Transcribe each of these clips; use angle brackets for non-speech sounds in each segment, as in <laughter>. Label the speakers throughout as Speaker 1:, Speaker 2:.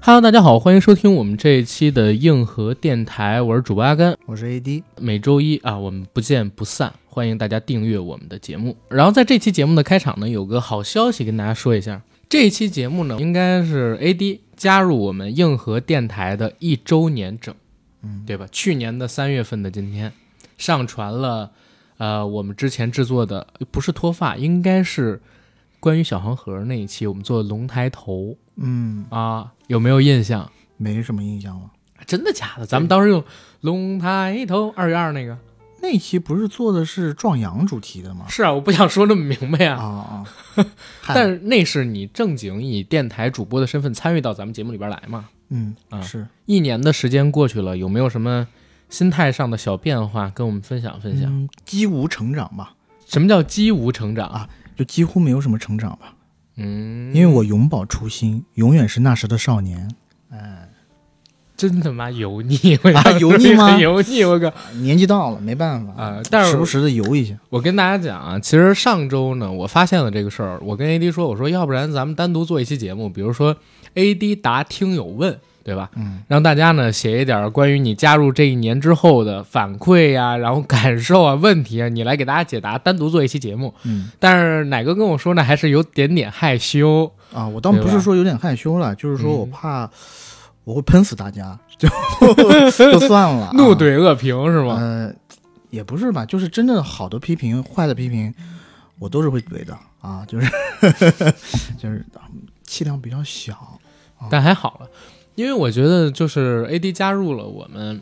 Speaker 1: Hello，大家好，欢迎收听我们这一期的硬核电台，我是主播阿甘。
Speaker 2: 我是 AD，
Speaker 1: 每周一啊，我们不见不散，欢迎大家订阅我们的节目。然后在这期节目的开场呢，有个好消息跟大家说一下，这一期节目呢，应该是 AD 加入我们硬核电台的一周年整，
Speaker 2: 嗯，
Speaker 1: 对吧？去年的三月份的今天，上传了呃我们之前制作的不是脱发，应该是关于小黄盒那一期，我们做龙抬头
Speaker 2: 嗯，
Speaker 1: 啊，有没有印象？
Speaker 2: 没什么印象了。
Speaker 1: 真的假的？咱们当时用龙抬头二月二那个。
Speaker 2: 那期不是做的是壮阳主题的吗？
Speaker 1: 是啊，我不想说那么明白
Speaker 2: 啊
Speaker 1: 啊。
Speaker 2: 啊，嗨
Speaker 1: 但是那是你正经以电台主播的身份参与到咱们节目里边来嘛？
Speaker 2: 嗯
Speaker 1: 啊
Speaker 2: 是
Speaker 1: 一年的时间过去了，有没有什么心态上的小变化跟我们分享分享？
Speaker 2: 嗯，几无成长吧，
Speaker 1: 什么叫鸡无成长？
Speaker 2: 啊就几乎没有什么成长吧，
Speaker 1: 嗯，
Speaker 2: 因为我永葆初心，永远是那时的少年。
Speaker 1: 真他妈油腻！我
Speaker 2: 啊油腻吗
Speaker 1: 油腻！我靠！
Speaker 2: 年纪到了，没办法
Speaker 1: 啊但是
Speaker 2: 时不时的游一下。
Speaker 1: 我跟大家讲啊，其实上周呢，我发现了这个事儿，我跟 AD 说，我说要不然咱们单独做一期节目，比如说 AD 答听友问，对吧？
Speaker 2: 嗯，
Speaker 1: 让大家呢写一点关于你加入这一年之后的反馈呀、然后感受啊、问题啊，你来给大家解答，单独做一期节目。
Speaker 2: 嗯
Speaker 1: 但是奶哥跟我说呢，还是有点点害羞。
Speaker 2: 啊，我倒不
Speaker 1: 对吧
Speaker 2: 是说有点害羞了，就是说我
Speaker 1: 嗯
Speaker 2: 怕我会喷死大家，就就算了啊，
Speaker 1: 怒怼恶评是吗？
Speaker 2: 呃，也不是吧，就是真正好的批评、坏的批评，我都是会怼的啊，就是 <laughs> 就是嗯气量比较小。
Speaker 1: 但还好了，因为我觉得就是 AD 加入了我们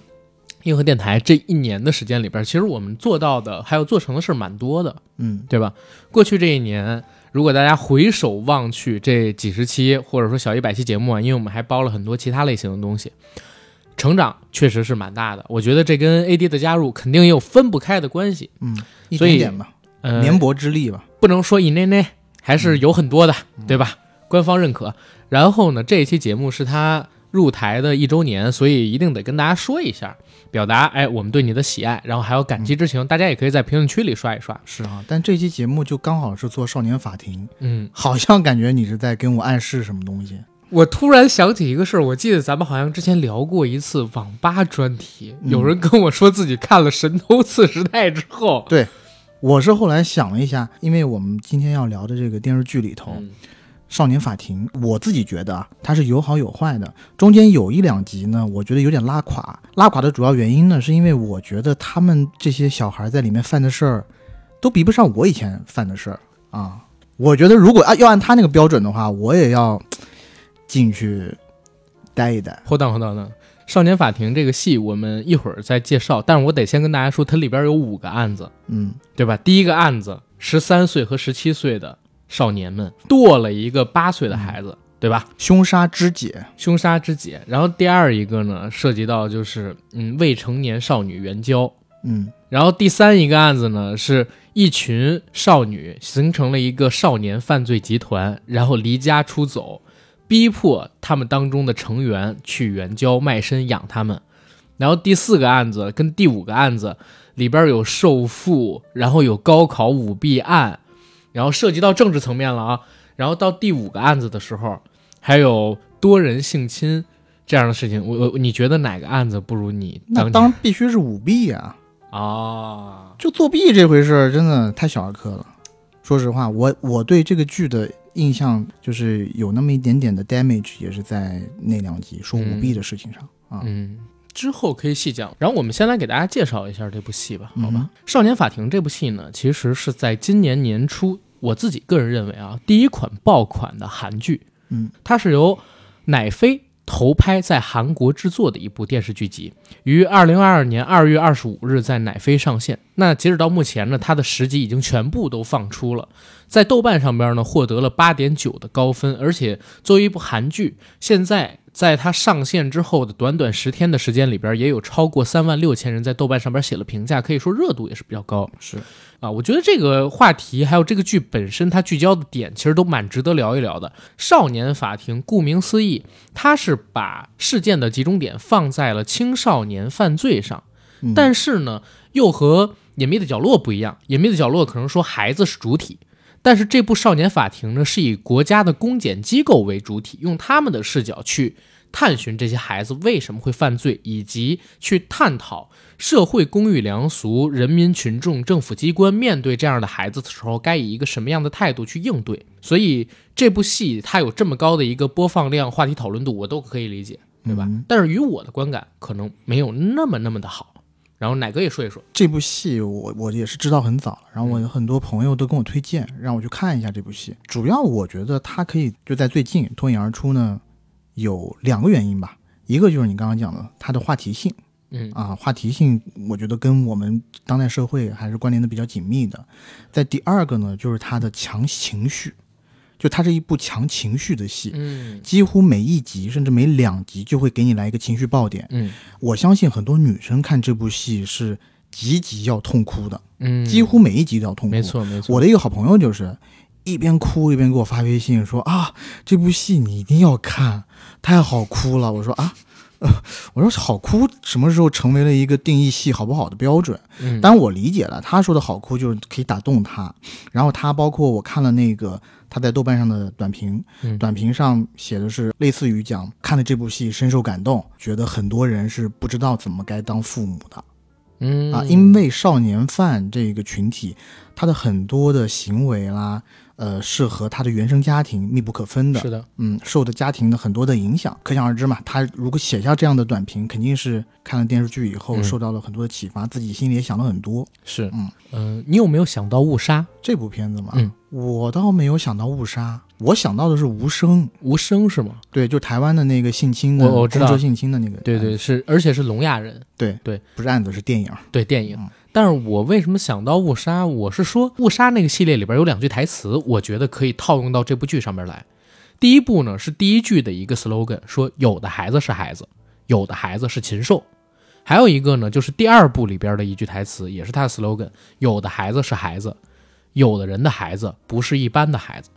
Speaker 1: 硬核电台这一年的时间里边，其实我们做到的还有做成的事儿蛮多的。
Speaker 2: 嗯
Speaker 1: 对吧？过去这一年，如果大家回首望去这几十期，或者说小一百期节目啊，因为我们还包了很多其他类型的东西，成长确实是蛮大的。我觉得这跟 AD 的加入肯定也有分不开的关系。
Speaker 2: 嗯，一
Speaker 1: 所
Speaker 2: 点
Speaker 1: 以
Speaker 2: 点吧，
Speaker 1: 呃，
Speaker 2: 绵薄之力吧。
Speaker 1: 不能说以内内，还是有很多的，对吧？官方认可。然后呢，这一期节目是他入台的一周年，所以一定得跟大家说一下，表达哎我们对你的喜爱，然后还有感激之情。大家也可以在评论区里刷一刷。
Speaker 2: 是啊，但这期节目就刚好是做少年法庭，
Speaker 1: 嗯，
Speaker 2: 好像感觉你是在跟我暗示什么东西。
Speaker 1: 我突然想起一个事儿，我记得咱们好像之前聊过一次网吧专题，
Speaker 2: 嗯
Speaker 1: 有人跟我说自己看了《神偷次时代》之后，
Speaker 2: 我是后来想了一下，因为我们今天要聊的这个电视剧里头，
Speaker 1: 嗯
Speaker 2: 少年法庭，我自己觉得啊，它是有好有坏的。中间有一两集呢，我觉得有点拉垮。拉垮的主要原因呢，是因为我觉得他们这些小孩在里面犯的事儿，都比不上我以前犯的事儿啊。我觉得如果啊要按他那个标准的话，我也要嘖进去待一待。
Speaker 1: 后等后等等，《少年法庭》这个戏我们一会儿再介绍，但是我得先跟大家说，它里边有五个案子，
Speaker 2: 嗯，
Speaker 1: 对吧？第一个案子，十三岁和十七岁的少年们剁了一个八岁的孩子，对吧？
Speaker 2: 凶杀肢解，
Speaker 1: 凶杀肢解。然后第二一个呢，涉及到就是嗯未成年少女援交，
Speaker 2: 嗯
Speaker 1: 然后第三一个案子呢，是一群少女形成了一个少年犯罪集团，然后离家出走，逼迫他们当中的成员去援交卖身养他们。然后第四个案子跟第五个案子呃里边有受缚，然后有高考舞弊案，然后涉及到政治层面了啊。然后到第五个案子的时候，还有多人性侵这样的事情。我我你觉得哪个案子不如你
Speaker 2: 那
Speaker 1: 年
Speaker 2: 当然必须是舞弊啊。
Speaker 1: 啊？
Speaker 2: 就作弊这回事儿，真的太小儿科了。说实话，我我对这个剧的印象就是有那么一点点的 damage，也是在那两集说舞弊的事情上、啊。
Speaker 1: 嗯，之后可以细讲。然后我们先来给大家介绍一下这部戏吧，好吧？
Speaker 2: 嗯
Speaker 1: 少年法庭》这部戏呢，其实是在今年年初，我自己个人认为啊，第一款爆款的韩剧，
Speaker 2: 嗯，
Speaker 1: 它是由乃飞投拍在韩国制作的一部电视剧集，于二零二二年二月二十五日在乃飞上线。那截止到目前呢，它的十集已经全部都放出了，在豆瓣上边呢获得了八点九的高分，而且作为一部韩剧，现在在它上线之后的短短十天的时间里边，也有超过三万六千人在豆瓣上边写了评价，可以说热度也是比较高
Speaker 2: 是
Speaker 1: 啊。我觉得这个话题还有这个剧本身它聚焦的点，其实都蛮值得聊一聊的。少年法庭，顾名思义，它是把事件的集中点放在了青少年犯罪上。
Speaker 2: 嗯
Speaker 1: 但是呢，又和《隐秘的角落》不一样，《隐秘的角落》可能说孩子是主体，但是这部《少年法庭》呢，是以国家的公检机构为主体，用他们的视角去探寻这些孩子为什么会犯罪，以及去探讨社会公序良俗、人民群众、政府机关面对这样的孩子的时候，该以一个什么样的态度去应对。所以这部戏它有这么高的一个播放量、话题讨论度，我都可以理解，对吧？
Speaker 2: 嗯
Speaker 1: 但是与我的观感可能没有那么那么的好。然后奶哥也说一说，
Speaker 2: 这部戏我我也是知道很早了，然后我
Speaker 1: 嗯
Speaker 2: 有很多朋友都跟我推荐，让我去看一下这部戏。主要我觉得它可以就在最近脱颖而出呢，有两个原因吧，一个就是你刚刚讲的它的话题性
Speaker 1: 嗯
Speaker 2: 啊，话题性我觉得跟我们当代社会还是关联的比较紧密的。在第二个呢，就是它的强情绪，就它是一部强情绪的戏，
Speaker 1: 嗯
Speaker 2: 几乎每一集甚至每两集就会给你来一个情绪爆点。
Speaker 1: 嗯
Speaker 2: 我相信很多女生看这部戏是集集要痛哭的，
Speaker 1: 嗯，
Speaker 2: 几乎每一集都要痛哭。
Speaker 1: 没，错没错，
Speaker 2: 我的一个好朋友就是一边哭一边给我发微信说啊，这部戏你一定要看，太好哭了。我说啊。呃，我说好哭什么时候成为了一个定义戏好不好的标准？
Speaker 1: 嗯
Speaker 2: 当然我理解了，他说的好哭就是可以打动他，然后他包括我看了那个他在豆瓣上的短评，
Speaker 1: 嗯
Speaker 2: 短评上写的是类似于讲看了这部戏深受感动，觉得很多人是不知道怎么该当父母的
Speaker 1: 嗯
Speaker 2: 啊，因为少年犯这个群体，他的很多的行为啦，呃，是和他的原生家庭密不可分的，
Speaker 1: 是的，
Speaker 2: 嗯，受的家庭的很多的影响，可想而知嘛。他如果写下这样的短评，肯定是看了电视剧以后
Speaker 1: 嗯
Speaker 2: 受到了很多的启发，自己心里也想了很多。
Speaker 1: 是
Speaker 2: 嗯
Speaker 1: 嗯，你有没有想到误杀？
Speaker 2: 这部片子嘛，
Speaker 1: 嗯
Speaker 2: 我倒没有想到误杀，我想到的是无声，
Speaker 1: 无声是吗？
Speaker 2: 对，就台湾的那个性侵的，
Speaker 1: 我我知道
Speaker 2: 公车性侵的那个，
Speaker 1: 对对是，而且是聋哑人，
Speaker 2: 对
Speaker 1: 对，
Speaker 2: 不是案子是电影，
Speaker 1: 对电影
Speaker 2: 嗯。
Speaker 1: 但是我为什么想到误杀？我是说误杀那个系列里边有两句台词，我觉得可以套用到这部剧上面来。第一部呢是第一句的一个 slogan，说有的孩子是孩子，有的孩子是禽兽。还有一个呢，就是第二部里边的一句台词，也是他的 slogan：有的孩子是孩子，有的人的孩子不是一般的孩子。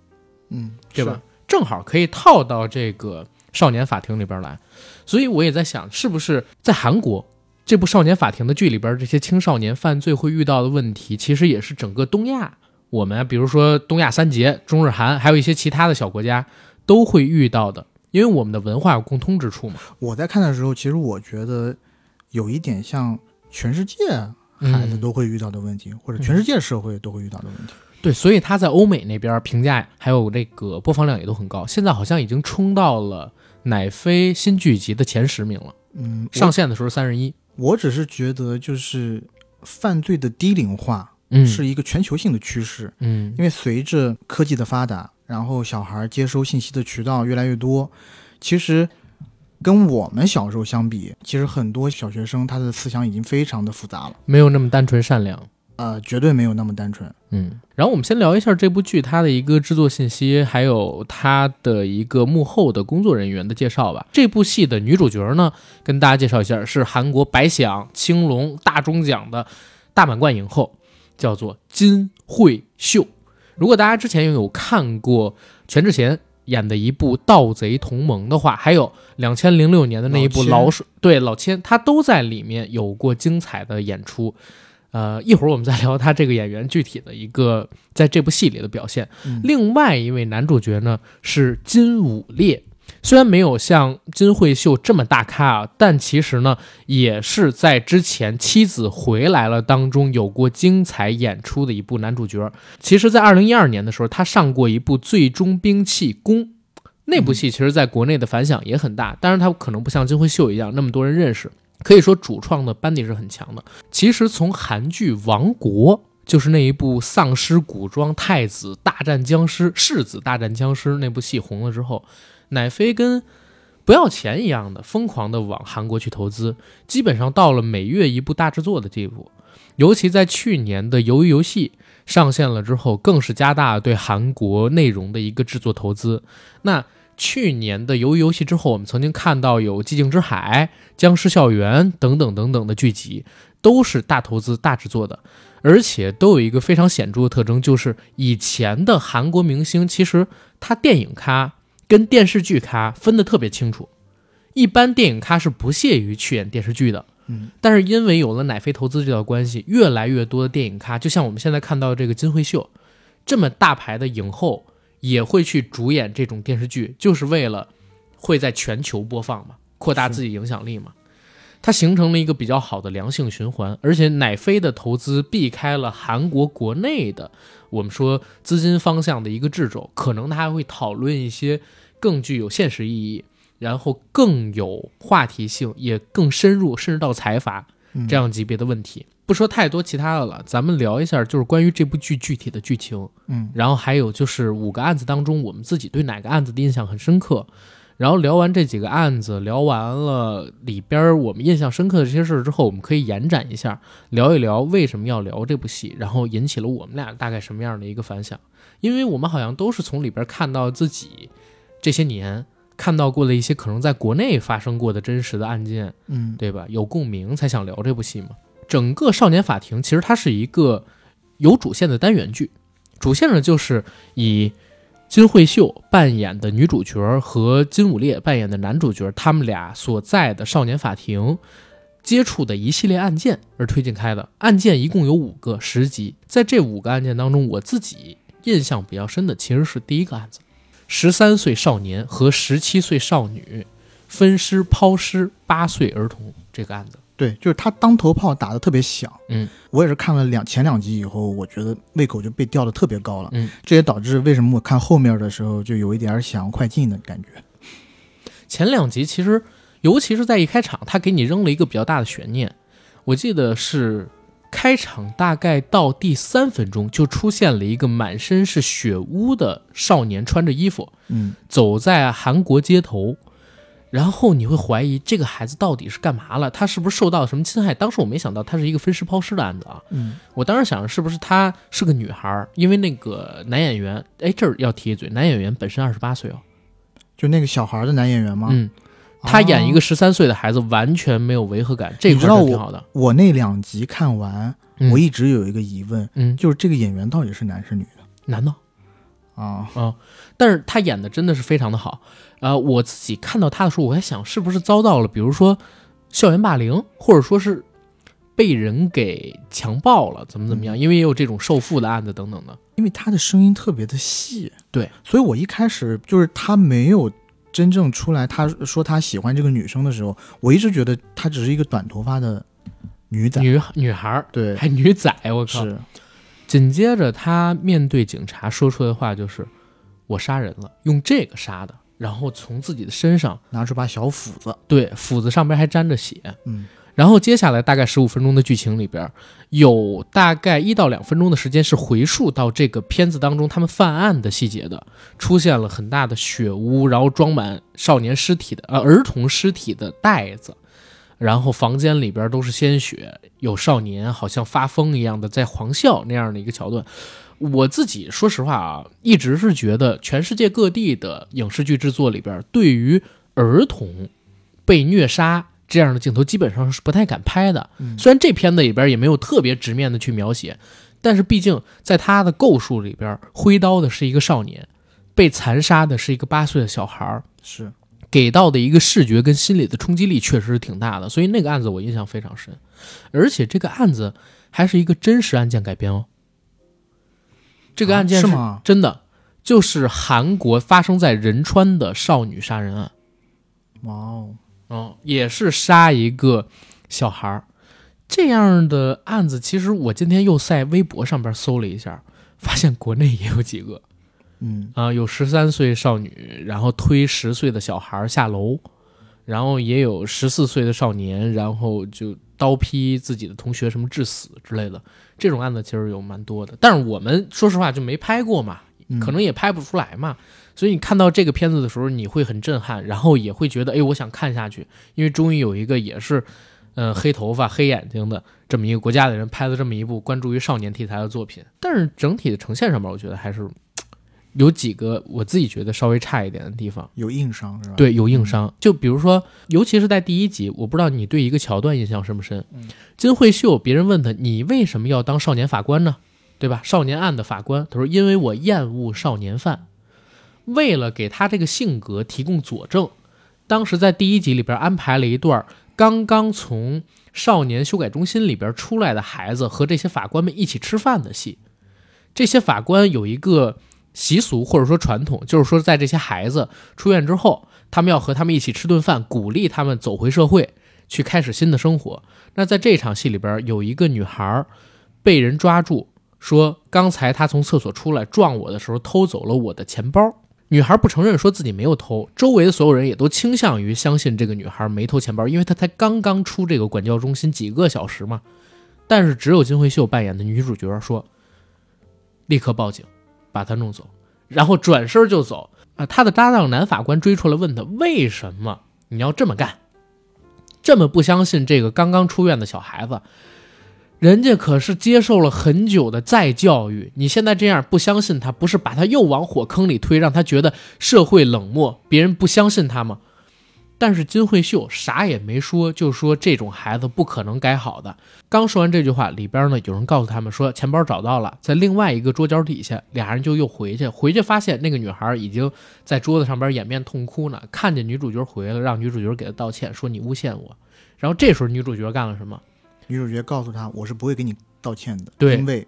Speaker 2: 嗯，
Speaker 1: 对吧？正好可以套到这个少年法庭里边来。所以我也在想，是不是在韩国这部少年法庭的剧里边，这些青少年犯罪会遇到的问题，其实也是整个东亚，我们啊比如说东亚三杰、中日韩，还有一些其他的小国家都会遇到的，因为我们的文化有共通之处嘛。
Speaker 2: 是？我在看的时候，其实我觉得有一点像全世界孩子
Speaker 1: 嗯
Speaker 2: 哎都会遇到的问题，或者全世界社会都会遇到的问题。
Speaker 1: 对，所以他在欧美那边评价还有这个播放量也都很高，现在好像已经冲到了奶飞新剧集的前十名了，
Speaker 2: 嗯，
Speaker 1: 上线的时候三十一。
Speaker 2: 我我只是觉得就是犯罪的低龄化
Speaker 1: 嗯，
Speaker 2: 是一个全球性的趋势，
Speaker 1: 嗯，
Speaker 2: 因为随着科技的发达，然后小孩接收信息的渠道越来越多，其实跟我们小时候相比，其实很多小学生他的思想已经非常的复杂了，
Speaker 1: 没有那么单纯善良。
Speaker 2: 呃，绝对没有那么单纯。
Speaker 1: 嗯，然后我们先聊一下这部剧它的一个制作信息，还有它的一个幕后的工作人员的介绍吧。这部戏的女主角呢，跟大家介绍一下，是韩国百想青龙大钟奖的大满贯影后，叫做金惠秀。如果大家之前有看过全智贤演的一部《盗贼同盟》的话，还有两千零六年的那一部《
Speaker 2: 老千
Speaker 1: 老鼠》，对老千，她都在里面有过精彩的演出。呃，一会儿我们再聊她这个演员具体的一个在这部戏里的表现。
Speaker 2: 嗯
Speaker 1: 另外一位男主角呢是金武烈，虽然没有像金惠秀这么大咖啊，但其实呢也是在之前《妻子回来了》当中有过精彩演出的一部男主角。其实，在二零一二年的时候，他上过一部《最终兵器宫》。那部戏其实在国内的反响也很大，当然它可能不像金惠秀一样那么多人认识，可以说主创的班底是很强的。其实从韩剧《王国》就是那一部丧尸古装太子大战僵尸、世子大战僵尸那部戏红了之后，乃飞跟不要钱一样的疯狂的往韩国去投资，基本上到了每月一部大制作的地步。尤其在去年的《鱿鱼游戏》上线了之后，更是加大对韩国内容的一个制作投资。那去年的《鱿鱼游戏》之后，我们曾经看到有《寂静之海》《僵尸校园》等等等等的剧集，都是大投资大制作的，而且都有一个非常显著的特征，就是以前的韩国明星其实他电影咖跟电视剧咖分得特别清楚。一般电影咖是不屑于去演电视剧的，
Speaker 2: 嗯，
Speaker 1: 但是因为有了奶飞投资这条关系，越来越多的电影咖，就像我们现在看到这个金惠秀这么大牌的影后，也会去主演这种电视剧，就是为了会在全球播放嘛，扩大自己影响力嘛。它形成了一个比较好的良性循环，而且奶飞的投资避开了韩国国内的我们说资金方向的一个掣肘，可能它还会讨论一些更具有现实意义，然后更有话题性，也更深入，甚至到财阀
Speaker 2: 嗯
Speaker 1: 这样级别的问题。不说太多其他的了，咱们聊一下就是关于这部剧具体的剧情，
Speaker 2: 嗯
Speaker 1: 然后还有就是五个案子当中，我们自己对哪个案子的印象很深刻。然后聊完这几个案子，聊完了里边儿我们印象深刻的这些事儿之后，我们可以延展一下，聊一聊为什么要聊这部戏，然后引起了我们俩大概什么样的一个反响。因为我们好像都是从里边儿看到自己这些年看到过的一些可能在国内发生过的真实的案件，
Speaker 2: 嗯，
Speaker 1: 对吧？有共鸣才想聊这部戏嘛。整个《少年法庭》其实它是一个有主线的单元剧，主线呢就是以金惠秀扮演的女主角和金武烈扮演的男主角，他们俩所在的少年法庭接触的一系列案件而推进开的。案件一共有五个十集，在这五个案件当中，我自己印象比较深的其实是第一个案子：十三岁少年和十七岁少女分尸抛尸八岁儿童这个案子。
Speaker 2: 对，就是他当头炮打得特别响。
Speaker 1: 嗯，
Speaker 2: 我也是看了两前两集以后，我觉得胃口就被吊得特别高了。
Speaker 1: 嗯，
Speaker 2: 这也导致为什么我看后面的时候就有一点儿想要快进的感觉。
Speaker 1: 前两集其实，尤其是在一开场，他给你扔了一个比较大的悬念。我记得是开场大概到第三分钟，就出现了一个满身是血污的少年，穿着衣服
Speaker 2: 嗯
Speaker 1: 走在韩国街头。然后你会怀疑这个孩子到底是干嘛了？他是不是受到什么侵害？当时我没想到他是一个分尸抛尸的案子啊！
Speaker 2: 嗯
Speaker 1: 我当时想是不是她是个女孩儿，因为那个男演员，哎，这儿要提一嘴，男演员本身二十八岁哦，
Speaker 2: 就那个小孩儿的男演员吗？
Speaker 1: 嗯，他演一个
Speaker 2: 哦。
Speaker 1: 十三岁的孩子，完全没有违和感，这
Speaker 2: 你知
Speaker 1: 块儿
Speaker 2: 道我
Speaker 1: 挺好的。
Speaker 2: 我那两集看完，
Speaker 1: 嗯
Speaker 2: 我一直有一个疑问，
Speaker 1: 嗯，
Speaker 2: 就是这个演员到底是男是女
Speaker 1: 难道？
Speaker 2: 的啊？
Speaker 1: 但是他演的真的是非常的好。呃，我自己看到他的时候，我在想是不是遭到了，比如说校园霸凌，或者说是被人给强暴了，怎么怎么
Speaker 2: 嗯
Speaker 1: 样？因为也有这种受妇的案子等等的。
Speaker 2: 因为他的声音特别的细，
Speaker 1: 对，
Speaker 2: 所以我一开始就是他没有真正出来，他说他喜欢这个女生的时候，我一直觉得她只是一个短头发的女仔，
Speaker 1: 女女孩儿
Speaker 2: 对，
Speaker 1: 还女仔，我靠！
Speaker 2: 是，
Speaker 1: 紧接着他面对警察说出的话就是：“我杀人了，用这个杀的。”然后从自己的身上，
Speaker 2: 拿出把小斧子，
Speaker 1: 对，斧子上边还沾着血，
Speaker 2: 嗯
Speaker 1: 然后接下来大概十五分钟的剧情里边，有大概一到两分钟的时间是回溯到这个片子当中他们犯案的细节的，出现了很大的血污，然后装满少年尸体的呃儿童尸体的袋子，然后房间里边都是鲜血，有少年好像发疯一样的在狂笑那样的一个桥段。我自己说实话啊，一直是觉得全世界各地的影视剧制作里边，对于儿童被虐杀这样的镜头，基本上是不太敢拍的。
Speaker 2: 嗯
Speaker 1: 虽然这片子里边也没有特别直面的去描写，但是毕竟在他的构述里边，挥刀的是一个少年，被残杀的是一个八岁的小孩儿，
Speaker 2: 是，
Speaker 1: 给到的一个视觉跟心理的冲击力确实是挺大的，所以那个案子我印象非常深，而且这个案子还是一个真实案件改编哦。这个案件
Speaker 2: 啊
Speaker 1: 是
Speaker 2: 是吗？
Speaker 1: 真的，就是韩国发生在仁川的少女杀人案，
Speaker 2: 哇哦，
Speaker 1: 嗯，也是杀一个小孩儿。这样的案子，其实我今天又在微博上边搜了一下，发现国内也有几个
Speaker 2: 嗯
Speaker 1: 啊、有十三岁少女，然后推十岁的小孩儿下楼，然后也有十四岁的少年，然后就刀劈自己的同学，什么致死之类的，这种案子其实有蛮多的。但是我们说实话就没拍过嘛，
Speaker 2: 嗯
Speaker 1: 可能也拍不出来嘛。所以你看到这个片子的时候，你会很震撼，然后也会觉得，哎，我想看下去，因为终于有一个也是，呃，黑头发、黑眼睛的这么一个国家的人拍了这么一部关注于少年题材的作品。但是整体的呈现上面，我觉得还是嘖有几个我自己觉得稍微差一点的地方。
Speaker 2: 有硬伤是吧？，嗯
Speaker 1: 对，有硬伤。就比如说，尤其是在第一集，我不知道你对一个桥段印象深不深
Speaker 2: 嗯。
Speaker 1: 金惠秀，别人问他你为什么要当少年法官呢？对吧？少年案的法官，他说因为我厌恶少年犯。为了给他这个性格提供佐证，当时在第一集里边安排了一段刚刚从少年修改中心里边出来的孩子和这些法官们一起吃饭的戏。这些法官有一个习俗或者说传统，就是说在这些孩子出院之后，他们要和他们一起吃顿饭，鼓励他们走回社会，去开始新的生活。那在这场戏里边，有一个女孩儿被人抓住，说刚才她从厕所出来撞我的时候偷走了我的钱包。女孩不承认，说自己没有偷。周围的所有人也都倾向于相信这个女孩没偷钱包，因为她才刚刚出这个管教中心几个小时嘛。但是只有金惠秀扮演的女主角说：“立刻报警，把她弄走。”然后转身就走。啊，她的搭档男法官追出来，问她为什么你要这么干，这么不相信这个刚刚出院的小孩子。人家可是接受了很久的再教育，你现在这样不相信他，不是把他又往火坑里推，让他觉得社会冷漠，别人不相信他吗？但是金惠秀啥也没说，就说这种孩子不可能改好的。刚说完这句话，里边呢有人告诉他们说钱包找到了，在另外一个桌角底下，俩人就又回去，回去发现那个女孩已经在桌子上边掩面痛哭呢，看见女主角回来了，让女主角给她道歉，说你诬陷我。然后这时候女主角干了什么？
Speaker 2: 女主角告诉他，我是不会给你道歉的，
Speaker 1: 对
Speaker 2: 因为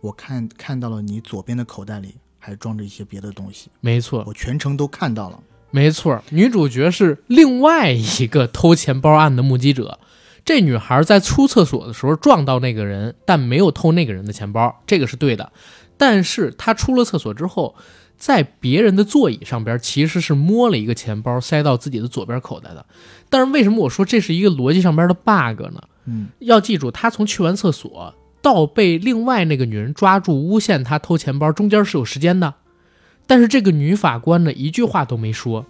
Speaker 2: 我看看到了你左边的口袋里还装着一些别的东西，
Speaker 1: 没错，
Speaker 2: 我全程都看到了。
Speaker 1: 没错，女主角是另外一个偷钱包案的目击者。这女孩在出厕所的时候撞到那个人，但没有偷那个人的钱包，这个是对的。但是她出了厕所之后，在别人的座椅上边其实是摸了一个钱包，塞到自己的左边口袋的。但是为什么我说这是一个逻辑上边的 bug 呢？
Speaker 2: 嗯，
Speaker 1: 要记住，她从去完厕所到被另外那个女人抓住诬陷她偷钱包，中间是有时间的。但是这个女法官呢，一句话都没说。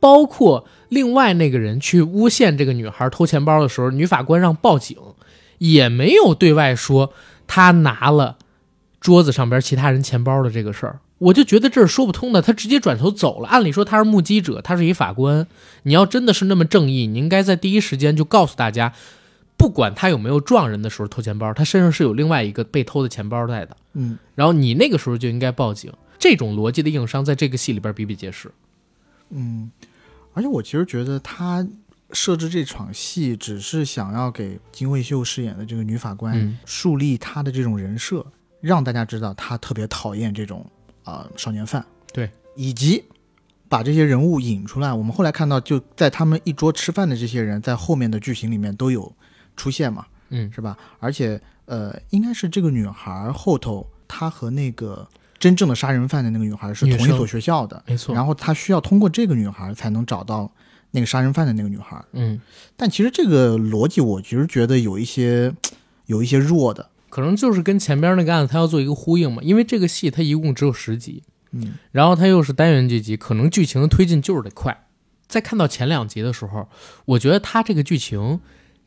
Speaker 1: 包括另外那个人去诬陷这个女孩偷钱包的时候，女法官让报警，也没有对外说她拿了桌子上边其他人钱包的这个事儿。我就觉得这是说不通的，她直接转头走了。按理说她是目击者，她是一法官，你要真的是那么正义，你应该在第一时间就告诉大家，不管他有没有撞人的时候偷钱包，他身上是有另外一个被偷的钱包在的。
Speaker 2: 嗯，
Speaker 1: 然后你那个时候就应该报警。这种逻辑的硬伤在这个戏里边比比皆是。
Speaker 2: 嗯，而且我其实觉得他设置这场戏，只是想要给金惠秀饰演的这个女法官
Speaker 1: 嗯
Speaker 2: 树立她的这种人设，让大家知道她特别讨厌这种啊、少年犯，
Speaker 1: 对，
Speaker 2: 以及把这些人物引出来。我们后来看到，就在他们一桌吃饭的这些人，在后面的剧情里面都有出现嘛，
Speaker 1: 嗯，
Speaker 2: 是吧？而且呃，应该是这个女孩后头，她和那个真正的杀人犯的那个女孩是
Speaker 1: 女
Speaker 2: 同一
Speaker 1: 生
Speaker 2: 所学校的，
Speaker 1: 没错。
Speaker 2: 然后他需要通过这个女孩才能找到那个杀人犯的那个女孩。
Speaker 1: 嗯，
Speaker 2: 但其实这个逻辑，我其实觉得有一些有一些弱的。
Speaker 1: 可能就是跟前边那个案子，他要做一个呼应嘛。因为这个戏它一共只有十集，
Speaker 2: 嗯，
Speaker 1: 然后它又是单元剧集，可能剧情的推进就是得快。在看到前两集的时候，我觉得它这个剧情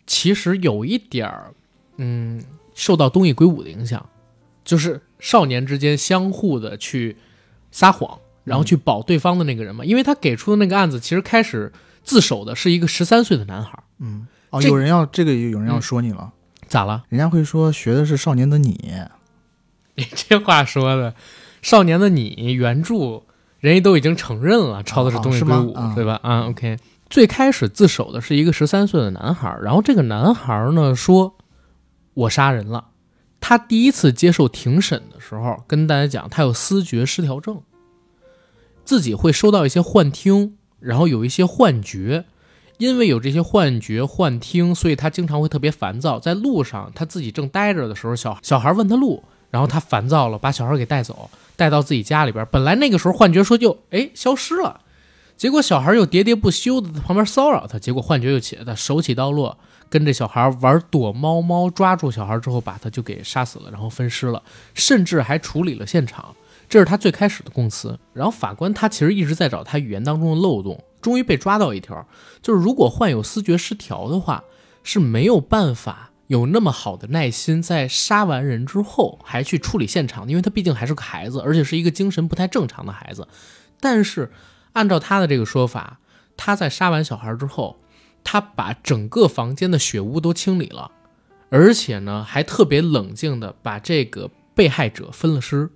Speaker 1: 其实有一点儿，嗯，受到东野圭吾的影响，就是少年之间相互的去撒谎，然后去保对方的那个人嘛。因为他给出的那个案子，其实开始自首的是一个十三岁的男孩儿，
Speaker 2: 嗯，哦，
Speaker 1: 这
Speaker 2: 有人要这个，有人要
Speaker 1: 嗯
Speaker 2: 说你了，
Speaker 1: 咋了？
Speaker 2: 人家会说学的是《少年的你》。
Speaker 1: 你 <laughs> 这话说的，《少年的你》原著人家都已经承认了，抄的是东野圭吾，
Speaker 2: 啊是吗啊
Speaker 1: 对吧？啊，OK。最开始自首的是一个十三岁的男孩儿，然后这个男孩儿呢说：“我杀人了。”他第一次接受庭审的时候，跟大家讲他有思觉失调症，自己会收到一些幻听，然后有一些幻觉。因为有这些幻觉、幻听，所以他经常会特别烦躁。在路上，他自己正待着的时候，小小孩问他路，然后他烦躁了，把小孩给带走，带到自己家里边。本来那个时候幻觉说就哎消失了，结果小孩又喋喋不休的在旁边骚扰他，结果幻觉又起来了，手起刀落，跟这小孩玩躲猫猫，抓住小孩之后把他就给杀死了，然后分尸了，甚至还处理了现场。这是他最开始的供词。然后法官他其实一直在找他语言当中的漏洞，终于被抓到一条，就是如果患有思觉失调的话，是没有办法有那么好的耐心，在杀完人之后还去处理现场的，因为他毕竟还是个孩子，而且是一个精神不太正常的孩子。但是按照他的这个说法，他在杀完小孩之后，他把整个房间的血污都清理了，而且呢还特别冷静的把这个被害者分了尸、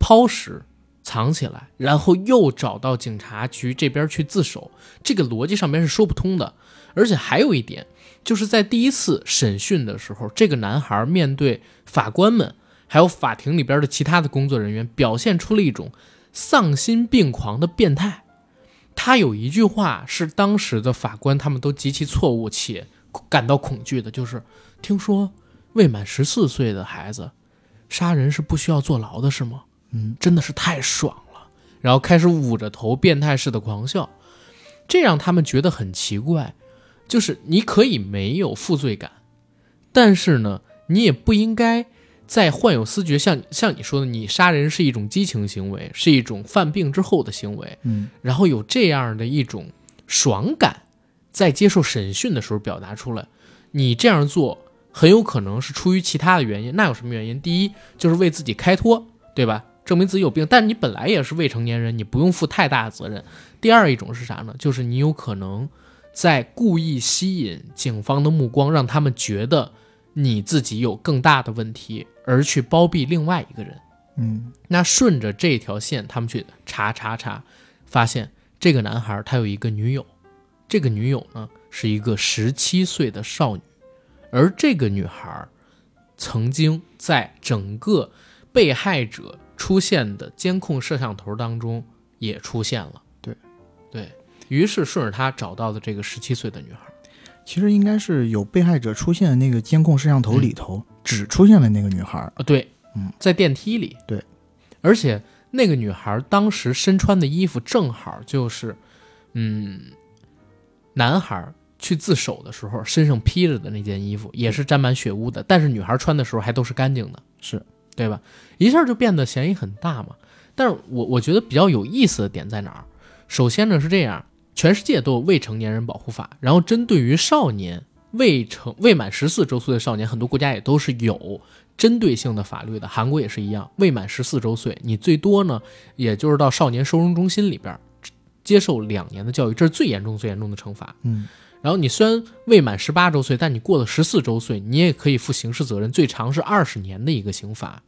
Speaker 1: 抛尸。藏起来，然后又找到警察局这边去自首，这个逻辑上面是说不通的。而且还有一点，就是在第一次审讯的时候，这个男孩面对法官们还有法庭里边的其他的工作人员，表现出了一种丧心病狂的变态。他有一句话是当时的法官他们都极其错误且感到恐惧的，就是听说未满十四岁的孩子杀人是不需要坐牢的，是吗？
Speaker 2: 嗯，
Speaker 1: 真的是太爽了。然后开始捂着头变态式的狂笑，这让他们觉得很奇怪，就是你可以没有负罪感，但是呢，你也不应该。在患有思觉，像像你说的，你杀人是一种激情行为，是一种犯病之后的行为。
Speaker 2: 嗯，
Speaker 1: 然后有这样的一种爽感，在接受审讯的时候表达出来。你这样做很有可能是出于其他的原因，那有什么原因？第一就是为自己开脱，对吧？证明自己有病，但你本来也是未成年人，你不用负太大的责任。第二一种是啥呢？就是你有可能在故意吸引警方的目光，让他们觉得你自己有更大的问题，而去包庇另外一个人。
Speaker 2: 嗯，
Speaker 1: 那顺着这条线，他们去查查查，发现这个男孩他有一个女友，这个女友呢是一个十七岁的少女，而这个女孩曾经在整个被害者出现的监控摄像头当中也出现了。
Speaker 2: 对，
Speaker 1: 对于是顺着他找到的这个十七岁的女孩。
Speaker 2: 其实应该是有被害者出现的那个监控摄像
Speaker 1: 嗯
Speaker 2: 头里头，只出现了那个女孩儿。
Speaker 1: 啊，对，
Speaker 2: 嗯，
Speaker 1: 在电梯里，
Speaker 2: 对，
Speaker 1: 而且那个女孩当时身穿的衣服正好就是，嗯，男孩去自首的时候身上披着的那件衣服，也是沾满血污的，但是女孩穿的时候还都是干净的，
Speaker 2: 是
Speaker 1: 对吧？一下就变得嫌疑很大嘛。但是我我觉得比较有意思的点在哪儿？首先呢是这样，全世界都有未成年人保护法，然后针对于少年。未成未满十四周岁的少年，很多国家也都是有针对性的法律的，韩国也是一样，未满十四周岁，你最多呢，也就是到少年收容中心里边儿接受两年的教育，这是最严重、最严重的惩罚。
Speaker 2: 嗯，
Speaker 1: 然后你虽然未满十八周岁，但你过了十四周岁，你也可以负刑事责任，最长是二十年的一个刑罚。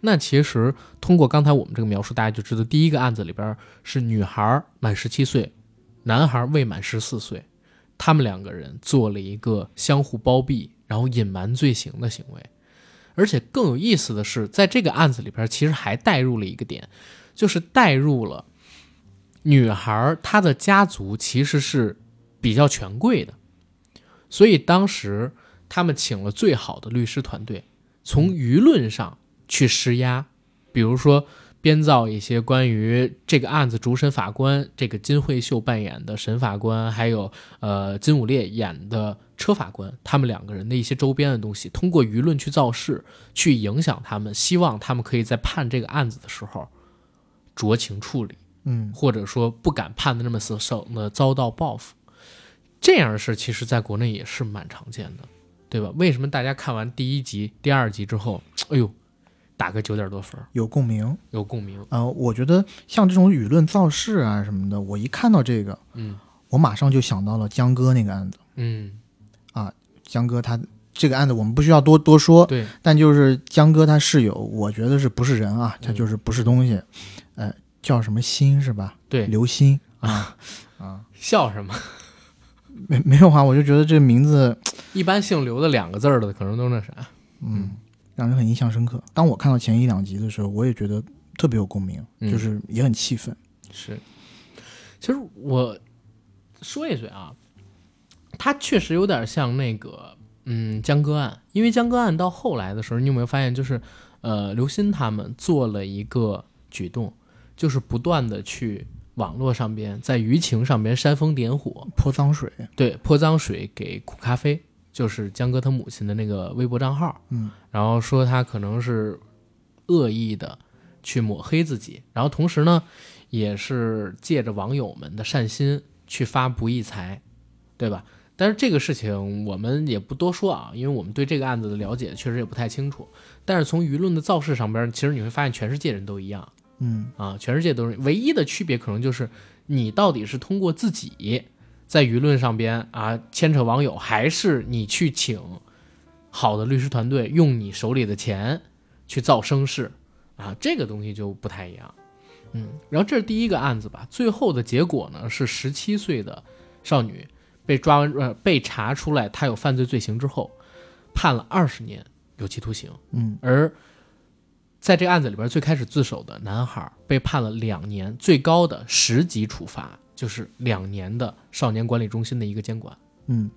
Speaker 1: 那其实通过刚才我们这个描述，大家就知道，第一个案子里边是女孩满十七岁，男孩未满十四岁，他们两个人做了一个相互包庇，然后隐瞒罪行的行为。而且更有意思的是，在这个案子里边，其实还带入了一个点，就是带入了女孩她的家族其实是比较权贵的，所以当时他们请了最好的律师团队，从舆论上去施压，比如说编造一些关于这个案子主审法官这个金惠秀扮演的沈法官，还有呃金武烈演的车法官，他们两个人的一些周边的东西，通过舆论去造势，去影响他们，希望他们可以在判这个案子的时候酌情处理。
Speaker 2: 嗯，
Speaker 1: 或者说不敢判的那么死，省得遭到报复。这样的事其实在国内也是蛮常见的，对吧？为什么大家看完第一集、第二集之后，哎呦，打个九点多分儿，
Speaker 2: 有共鸣。
Speaker 1: 有共鸣？
Speaker 2: 呃，我觉得像这种舆论造势啊什么的，我一看到这个，
Speaker 1: 嗯
Speaker 2: 我马上就想到了江歌那个案子。
Speaker 1: 嗯，
Speaker 2: 江歌他这个案子我们不需要多多说，
Speaker 1: 对，
Speaker 2: 但就是江哥他室友，我觉得是不是人啊？
Speaker 1: 嗯
Speaker 2: 他就是不是东西，呃，叫什么心是吧？
Speaker 1: 对
Speaker 2: 刘鑫
Speaker 1: 啊
Speaker 2: 啊，
Speaker 1: 笑什么？
Speaker 2: 没没有啊？我就觉得这名字，
Speaker 1: 一般姓刘的两个字儿的可能都那啥。
Speaker 2: 嗯，让人很印象深刻。当我看到前一两集的时候，我也觉得特别有共鸣，
Speaker 1: 嗯
Speaker 2: 就是也很气愤。
Speaker 1: 是，其实我说一嘴啊，它确实有点像那个，嗯，江歌案，因为江歌案到后来的时候，你有没有发现，就是呃，刘鑫他们做了一个举动，就是不断的去网络上边，在舆情上边煽风点火，
Speaker 2: 泼脏水，
Speaker 1: 对，泼脏水给苦咖啡，就是江哥他母亲的那个微博账号，
Speaker 2: 嗯，
Speaker 1: 然后说他可能是恶意的去抹黑自己，然后同时呢，也是借着网友们的善心去发不义财，对吧？但是这个事情我们也不多说啊，因为我们对这个案子的了解确实也不太清楚。但是从舆论的造势上边，其实你会发现全世界人都一样，
Speaker 2: 嗯
Speaker 1: 啊，全世界都是，唯一的区别可能就是你到底是通过自己在舆论上边啊牵扯网友，还是你去请好的律师团队用你手里的钱去造声势啊，这个东西就不太一样。嗯，然后这是第一个案子吧，最后的结果呢是十七岁的少女被抓完呃被查出来她有犯罪罪行之后，判了二十年有期徒刑。
Speaker 2: 嗯
Speaker 1: 而在这个案子里边，最开始自首的男孩被判了两年，最高的十级处罚就是两年的少年管理中心的一个监管。
Speaker 2: 嗯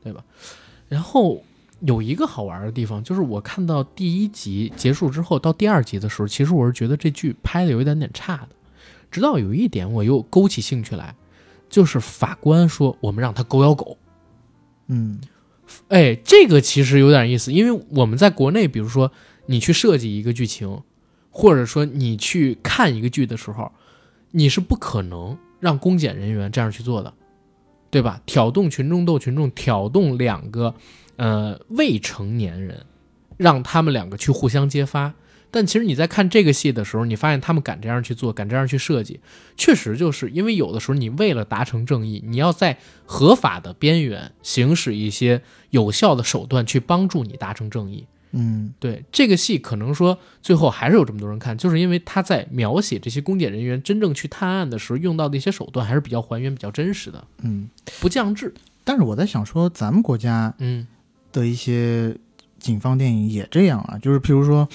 Speaker 1: 然后有一个好玩的地方，就是我看到第一集结束之后，到第二集的时候，其实我是觉得这剧拍的有一点点差的，直到有一点我又勾起兴趣来，就是法官说我们让他狗咬狗，
Speaker 2: 嗯
Speaker 1: 哎，这个其实有点意思，因为我们在国内，比如说你去设计一个剧情，或者说你去看一个剧的时候，你是不可能让公检人员这样去做的，对吧？挑动群众斗群众，挑动两个呃未成年人，让他们两个去互相揭发。但其实你在看这个戏的时候，你发现他们敢这样去做，敢这样去设计，确实就是因为有的时候你为了达成正义，你要在合法的边缘行使一些有效的手段去帮助你达成正义。
Speaker 2: 嗯
Speaker 1: 对这个戏，可能说最后还是有这么多人看，就是因为他在描写这些公检人员真正去探案的时候用到的一些手段，还是比较还原、比较真实的，
Speaker 2: 嗯。
Speaker 1: 不降智。
Speaker 2: 但是我在想说，咱们国家
Speaker 1: 嗯
Speaker 2: 的一些警方电影也这样啊，就是譬如说，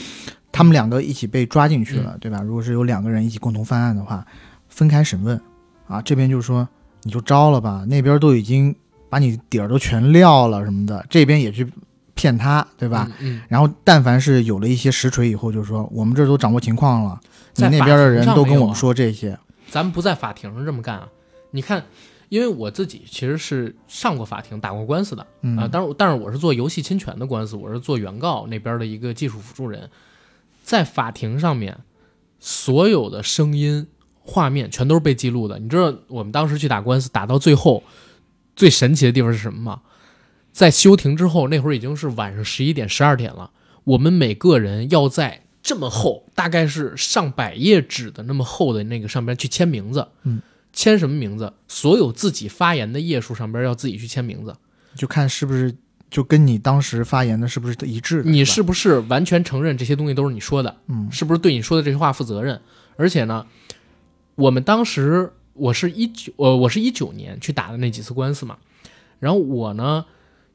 Speaker 2: 他们两个一起被抓进去了，
Speaker 1: 嗯
Speaker 2: 对吧？如果是有两个人一起共同犯案的话，分开审问啊，这边就说你就招了吧，那边都已经把你底儿都全撂了什么的，这边也去骗他，对吧？？
Speaker 1: 嗯，
Speaker 2: 然后，但凡是有了一些实锤以后，就说我们这儿都掌握情况了，你
Speaker 1: 在
Speaker 2: 那
Speaker 1: 法
Speaker 2: 边的
Speaker 1: 庭
Speaker 2: 人
Speaker 1: 上
Speaker 2: 都
Speaker 1: 没
Speaker 2: 跟
Speaker 1: 有
Speaker 2: 我们
Speaker 1: 啊
Speaker 2: 说这些，
Speaker 1: 咱们不在法庭上这么干啊。你看，因为我自己其实是上过法庭、打过官司的，
Speaker 2: 嗯
Speaker 1: 啊，当然，但是我是做游戏侵权的官司，我是做原告那边的一个技术辅助人，在法庭上面，所有的声音、画面全都是被记录的。你知道我们当时去打官司，打到最后，最神奇的地方是什么吗？在休庭之后，那会儿已经是晚上十一点、十二点了，我们每个人要在这么厚，大概是上百页纸的那么厚的那个上边去签名字，
Speaker 2: 嗯，
Speaker 1: 签什么名字？所有自己发言的页数上边要自己去签名字。
Speaker 2: 就看是不是就跟你当时发言的是不是一致的。
Speaker 1: 你
Speaker 2: 是吧
Speaker 1: 是不是完全承认这些东西都是你说的？
Speaker 2: 嗯
Speaker 1: 是不是对你说的这些话负责任？而且呢，我们当时我是一九，呃，我是一九年去打的那几次官司嘛，然后我呢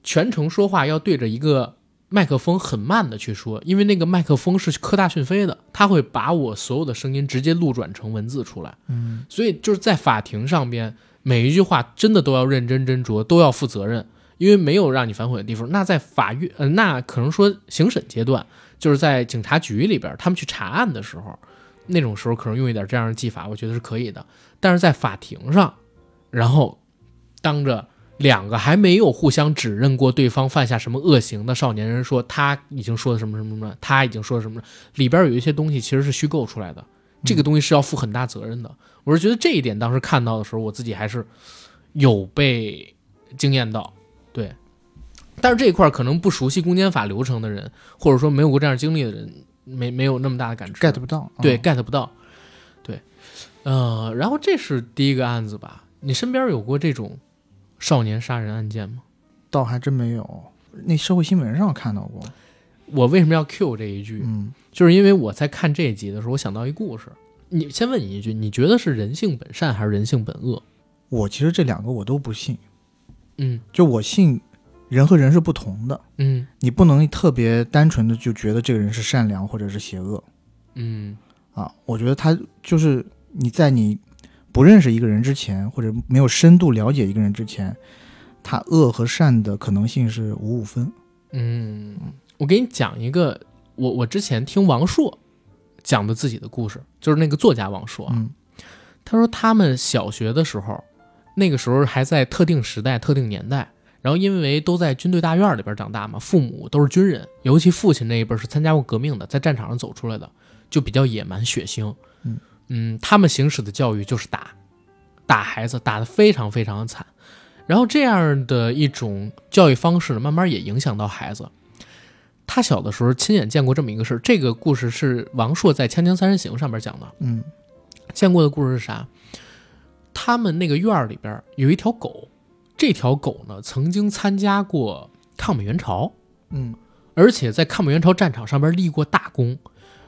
Speaker 1: 全程说话要对着一个麦克风很慢的去说，因为那个麦克风是科大讯飞的，它会把我所有的声音直接录转成文字出来。
Speaker 2: 嗯
Speaker 1: 所以就是在法庭上边，每一句话真的都要认真斟酌，都要负责任，因为没有让你反悔的地方。那在法院，呃，那可能说刑审阶段，就是在警察局里边，他们去查案的时候，那种时候可能用一点这样的技法，我觉得是可以的。但是在法庭上，然后当着两个还没有互相指认过对方犯下什么恶行的少年人说，他已经说的什么什么什么，他已经说的什么什么，里边有一些东西其实是虚构出来的，这个东西是要负很大责任的。我是觉得这一点当时看到的时候，我自己还是有被惊艳到，对。但是这一块儿可能不熟悉公检法流程的人，或者说没有过这样经历的人，没没有那么大的感知
Speaker 2: ，get 不到。
Speaker 1: 对、
Speaker 2: 嗯
Speaker 1: get 不到，对，呃，然后这是第一个案子吧？你身边有过这种少年杀人案件吗？
Speaker 2: 倒还真没有。那社会新闻上看到过，
Speaker 1: 我为什么要 cue 这一句？
Speaker 2: 嗯，
Speaker 1: 就是因为我在看这一集的时候，我想到一故事。你先问你一句，你觉得是人性本善还是人性本恶？
Speaker 2: 我其实这两个我都不信，
Speaker 1: 嗯
Speaker 2: 就我信人和人是不同的，
Speaker 1: 嗯
Speaker 2: 你不能特别单纯的就觉得这个人是善良或者是邪恶
Speaker 1: 嗯
Speaker 2: 啊。我觉得他就是你在你不认识一个人之前，或者没有深度了解一个人之前，他恶和善的可能性是五五分。
Speaker 1: 嗯，我给你讲一个，我我之前听王朔讲的自己的故事，就是那个作家王朔啊，
Speaker 2: 嗯
Speaker 1: 他说他们小学的时候，那个时候还在特定时代、特定年代，然后因为都在军队大院里边长大嘛，父母都是军人，尤其父亲那一辈是参加过革命的，在战场上走出来的，就比较野蛮血腥。
Speaker 2: 嗯
Speaker 1: 嗯他们行使的教育就是打，打孩子，打得非常非常的惨。然后这样的一种教育方式呢，慢慢也影响到孩子。他小的时候亲眼见过这么一个事儿，这个故事是王朔在《锵锵三人行》上面讲的。
Speaker 2: 嗯
Speaker 1: 见过的故事是啥？他们那个院儿里边儿有一条狗，这条狗呢曾经参加过抗美援朝，
Speaker 2: 嗯
Speaker 1: 而且在抗美援朝战场上边立过大功，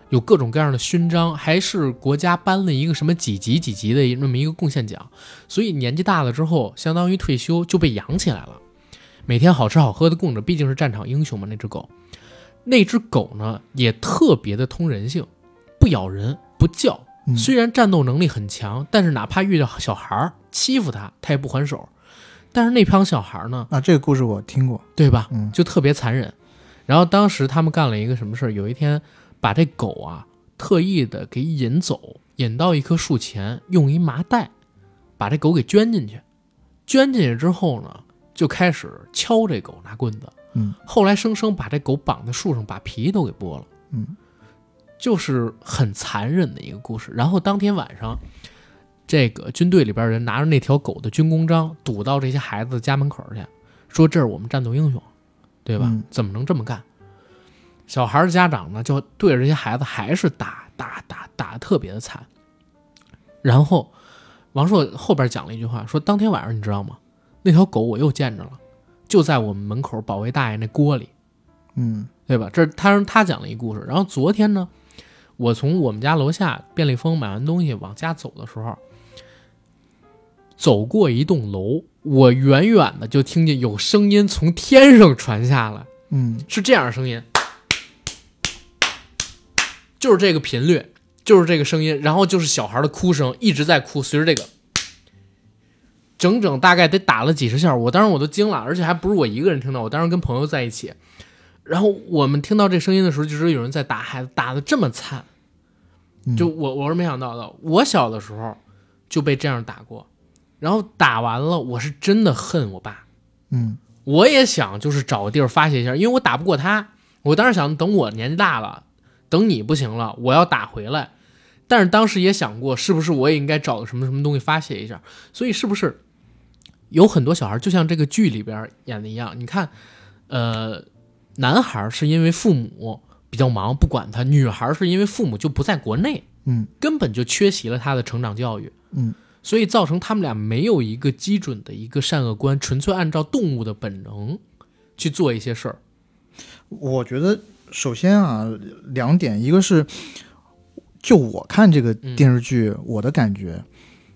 Speaker 1: 有各种各样的勋章，还是国家颁了一个什么几级几级的那么一个贡献奖。所以年纪大了之后，相当于退休就被养起来了，每天好吃好喝的供着，毕竟是战场英雄嘛。那只狗，那只狗呢也特别的通人性，不咬人，不叫，
Speaker 2: 嗯
Speaker 1: 虽然战斗能力很强，但是哪怕遇到小孩儿欺负他，他也不还手。但是那帮小孩儿呢，
Speaker 2: 啊，这个故事我听过，
Speaker 1: 对吧？
Speaker 2: 嗯
Speaker 1: 就特别残忍。然后当时他们干了一个什么事儿？有一天把这狗啊特意的给引走，引到一棵树前，用一麻袋把这狗给圈进去。圈进去之后呢，就开始敲这狗，拿棍子。
Speaker 2: 嗯，
Speaker 1: 后来生生把这狗绑在树上，把皮都给剥了。
Speaker 2: 嗯，
Speaker 1: 就是很残忍的一个故事。然后当天晚上，这个军队里边人拿着那条狗的军功章，堵到这些孩子的家门口去，说这是我们战斗英雄，对吧？
Speaker 2: 嗯
Speaker 1: 怎么能这么干？小孩儿的家长呢，就对着这些孩子还是打打打打，特别的惨。然后王朔后边讲了一句话，说当天晚上你知道吗？那条狗我又见着了，就在我们门口保卫大爷那锅里。
Speaker 2: 嗯
Speaker 1: 对吧？这是他让他讲了一故事。然后昨天呢，我从我们家楼下便利蜂买完东西往家走的时候，走过一栋楼，我远远的就听见有声音从天上传下来，
Speaker 2: 嗯
Speaker 1: 是这样的声音，就是这个频率，就是这个声音，然后就是小孩的哭声一直在哭，随着这个。整整大概得打了几十下，我当时我都惊了，而且还不是我一个人听到，我当时跟朋友在一起，然后我们听到这声音的时候，就知道有人在打孩子，打的这么惨，
Speaker 2: 嗯
Speaker 1: 就我我是没想到的。我小的时候就被这样打过，然后打完了，我是真的恨我爸，
Speaker 2: 嗯
Speaker 1: 我也想就是找个地儿发泄一下，因为我打不过他。我当时想，等我年纪大了，等你不行了，我要打回来。但是当时也想过，是不是我也应该找个什么什么东西发泄一下？所以是不是有很多小孩，就像这个剧里边演的一样？你看，呃，男孩是因为父母比较忙不管他，女孩是因为父母就不在国内，
Speaker 2: 嗯
Speaker 1: 根本就缺席了他的成长教育。
Speaker 2: 嗯，
Speaker 1: 所以造成他们俩没有一个基准的一个善恶观，纯粹按照动物的本能去做一些事儿。
Speaker 2: 我觉得首先啊，两点，一个是就我看这个电视剧，我的感觉，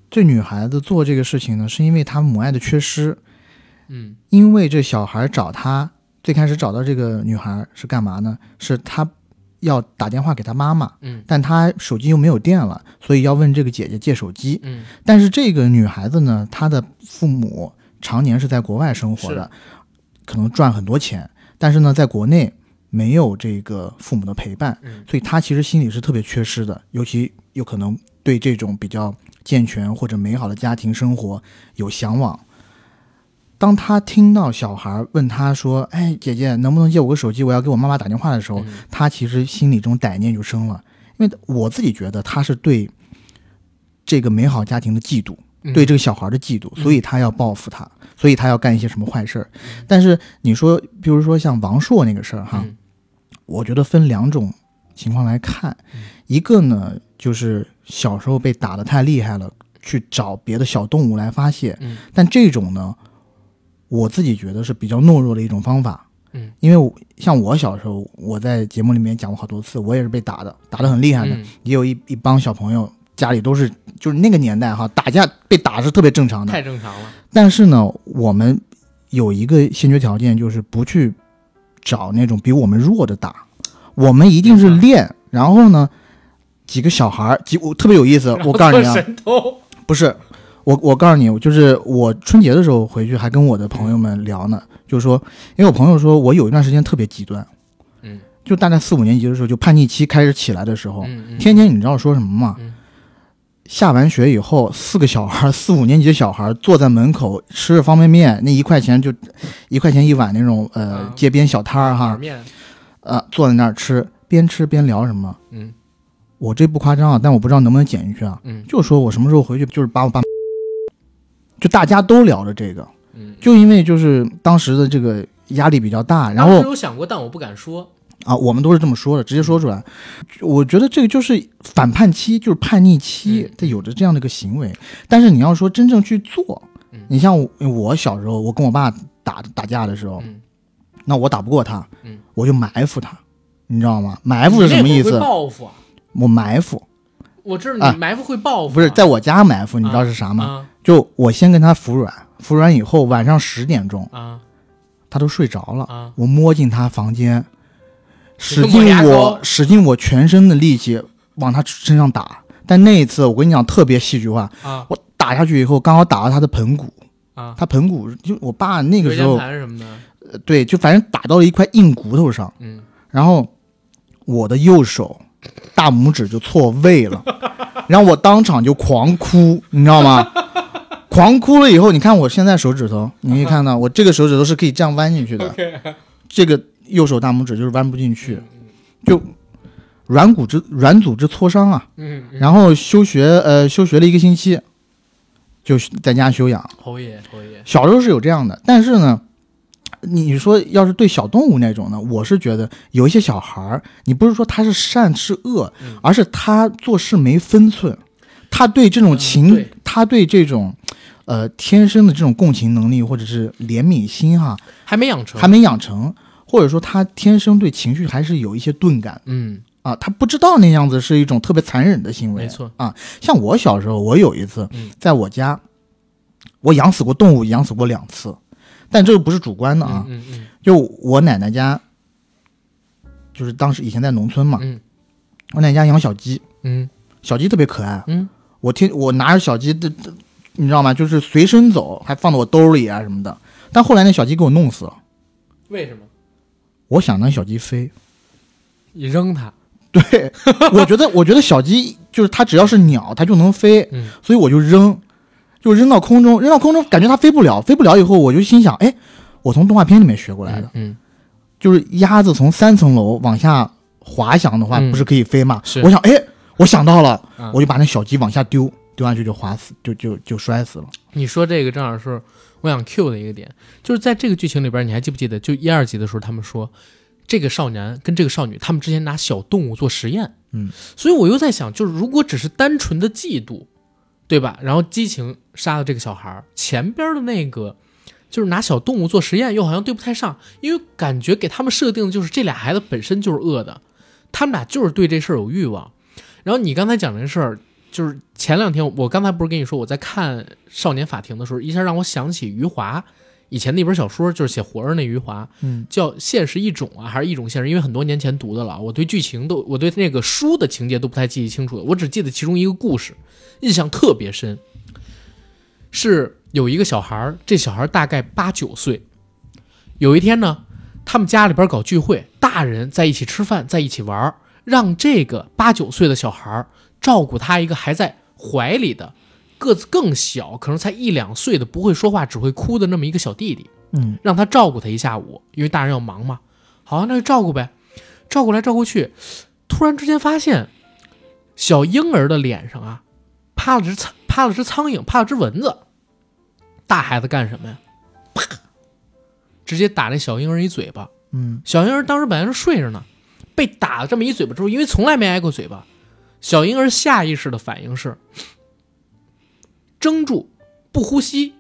Speaker 2: 这女孩子做这个事情呢，是因为她母爱的缺失，
Speaker 1: 嗯
Speaker 2: 因为这小孩找她，最开始找到这个女孩是干嘛呢？是她要打电话给她妈妈，
Speaker 1: 嗯
Speaker 2: 但她手机又没有电了，所以要问这个姐姐借手机。
Speaker 1: 嗯
Speaker 2: 但是这个女孩子呢，她的父母常年是在国外生活的，可能赚很多钱，但是呢，在国内没有这个父母的陪伴，
Speaker 1: 嗯
Speaker 2: 所以她其实心里是特别缺失的，尤其有可能对这种比较健全或者美好的家庭生活有向往。当她听到小孩问她说：“哎，姐姐，能不能借我个手机？我要给我妈妈打电话的时候”，
Speaker 1: 嗯
Speaker 2: 他其实心里这种歹念就生了，因为我自己觉得他是对这个美好家庭的嫉妒，
Speaker 1: 嗯
Speaker 2: 对这个小孩的嫉妒，
Speaker 1: 嗯
Speaker 2: 所以他要报复他，所以他要干一些什么坏事儿。但是你说，比如说像王朔那个事儿哈，
Speaker 1: 嗯
Speaker 2: 我觉得分两种情况来看
Speaker 1: 嗯，
Speaker 2: 一个呢就是小时候被打得太厉害了，去找别的小动物来发泄，
Speaker 1: 嗯
Speaker 2: 但这种呢，我自己觉得是比较懦弱的一种方法。
Speaker 1: 嗯，
Speaker 2: 因为我像我小时候，我在节目里面讲过好多次，我也是被打的，打得很厉害的。
Speaker 1: 嗯
Speaker 2: 也有一一帮小朋友家里都是，就是那个年代哈，打架被打是特别正常的。
Speaker 1: 太正常了。
Speaker 2: 但是呢，我们有一个先决条件，就是不去找那种比我们弱的打，我们一定是练。然后呢，几个小孩儿，几我特别有意思，我告诉你啊，
Speaker 1: 神偷，
Speaker 2: 不是，我我告诉你，就是我春节的时候回去还跟我的朋友们聊呢，就是说，因为我朋友说我有一段时间特别极端，
Speaker 1: 嗯
Speaker 2: 就大概四五年级的时候，就叛逆期开始起来的时候，
Speaker 1: 嗯嗯，
Speaker 2: 哦天天你知道说什么吗？
Speaker 1: 嗯
Speaker 2: 下完学以后，四个小孩，四五年级的小孩坐在门口吃着方便面，那一块钱就一块钱一碗那种呃
Speaker 1: 啊
Speaker 2: 街边小摊儿
Speaker 1: 板
Speaker 2: 哈，
Speaker 1: 面，
Speaker 2: 呃坐在那儿吃，边吃边聊什么。
Speaker 1: 嗯
Speaker 2: 我这不夸张啊，但我不知道能不能剪进去啊。
Speaker 1: 嗯
Speaker 2: 就说我什么时候回去，就是把我爸， <laughs> 就大家都聊着这个，
Speaker 1: 嗯。
Speaker 2: 就因为就是当时的这个压力比较大，然
Speaker 1: 当时
Speaker 2: 后
Speaker 1: 有想过，但我不敢说。
Speaker 2: 啊，我们都是这么说的，直接说出来。我觉得这个就是反叛期，就是叛逆期
Speaker 1: 嗯，
Speaker 2: 他有着这样的一个行为。但是你要说真正去做
Speaker 1: 嗯，
Speaker 2: 你像我我小时候，我跟我爸打打架的时候，
Speaker 1: 嗯，
Speaker 2: 那我打不过他
Speaker 1: 嗯，
Speaker 2: 我就埋伏他，你知道吗？埋伏是什么意
Speaker 1: 你那会
Speaker 2: 思
Speaker 1: 儿会？报复啊，
Speaker 2: 我埋伏
Speaker 1: 我知道
Speaker 2: 啊
Speaker 1: 你埋伏会报复啊，
Speaker 2: 不是在我家埋伏，你知道是啥吗？
Speaker 1: 啊
Speaker 2: 就我先跟他服软，服软以后晚上十点钟
Speaker 1: 啊
Speaker 2: 他都睡着了，
Speaker 1: 啊！
Speaker 2: 我摸进他房间，使
Speaker 1: 抹
Speaker 2: 尽
Speaker 1: 牙膏
Speaker 2: 我使尽我全身的力气往他身上打。但那一次，我跟你讲特别戏剧化，
Speaker 1: 啊
Speaker 2: 我打下去以后，刚好打到他的盆骨，
Speaker 1: 啊，
Speaker 2: 他盆骨就我爸那个
Speaker 1: 椎
Speaker 2: 时
Speaker 1: 间
Speaker 2: 候，
Speaker 1: 盘什么的，
Speaker 2: 呃对，就反正打到了一块硬骨头上，
Speaker 1: 嗯，
Speaker 2: 然后我的右手大拇指就错位了，然后我当场就狂哭，你知道吗？狂哭了以后，你看我现在手指头，你可以看到我这个手指头是可以这样弯进去的
Speaker 1: OK
Speaker 2: 这个右手大拇指就是弯不进去，就软骨之软组织挫伤啊。
Speaker 1: 嗯，嗯
Speaker 2: 然后休学，呃，休学了一个星期，就在家休养。
Speaker 1: 侯爷侯爷，
Speaker 2: 小时候是有这样的，但是呢，你说要是对小动物那种呢，我是觉得有一些小孩儿，你不是说他是善是恶，
Speaker 1: 嗯
Speaker 2: 而是他做事没分寸，他对这种
Speaker 1: 嗯
Speaker 2: 情，
Speaker 1: 对
Speaker 2: 他对这种。呃，天生的这种共情能力或者是怜悯心哈，
Speaker 1: 还没养成，
Speaker 2: 还没养成，或者说他天生对情绪还是有一些钝感
Speaker 1: 嗯，
Speaker 2: 啊，他不知道那样子是一种特别残忍的行为。
Speaker 1: 没错，
Speaker 2: 像我小时候，我有一次
Speaker 1: 嗯
Speaker 2: 在我家，我养死过动物，养死过两次，但这个不是主观的啊，
Speaker 1: 嗯嗯
Speaker 2: 就我奶奶家，就是当时以前在农村嘛，
Speaker 1: 嗯
Speaker 2: 我奶奶家养小鸡，
Speaker 1: 嗯
Speaker 2: 小鸡特别可爱，
Speaker 1: 嗯
Speaker 2: 我天，我拿着小鸡的，的你知道吗？就是随身走，还放到我兜里啊什么的。但后来那小鸡给我弄死了，
Speaker 1: 嗯，为什么？
Speaker 2: 我想让小鸡飞， <laughs>
Speaker 1: 你扔它，
Speaker 2: 对，我觉得，我觉得小鸡就是它，只要是鸟，它就能飞，
Speaker 1: 嗯
Speaker 2: 所以我就扔，就扔到空中，扔到空中，感觉它飞不了，飞不了以后，我就心想，哎，我从动画片里面学过来的，，
Speaker 1: 嗯，嗯
Speaker 2: 就是鸭子从三层楼往下滑翔的话，
Speaker 1: 嗯
Speaker 2: 不是嗯可以飞吗？
Speaker 1: 是
Speaker 2: 我想，哎，我想到了，
Speaker 1: 啊
Speaker 2: 我就把那小鸡往下丢，丢下去就滑死，就就就摔死了。
Speaker 1: 你说这个正好是我想 Q 的一个点，就是在这个剧情里边，你还记不记得，就一二集的时候，他们说这个少男跟这个少女，他们之前拿小动物做实验，
Speaker 2: 嗯，
Speaker 1: 所以我又在想，就是如果只是单纯的嫉妒，对吧？然后激情杀了这个小孩儿，前边的那个。就是拿小动物做实验，又好像对不太上，因为感觉给他们设定的就是这俩孩子本身就是恶的，他们俩就是对这事儿有欲望。然后你刚才讲这事儿，就是前两天我刚才不是跟你说我在看《少年法庭》的时候，一下让我想起余华以前那本小说，就是写活着那余华，
Speaker 2: 嗯，
Speaker 1: 叫《现实一种》啊，还是一种现实？因为很多年前读的了，我对剧情都，我对那个书的情节都不太记忆清楚了，我只记得其中一个故事，印象特别深，是有一个小孩儿，这小孩儿大概八九岁，有一天呢，他们家里边搞聚会，大人在一起吃饭，在一起玩儿，让这个八九岁的小孩儿照顾他一个还在怀里的个子更小，可能才一两岁的不会说话只会哭的那么一个小弟弟，
Speaker 2: 嗯，
Speaker 1: 让他照顾他一下午，因为大人要忙嘛。好，那就照顾呗，照顾来照顾去，突然之间发现小婴儿的脸上啊，趴了只苍趴了只苍蝇，趴了只蚊子。大孩子干什么呀？啪，直接打那小婴儿一嘴巴。
Speaker 2: 嗯，
Speaker 1: 小婴儿当时本来是睡着呢，被打了这么一嘴巴之后，因为从来没挨过嘴巴，小婴儿下意识的反应是怔住，不呼吸，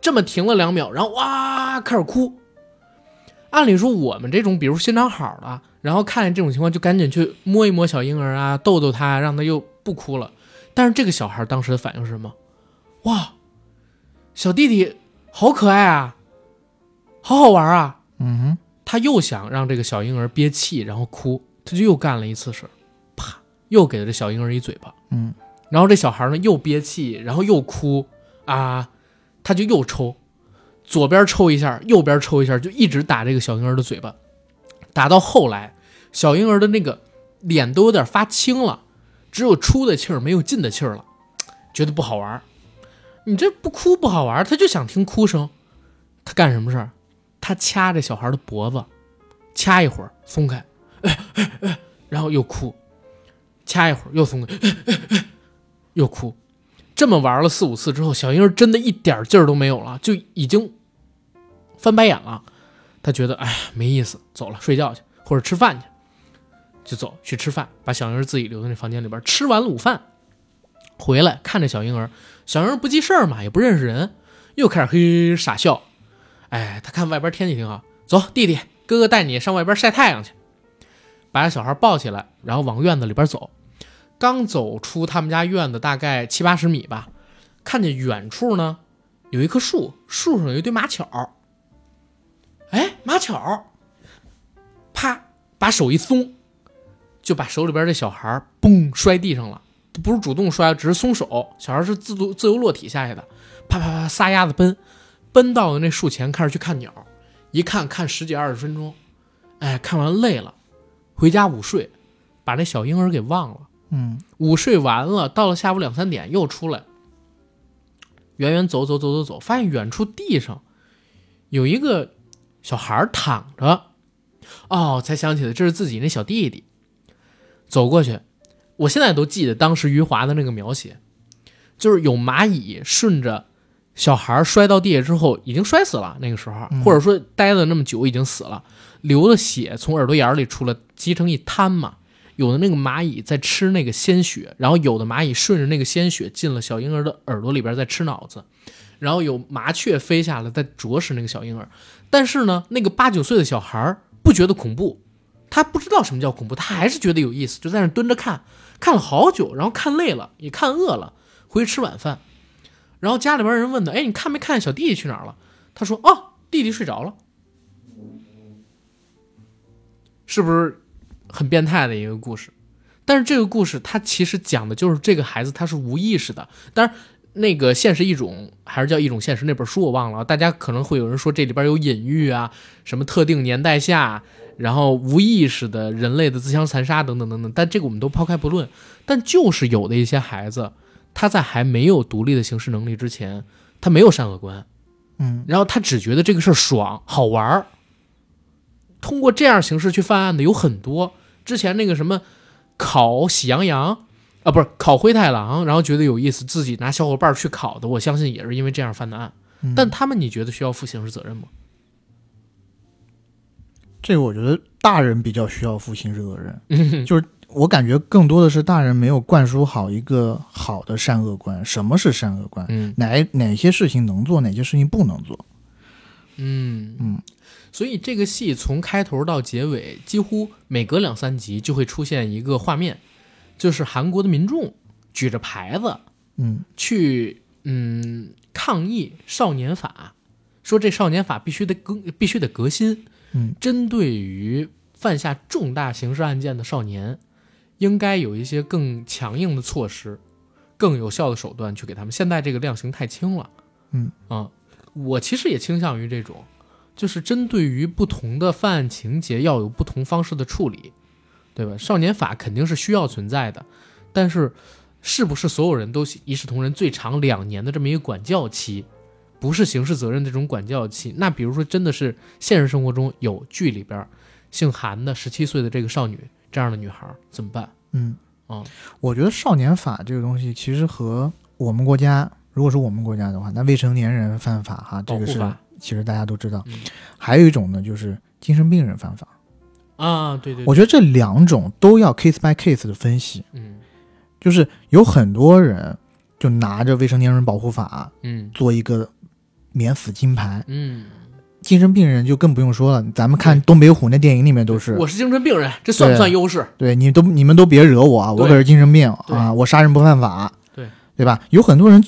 Speaker 1: 这么停了两秒，然后哇开始哭。按理说，我们这种比如心肠好的，然后看见这种情况就赶紧去摸一摸小婴儿啊，逗逗他，让他又不哭了。但是这个小孩当时的反应是什么？哇，小弟弟好可爱啊，好好玩啊！
Speaker 2: 嗯哼，
Speaker 1: 他又想让这个小婴儿憋气，然后哭，他就又干了一次事儿，啪，又给了这小婴儿一嘴巴。
Speaker 2: 嗯，
Speaker 1: 然后这小孩呢又憋气，然后又哭啊，他就又抽，左边抽一下，右边抽一下，就一直打这个小婴儿的嘴巴，打到后来，小婴儿的那个脸都有点发青了，只有出的气儿没有进的气儿了，觉得不好玩儿。你这不哭不好玩儿，他就想听哭声，他干什么事儿？他掐这小孩的脖子，掐一会儿松开，哎哎哎，然后又哭，掐一会儿又松开， <laughs> 哎哎哎，又哭。这么玩了四五次之后，小婴儿真的一点劲儿都没有了，就已经翻白眼了。他觉得哎没意思，走了，睡觉去或者吃饭去，就走去吃饭，把小婴儿自己留在那房间里边。吃完了午饭，回来看着小婴儿，小婴儿不记事儿嘛，也不认识人，又开始嘿傻笑。哎，他看外边天气挺好，走，弟弟，哥哥带你上外边晒太阳去。把这小孩抱起来，然后往院子里边走。刚走出他们家院子大概七八十米吧，看见远处呢有一棵树，树上有一堆马巧。哎，马巧，啪，把手一松，就把手里边这小孩儿嘣摔地上了，不是主动摔，只是松手，小孩儿是自动自由落体下去的，啪啪啪撒丫子奔，奔到那树前开始去看鸟，一看看十几二十分钟，哎，看完累了，回家午睡，把那小婴儿给忘了。
Speaker 2: 嗯
Speaker 1: 午睡完了，到了下午两三点又出来，远远走走走走走，发现远处地上有一个小孩儿躺着，哦，才想起来这是自己那小弟弟。走过去，我现在都记得当时余华的那个描写，就是有蚂蚁顺着小孩儿摔到地下之后，已经摔死了，那个时候，
Speaker 2: 嗯
Speaker 1: 或者说待了那么久已经死了，流的血从耳朵眼儿里出来，积成一滩嘛。有的那个蚂蚁在吃那个鲜血，然后有的蚂蚁顺着那个鲜血进了小婴儿的耳朵里边，在吃脑子，然后有麻雀飞下来在啄食那个小婴儿。但是呢，那个八九岁的小孩儿不觉得恐怖，他不知道什么叫恐怖，他还是觉得有意思，就在那儿蹲着看，看了好久，然后看累了，也看饿了，回去吃晚饭。然后家里边人问他：“哎，你看没看见小弟弟去哪儿了？”他说：“哦，弟弟睡着了。”是不是很变态的一个故事。但是这个故事它其实讲的就是这个孩子他是无意识的。当然，那个现实一种还是叫一种现实那本书我忘了啊，大家可能会有人说这里边有隐喻啊，什么特定年代下，然后无意识的人类的自相残杀等等等等。但这个我们都抛开不论，但就是有的一些孩子，他在还没有独立的行事能力之前，他没有善恶观，
Speaker 2: 嗯，
Speaker 1: 然后他只觉得这个事儿爽好玩儿。通过这样形式去犯案的有很多，之前那个什么烤喜羊羊啊，不是烤灰太狼，然后觉得有意思，自己拿小伙伴儿去烤的，我相信也是因为这样犯的案。
Speaker 2: 嗯
Speaker 1: 但他们你觉得需要负刑事责任吗？ <laughs>
Speaker 2: 这个我觉得大人比较需要负刑事责任，就是我感觉更多的是大人没有灌输好一个好的善恶观，什么是善恶观，
Speaker 1: 嗯
Speaker 2: 哪哪些事情能做，哪些事情不能做。
Speaker 1: 嗯
Speaker 2: 嗯，
Speaker 1: 所以这个戏从开头到结尾，几乎每隔两三集就会出现一个画面，就是韩国的民众举着牌子，
Speaker 2: 嗯
Speaker 1: 去嗯抗议少年法，说这少年法必须得更必须得革新，
Speaker 2: 嗯，
Speaker 1: 针对于犯下重大刑事案件的少年，应该有一些更强硬的措施，更有效的手段去给他们。现在这个量刑太轻了，
Speaker 2: 嗯
Speaker 1: 啊，我其实也倾向于这种，就是针对于不同的犯案情节要有不同方式的处理，对吧？少年法肯定是需要存在的，但是是不是所有人都一视同仁？最长两年的这么一个管教期，不是刑事责任这种管教期。那比如说，真的是现实生活中有剧里边儿姓韩的十七岁的这个少女这样的女孩儿怎么办？
Speaker 2: 嗯
Speaker 1: 哦
Speaker 2: 我觉得少年法这个东西其实和我们国家，如果是我们国家的话，那未成年人犯法哈，这个是
Speaker 1: 保护法
Speaker 2: 其实大家都知道。
Speaker 1: 嗯
Speaker 2: 还有一种呢，就是精神病人犯法。
Speaker 1: 啊，对对
Speaker 2: 我觉得这两种都要 case by case 的分析，
Speaker 1: 嗯
Speaker 2: 就是有很多人就拿着未成年人保护法
Speaker 1: 嗯
Speaker 2: 做一个免死金牌，
Speaker 1: 嗯，
Speaker 2: 精神病人就更不用说了。咱们看东北虎那电影里面都是，
Speaker 1: 我是精神病人，这算不
Speaker 2: 对啊
Speaker 1: 算优势？
Speaker 2: 对你都你们都别惹我啊，
Speaker 1: 对
Speaker 2: 我可是精神病
Speaker 1: 对
Speaker 2: 啊，我杀人不犯法，
Speaker 1: 对
Speaker 2: 对吧？有很多人，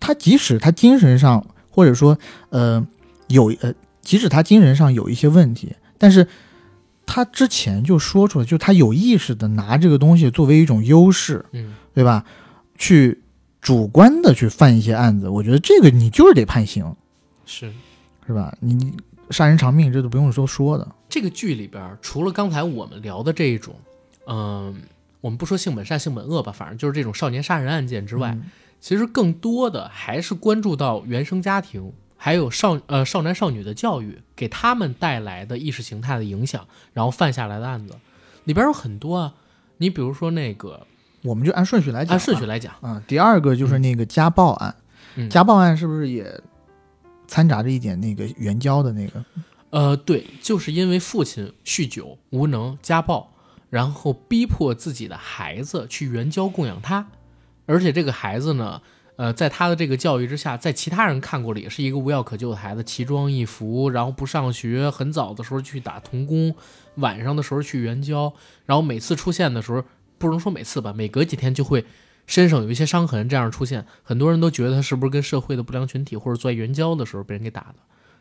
Speaker 2: 他即使他精神上或者说呃有呃，即使他精神上有一些问题，但是他之前就说出来，就他有意识的拿这个东西作为一种优势，
Speaker 1: 嗯
Speaker 2: 对吧？去主观的去犯一些案子，我觉得这个你就是得判刑，
Speaker 1: 是。
Speaker 2: 是吧？你你杀人偿命，这都不用说说的，
Speaker 1: 这个剧里边儿，除了刚才我们聊的这一种，嗯、我们不说性本善、性本恶吧，反正就是这种少年杀人案件之外，
Speaker 2: 嗯
Speaker 1: 其实更多的还是关注到原生家庭，还有少呃少男少女的教育给他们带来的意识形态的影响，然后犯下来的案子，里边有很多啊。你比如说那个，
Speaker 2: 我们就按顺序来讲吧，
Speaker 1: 按顺序来讲，
Speaker 2: 啊，第二个就是那个家暴案，
Speaker 1: 嗯
Speaker 2: 家暴案是不是也掺杂着一点那个援交的那个？
Speaker 1: 呃，对，就是因为父亲酗酒、无能、家暴，然后逼迫自己的孩子去援交供养他，而且这个孩子呢，呃，在他的这个教育之下，在其他人看过里也是一个无药可救的孩子，奇装异服，然后不上学，很早的时候去打童工，晚上的时候去援交，然后每次出现的时候，不能说每次吧，每隔几天就会。身上有一些伤痕，这样出现，很多人都觉得他是不是跟社会的不良群体或者在援交的时候被人给打的，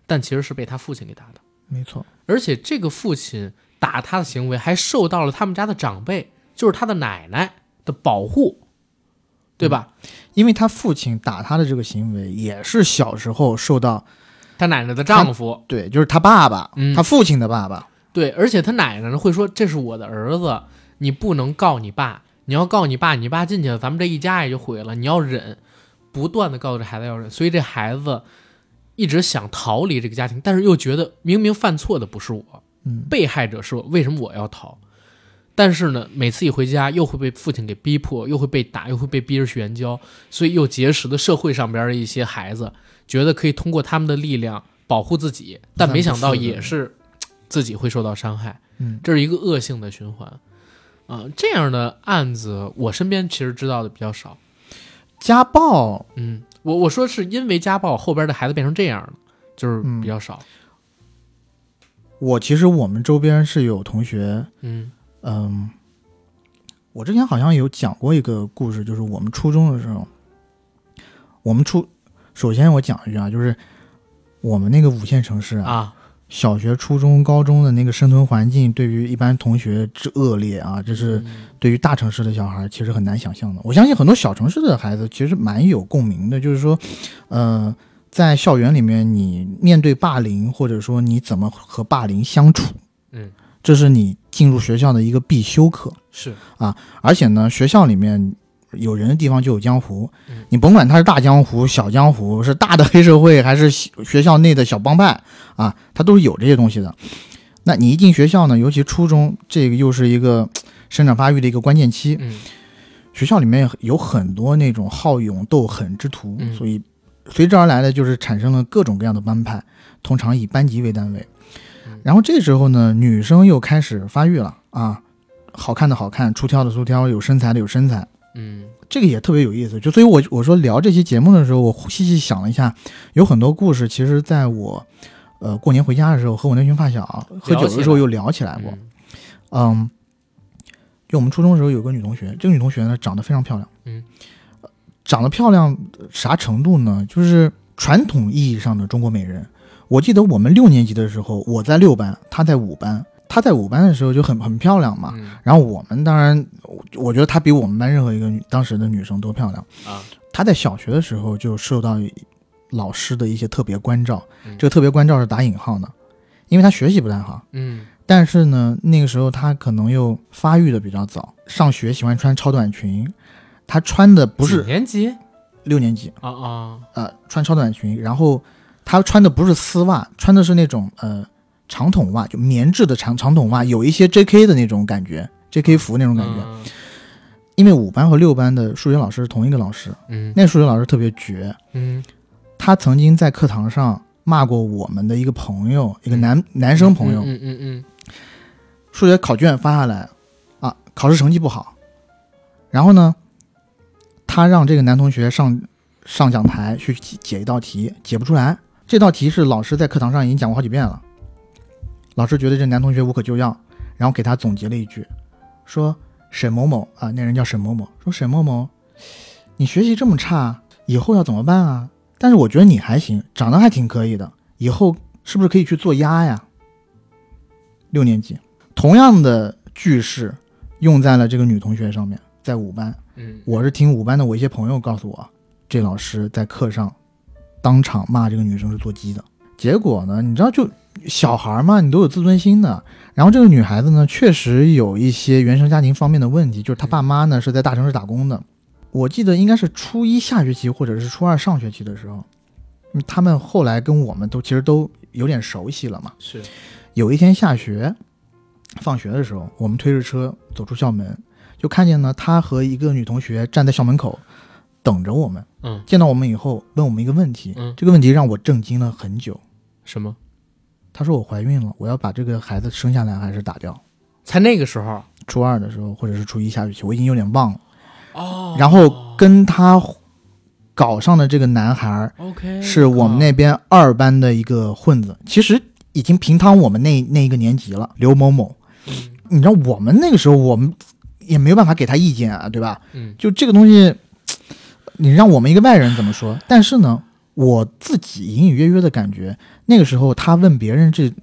Speaker 1: 但其实是被他父亲给打的。
Speaker 2: 没错，
Speaker 1: 而且这个父亲打他的行为还受到了他们家的长辈，就是他的奶奶的保护，对吧？
Speaker 2: 因为他父亲打他的这个行为，也是小时候受到
Speaker 1: 他奶奶的丈夫，
Speaker 2: 对，就是他爸爸，
Speaker 1: 嗯
Speaker 2: 他父亲的爸爸，
Speaker 1: 对，而且他奶奶呢会说这是我的儿子，你不能告你爸，你要告你爸，你爸进去了，咱们这一家也就毁了，你要忍，不断的告诉这孩子要忍，所以这孩子一直想逃离这个家庭，但是又觉得明明犯错的不是我，
Speaker 2: 嗯，
Speaker 1: 被害者是我，为什么我要逃？但是呢，每次一回家又会被父亲给逼迫，又会被打，又会被逼着去援交，所以又结识的社会上边的一些孩子，觉得可以通过他们的力量保护自己，但没想到也是自己会受到伤害，
Speaker 2: 嗯，
Speaker 1: 这是一个恶性的循环。啊、这样的案子我身边其实知道的比较少。
Speaker 2: 家暴，
Speaker 1: 嗯，我我说是因为家暴后边的孩子变成这样了，就是
Speaker 2: 嗯
Speaker 1: 比较少。
Speaker 2: 我其实我们周边是有同学，
Speaker 1: 嗯
Speaker 2: 嗯，我之前好像有讲过一个故事，就是我们初中的时候，我们初首先我讲一句啊，就是我们那个五线城市啊，
Speaker 1: 啊，
Speaker 2: 小学、初中、高中的那个生存环境，对于一般同学之恶劣啊，这是
Speaker 1: 嗯
Speaker 2: 对于大城市的小孩其实很难想象的。我相信很多小城市的孩子其实蛮有共鸣的，就是说，呃，在校园里面，你面对霸凌，或者说你怎么和霸凌相处，
Speaker 1: 嗯，
Speaker 2: 这是你进入学校的一个必修课。
Speaker 1: 是
Speaker 2: 而且呢，学校里面有人的地方就有江湖
Speaker 1: 嗯，
Speaker 2: 你甭管他是大江湖、小江湖，是大的黑社会还是小学校内的小帮派啊，他都是有这些东西的。那你一进学校呢，尤其初中，这个又是一个嘖生长发育的一个关键期。
Speaker 1: 嗯
Speaker 2: 学校里面有很多那种好勇斗狠之徒，
Speaker 1: 嗯
Speaker 2: 所以随之而来的就是产生了各种各样的帮派，通常以班级为单位
Speaker 1: 嗯。
Speaker 2: 然后这时候呢，女生又开始发育了啊，好看的好看，出挑的出挑，有身材的有身材，
Speaker 1: 嗯
Speaker 2: 这个也特别有意思。就所以我，我说聊这期节目的时候，我细细想了一下，有很多故事，其实在我呃过年回家的时候，和我那群发小喝酒的时候又聊起来过。
Speaker 1: 嗯
Speaker 2: 嗯，就我们初中的时候有个女同学，这个女同学呢长得非常漂亮，
Speaker 1: 嗯
Speaker 2: 呃，长得漂亮呃啥程度呢？就是传统意义上的中国美人。我记得我们六年级的时候，我在六班，她在五班。她在五班的时候就很很漂亮嘛，
Speaker 1: 嗯
Speaker 2: 然后我们当然，我我觉得她比我们班任何一个女当时的女生都漂亮。
Speaker 1: 啊，
Speaker 2: 她在小学的时候就受到老师的一些特别关照，
Speaker 1: 嗯
Speaker 2: 这个特别关照是打引号的，因为她学习不太好，
Speaker 1: 嗯
Speaker 2: 但是呢，那个时候她可能又发育的比较早，上学喜欢穿超短裙，她穿的不
Speaker 1: 几
Speaker 2: 是
Speaker 1: 年级
Speaker 2: 六年级，
Speaker 1: 啊啊，
Speaker 2: 呃，穿超短裙，然后她穿的不是丝袜，穿的是那种呃长筒袜，就棉质的长长筒袜，有一些 J.K. 的那种感觉，J.K. 服那种感觉。
Speaker 1: 嗯
Speaker 2: 因为五班和六班的数学老师是同一个老师，
Speaker 1: 嗯
Speaker 2: 那数学老师特别绝，
Speaker 1: 嗯
Speaker 2: 他曾经在课堂上骂过我们的一个朋友，一个男、男生朋友，
Speaker 1: 嗯嗯嗯
Speaker 2: 数学考卷发下来，啊，考试成绩不好，然后呢，他让这个男同学上上讲台去解解一道题，解不出来。这道题是老师在课堂上已经讲过好几遍了，老师觉得这男同学无可救药，然后给他总结了一句，说沈某某啊，那人叫沈某某，说沈某某，你学习这么差，以后要怎么办啊？但是我觉得你还行，长得还挺可以的，以后是不是可以去做鸭呀？六年级，同样的句式用在了这个女同学上面，在五班，
Speaker 1: 嗯
Speaker 2: 我是听五班的我一些朋友告诉我，这老师在课上当场骂这个女生是做鸡的。结果呢，你知道就小孩嘛，你都有自尊心的。然后这个女孩子呢，确实有一些原生家庭方面的问题，就是她爸妈呢是在大城市打工的。我记得应该是初一下学期或者是初二上学期的时候，嗯他们后来跟我们都其实都有点熟悉了嘛。
Speaker 1: 嗯是
Speaker 2: 有一天下学，放学的时候，我们推着车走出校门，就看见呢，他和一个女同学站在校门口等着我们。
Speaker 1: 嗯
Speaker 2: 见到我们以后，问我们一个问题，
Speaker 1: 嗯
Speaker 2: 这个问题让我震惊了很久。
Speaker 1: 什么？
Speaker 2: 他说我怀孕了，我要把这个孩子生下来还是打掉？
Speaker 1: 才那个时候
Speaker 2: 初二的时候，或者是初一下学期，我已经有点忘了。
Speaker 1: 哦
Speaker 2: 然后跟他搞上的这个男孩
Speaker 1: OK
Speaker 2: 是我们那边二班的一个混子，其实已经平趟我们那那一个年级了，刘某某。
Speaker 1: 嗯
Speaker 2: 你知道我们那个时候我们也没有办法给他意见啊，对吧？
Speaker 1: 嗯
Speaker 2: 就这个东西，你让我们一个外人怎么说？但是呢，我自己隐隐约约的感觉，那个时候他问别人这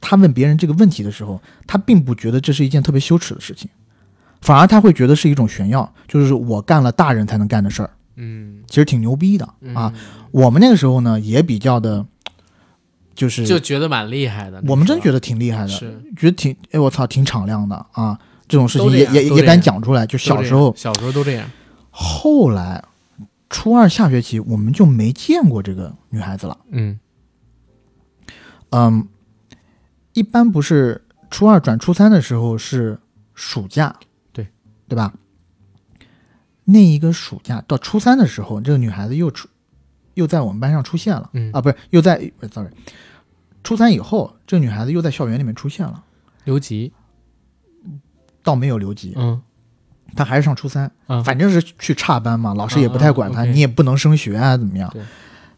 Speaker 2: 他问别人这个问题的时候，他并不觉得这是一件特别羞耻的事情，反而他会觉得是一种炫耀，就是我干了大人才能干的事儿，
Speaker 1: 嗯
Speaker 2: 其实挺牛逼的啊。，
Speaker 1: 嗯
Speaker 2: 我们那个时候呢，也比较的，就是
Speaker 1: 就觉得蛮厉害的。
Speaker 2: 我们真觉
Speaker 1: 得
Speaker 2: 得挺厉害的，
Speaker 1: 是
Speaker 2: 觉得挺哎我操挺敞亮的啊，这种事情
Speaker 1: 都这
Speaker 2: 也
Speaker 1: 样
Speaker 2: 也
Speaker 1: 都
Speaker 2: 也
Speaker 1: 这
Speaker 2: 敢
Speaker 1: 样
Speaker 2: 讲出来。就小
Speaker 1: 都这样
Speaker 2: 时候，
Speaker 1: 小时候都这样。
Speaker 2: 后来初二下学期我们就没见过这个女孩子了。
Speaker 1: 嗯
Speaker 2: 嗯，一般不是初二转初三的时候是暑假，
Speaker 1: 对
Speaker 2: 对吧？那一个暑假到初三的时候，这个女孩子又出又在我们班上出现了、
Speaker 1: 嗯
Speaker 2: 啊，不是又在不是 sorry，初三以后，这个女孩子又在校园里面出现了，
Speaker 1: 留级，
Speaker 2: 倒没有留级，
Speaker 1: 嗯
Speaker 2: 她还是上初三，
Speaker 1: 啊，
Speaker 2: 反正是去差班嘛，老师也不太管她，
Speaker 1: 嗯嗯，OK
Speaker 2: 你也不能升学啊，怎么样
Speaker 1: 对？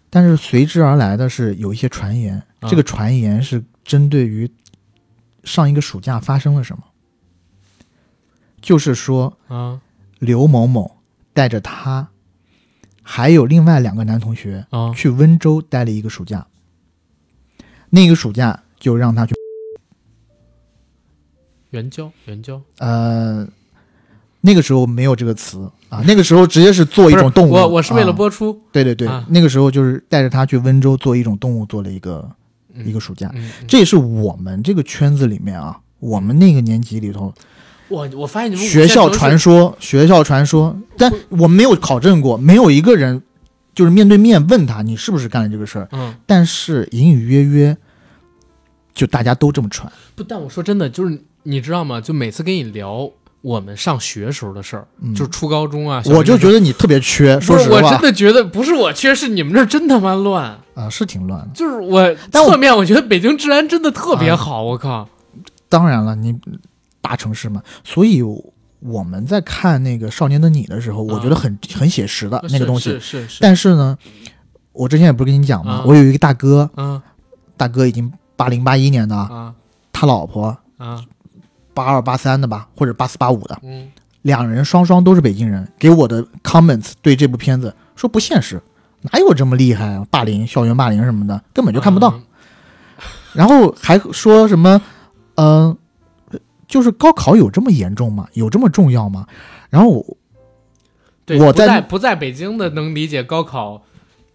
Speaker 2: 但是随之而来的是有一些传言，
Speaker 1: 啊
Speaker 2: 这个传言是针对于上一个暑假发生了什么，就是说
Speaker 1: 啊
Speaker 2: 刘某某带着他还有另外两个男同学
Speaker 1: 啊
Speaker 2: 去温州待了一个暑假，那个暑假就让他去
Speaker 1: 援交援交，
Speaker 2: 呃。那个时候没有这个词啊，那个时候直接是做
Speaker 1: 不
Speaker 2: 一
Speaker 1: 是
Speaker 2: 种动物。
Speaker 1: 我我是为了
Speaker 2: 啊
Speaker 1: 播出
Speaker 2: 对对对，
Speaker 1: 啊
Speaker 2: 那个时候就是带着他去温州做一种动物，做了一个、
Speaker 1: 嗯
Speaker 2: 一个暑假。
Speaker 1: 嗯嗯
Speaker 2: 这也是我们这个圈子里面啊，我们那个年级里头，
Speaker 1: 我我发现嗯你们
Speaker 2: 学校传
Speaker 1: 说，
Speaker 2: 说，学校传说，但我没有考证过，没有一个人就是面对面问他你是不是干了这个事儿，
Speaker 1: 嗯，
Speaker 2: 但是隐隐约约，就大家都这么传。
Speaker 1: 不，但我说真的，就是你知道吗？就每次跟你聊我们上学时候的事儿，
Speaker 2: 嗯，
Speaker 1: 就是初高中啊，小
Speaker 2: 我就
Speaker 1: 学
Speaker 2: 觉得你特别缺，
Speaker 1: 时候
Speaker 2: 说实
Speaker 1: 不是，我真
Speaker 2: 话
Speaker 1: 的觉得不是我缺，是你们这儿真他妈乱。
Speaker 2: 啊，是挺乱的。
Speaker 1: 就是我
Speaker 2: 但我
Speaker 1: 侧面，我觉得北京治安真的特别好，我
Speaker 2: 啊
Speaker 1: 靠，
Speaker 2: 当然了，你大城市嘛，所以我们在看那个《少年的你》的时候，我觉得很、很写实的啊那个东西。
Speaker 1: 啊是是是，
Speaker 2: 但是呢，我之前也不是跟你讲吗？
Speaker 1: 啊
Speaker 2: 我有一个大哥，
Speaker 1: 嗯
Speaker 2: 大哥已经八零八一年的，啊，
Speaker 1: 啊
Speaker 2: 他老婆
Speaker 1: 啊
Speaker 2: 八二八三的吧，或者八四八五的，
Speaker 1: 嗯
Speaker 2: 两人双双都是北京人，给我的 comments 对这部片子说不现实，哪有这么厉害啊？霸凌、校园霸凌什么的，根本就看不到。
Speaker 1: 嗯
Speaker 2: 然后还说什么，嗯、就是高考有这么严重吗？有这么重要吗？然后我
Speaker 1: 对，
Speaker 2: 我
Speaker 1: 不在
Speaker 2: 在
Speaker 1: 不在北京的能理解高考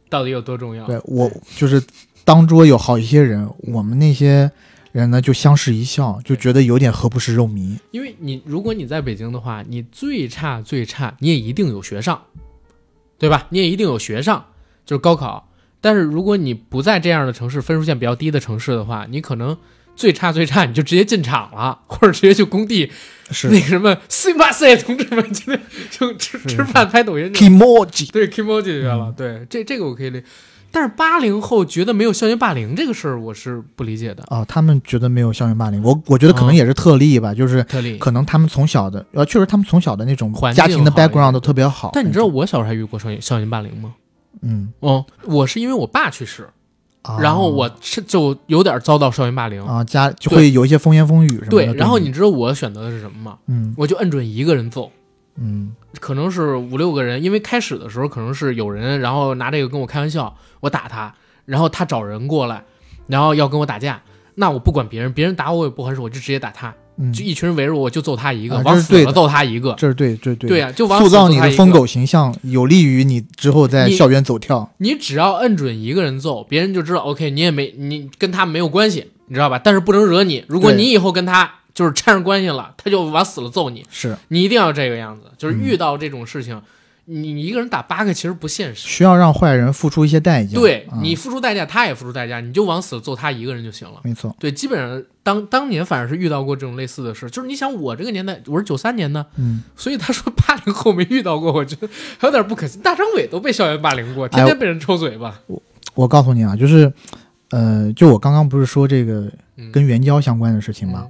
Speaker 1: 到底有多重要。
Speaker 2: 对我就是当桌有好一些人，我们那些人呢就相视一笑，就觉得有点何不食肉糜。
Speaker 1: 因为你如果你在北京的话，你最差最差，你也一定有学上，对吧？你也一定有学上，就是高考。但是如果你不在这样的城市，分数线比较低的城市的话，你可能最差最差，你就直接进厂了， <laughs> 或者直接去工地那个
Speaker 2: 是
Speaker 1: 什么，是吧？塞同志们，今天就吃吃饭拍抖音去了，
Speaker 2: emoji，
Speaker 1: 对 Kimoji 去
Speaker 2: 嗯
Speaker 1: 了。对，这这个我可以理。但是八零后觉得没有校园霸凌这个事儿，我是不理解的。
Speaker 2: 啊，他们觉得没有校园霸凌，我我觉得可能
Speaker 1: 嗯
Speaker 2: 也是特例吧，就是
Speaker 1: 特例，
Speaker 2: 可能他们从小的，呃，确实他们从小的那种
Speaker 1: 环境
Speaker 2: 家庭的
Speaker 1: 好一点
Speaker 2: background 都特别好。
Speaker 1: 但你知道，我小时候还遇过校园校园霸凌吗？
Speaker 2: 嗯，
Speaker 1: 哦，我是因为我爸去世，
Speaker 2: 啊
Speaker 1: 然后我是就有点遭到校园霸凌。
Speaker 2: 啊家就
Speaker 1: 对
Speaker 2: 会有一些风言风语什么的。
Speaker 1: 对，然后
Speaker 2: 你
Speaker 1: 你知道我选择的是什么吗？
Speaker 2: 嗯
Speaker 1: 我就摁准一个人揍，
Speaker 2: 嗯
Speaker 1: 可能是五六个人，因为开始的时候可能是有人，然后拿这个跟我开玩笑，我打他，然后他找人过来，然后要跟我打架。那我不管别人，别人打我也不还手，我就直接打他，
Speaker 2: 嗯，
Speaker 1: 就一群人围着我，我就揍他一个，
Speaker 2: 啊
Speaker 1: 往
Speaker 2: 这是
Speaker 1: 死
Speaker 2: 对
Speaker 1: 了
Speaker 2: 的
Speaker 1: 揍他一个。
Speaker 2: 这是对，这是对的。
Speaker 1: 对呀、啊就往死
Speaker 2: 塑造
Speaker 1: 揍
Speaker 2: 你
Speaker 1: 他
Speaker 2: 的
Speaker 1: 一
Speaker 2: 疯
Speaker 1: 个
Speaker 2: 狗形象，有利于你之后在
Speaker 1: 你
Speaker 2: 校园走跳。
Speaker 1: 你只要摁准一个人揍，别人就知道 OK，你也没你跟他没有关系，你知道吧？但是不能惹你，如果
Speaker 2: 对
Speaker 1: 你以后跟他就是掺上关系了，他就往死了揍你。
Speaker 2: 是
Speaker 1: 你一定要这个样子，就是
Speaker 2: 嗯
Speaker 1: 遇到这种事情，你你一个人打八个其实不现实。
Speaker 2: 需要让坏人付出一些代价。
Speaker 1: 对
Speaker 2: 嗯
Speaker 1: 你付出代价，他也付出代价，你就往死了揍他一个人就行了。
Speaker 2: 没错，
Speaker 1: 对，基本上当当年反正是遇到过这种类似的事，就是你想我这个年代，我是九三年的，
Speaker 2: 嗯，
Speaker 1: 所以他说八零后没遇到过，我觉得还有点不可信。大张伟都被校园霸凌过，天
Speaker 2: 哎
Speaker 1: 天被人抽嘴巴。
Speaker 2: 我告诉你啊，就是，呃，就我刚刚不是说这个
Speaker 1: 嗯
Speaker 2: 跟援交相关的事情吗？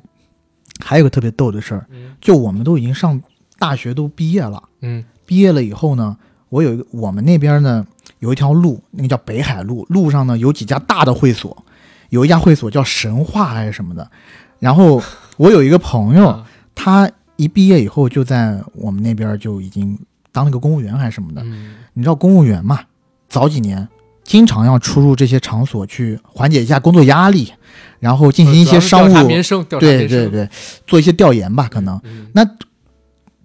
Speaker 2: 还有个特别逗的事儿，
Speaker 1: 嗯
Speaker 2: 就我们都已经上大学都毕业了，
Speaker 1: 嗯
Speaker 2: 毕业了以后呢，我有一个我们那边呢有一条路，那个叫北海路，路上呢有几家大的会所，有一家会所叫神话还是什么的，然后我有一个朋友。
Speaker 1: 啊
Speaker 2: 他一毕业以后就在我们那边就已经当了个公务员还是什么的。
Speaker 1: 嗯
Speaker 2: 你知道公务员嘛？早几年经常要出入这些场所去缓解一下工作压力，然后进行一些商
Speaker 1: 呃主要是调查
Speaker 2: 务，
Speaker 1: 民生，调查
Speaker 2: 对
Speaker 1: 民
Speaker 2: 对
Speaker 1: 生，
Speaker 2: 对，做一些调研吧，可能
Speaker 1: 嗯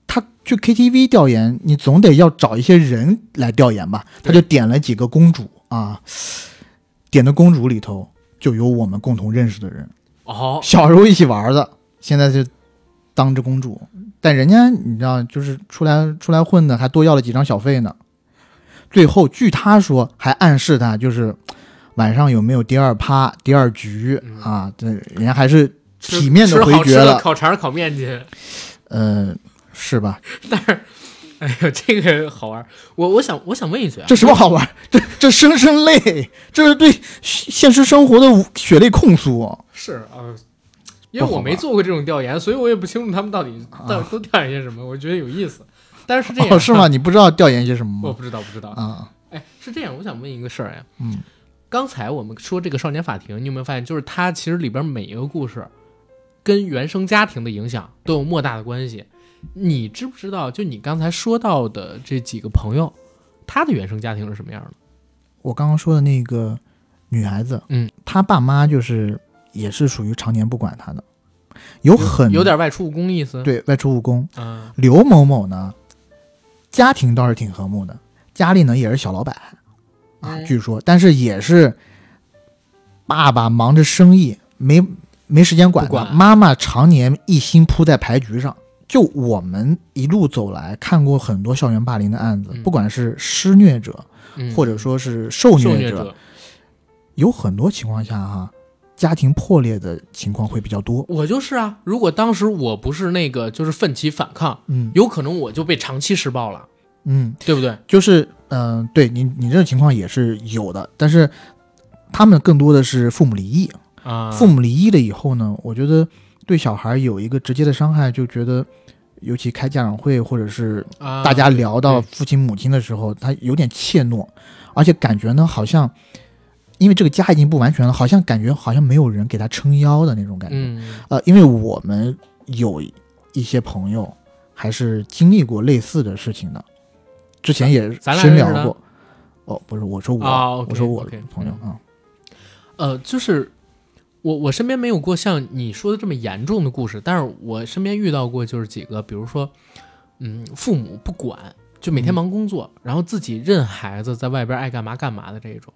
Speaker 2: 他去 KTV 调研，你总得要找一些人来调研吧，他
Speaker 1: 对
Speaker 2: 就点了几个公主啊，点的公主里头就有我们共同认识的人，
Speaker 1: 哦，
Speaker 2: 小时候一起玩的，现在就当着公主。但人家你知道，就是出来出来混的，还多要了几张小费呢。最后据他说，还暗示他就是晚上有没有第二趴、第二局
Speaker 1: 嗯
Speaker 2: 啊？这人家还是
Speaker 1: 吃
Speaker 2: 体面地
Speaker 1: 吃好
Speaker 2: 回
Speaker 1: 吃
Speaker 2: 绝
Speaker 1: 的
Speaker 2: 了
Speaker 1: 烤肠烤面去。
Speaker 2: 呃，是吧？
Speaker 1: <laughs> 哎呦，这个好玩儿！我我想我想问一句啊，
Speaker 2: 这什么好玩？这这生生类，这是对现实生活的血泪控诉。哦
Speaker 1: 是啊、呃因
Speaker 2: 不
Speaker 1: 为我
Speaker 2: 好玩
Speaker 1: 没做过这种调研，所以我也不清楚他们到底
Speaker 2: 啊
Speaker 1: 到底都调研些什么。我觉得有意思，但是这样、
Speaker 2: 哦，是吗？？你不知道调研些什么
Speaker 1: <laughs> 我
Speaker 2: 吗？
Speaker 1: 不知道，嗯不知道。
Speaker 2: 啊，
Speaker 1: 哎，是这样，我想问一个事儿哎，
Speaker 2: 嗯，
Speaker 1: 刚才我们说这个少年法庭，你有没有发现，就是它其实里边每一个故事跟原生家庭的影响都有莫大的关系。你知不知道，就你刚才说到的这几个朋友，他的原生家庭是什么样的？
Speaker 2: 我刚刚说的那个女孩子，
Speaker 1: 嗯，
Speaker 2: 她爸妈就是也是属于常年不管她的，有很
Speaker 1: 有点外出务工意思。，
Speaker 2: 对外出务工。
Speaker 1: 嗯、
Speaker 2: 刘某某呢，家庭倒是挺和睦的，家里呢也是小老板啊，
Speaker 1: 嗯
Speaker 2: 据说，但是也是爸爸忙着生意，没没时间管他，
Speaker 1: 不管
Speaker 2: 妈妈常年一心扑在牌局上。就我们一路走来，看过很多校园霸凌的案子，
Speaker 1: 嗯
Speaker 2: 不管是施虐者，
Speaker 1: 嗯
Speaker 2: 或者说是受
Speaker 1: 受
Speaker 2: 虐
Speaker 1: 虐
Speaker 2: 者，，有很多情况下哈、家庭破裂的情况会比较多。
Speaker 1: 我就是啊。如果当时我不是那个就是奋起反抗，
Speaker 2: 嗯
Speaker 1: 有可能我就被长期施暴了，
Speaker 2: 嗯，
Speaker 1: 对不对？
Speaker 2: 就是嗯、呃对你你这种情况也是有的，但是他们更多的是父母离异，
Speaker 1: 啊、
Speaker 2: 父母离异了以后呢，我觉得对小孩有一个直接的伤害，就觉得。尤其开家长会，或者是
Speaker 1: 啊
Speaker 2: 大家聊到
Speaker 1: 对
Speaker 2: 父亲母亲的时候，他有点怯懦，而且感觉呢，好像因为这个家已经不完全了，好像感觉好像没有人给他撑腰的那种感觉。
Speaker 1: 嗯
Speaker 2: 呃，因为我们有一些朋友还是经历过类似的事情的，之前也
Speaker 1: 咱俩
Speaker 2: 深
Speaker 1: 认识
Speaker 2: 聊
Speaker 1: 的
Speaker 2: 过。哦，不是，我说我，
Speaker 1: 啊，OK，
Speaker 2: 我说我
Speaker 1: OK，嗯
Speaker 2: 朋友啊、
Speaker 1: 呃，就是我我身边没有过像你说的这么严重的故事，但是我身边遇到过就是几个，比如说，嗯，父母不管，就每天
Speaker 2: 嗯
Speaker 1: 忙工作，然后自己任孩子在外边爱干嘛干嘛的这种，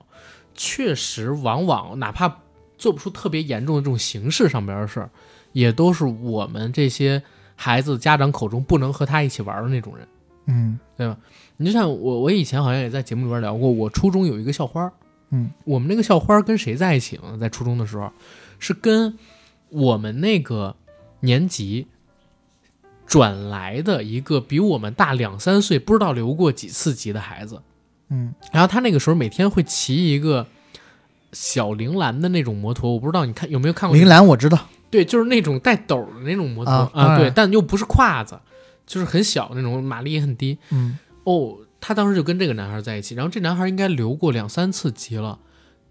Speaker 1: 确实往往哪怕做不出特别严重的这种形式上边的事儿，也都是我们这些孩子家长口中不能和他一起玩的那种人。
Speaker 2: 嗯
Speaker 1: 你就像我，我以前好像也在节目里边聊过，我初中有一个校花儿，
Speaker 2: 嗯，
Speaker 1: 我们那个校花儿跟谁在一起呢？在初中的时候，是跟我们那个年级转来的一个比我们大两三岁，不知道留过几次级的孩子。
Speaker 2: 嗯
Speaker 1: 然后他那个时候每天会骑一个小铃兰的那种摩托，我不知道你看有没有看
Speaker 2: 嗯，
Speaker 1: 过那
Speaker 2: 铃
Speaker 1: 个
Speaker 2: 兰我知道，
Speaker 1: 对，就是那种带斗儿的那种摩托
Speaker 2: 啊
Speaker 1: 啊
Speaker 2: 当然
Speaker 1: 对，但又不是胯子，就是很小那种，马力也很低。
Speaker 2: 嗯
Speaker 1: 哦，她当时就跟这个男孩在一起，然后这男孩应该留过两三次级了。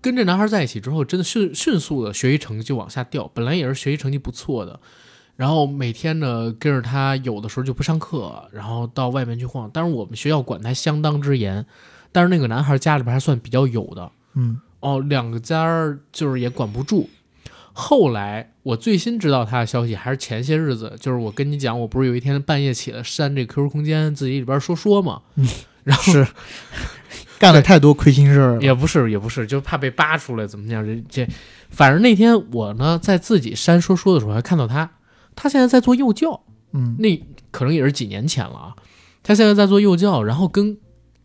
Speaker 1: 跟这男孩在一起之后，真的迅迅速的学习成绩就往下掉，本来也是学习成绩不错的，然后每天呢跟着他，有的时候就不上课，然后到外面去晃。但是我们学校管他相当之严，但是那个男孩家里边还算比较有的，
Speaker 2: 嗯
Speaker 1: 哦，两个家儿就是也管不住。后来我最新知道他的消息，还是前些日子，就是我跟你讲，我不是有一天半夜起来删这 QQ 空间，自己里边说说嘛，然后
Speaker 2: 是干了太多亏心事儿了，
Speaker 1: 也不是也不是，就怕被扒出来怎么样？这这，反正那天我呢在自己删说说的时候，还看到他，他现在在做幼教，
Speaker 2: 嗯
Speaker 1: 那可能也是几年前了啊。他现在在做幼教，然后跟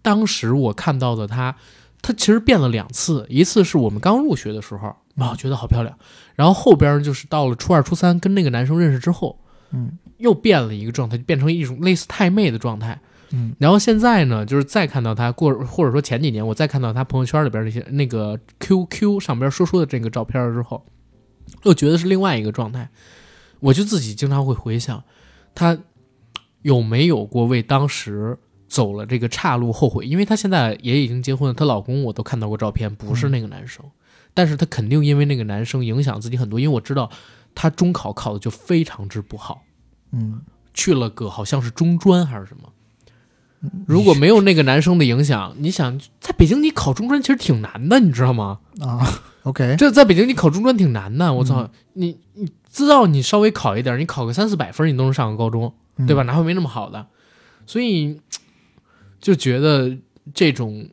Speaker 1: 当时我看到的他，他其实变了两次，一次是我们刚入学的时候，哇，觉得好漂亮，然后后边就是到了初二、初三跟那个男生认识之后，
Speaker 2: 嗯
Speaker 1: 又变了一个状态，就变成一种类似太妹的状态。
Speaker 2: 嗯
Speaker 1: 然后现在呢，就是再看到他过，或者说前几年我再看到他朋友圈里边那些那个 QQ 上边说说的这个照片之后，又觉得是另外一个状态。我就自己经常会回想，他有没有过为当时走了这个岔路后悔？因为她现在也已经结婚了，她老公我都看到过照片，不是那个男生，但是她肯定因为那个男生影响自己很多，因为我知道她中考考的就非常之不好。
Speaker 2: 嗯
Speaker 1: 去了个好像是中专还是什么，如果没有那个男生的影响，你想在北京你考中专其实挺难的，你知道吗？
Speaker 2: 啊，OK，
Speaker 1: 这在北京你考中专挺难的，我操
Speaker 2: 嗯！
Speaker 1: 你你知道你稍微考一点，你考个三四百分你都能上个高中，
Speaker 2: 嗯
Speaker 1: 对吧？？哪会没那么好的？所以就觉得这种，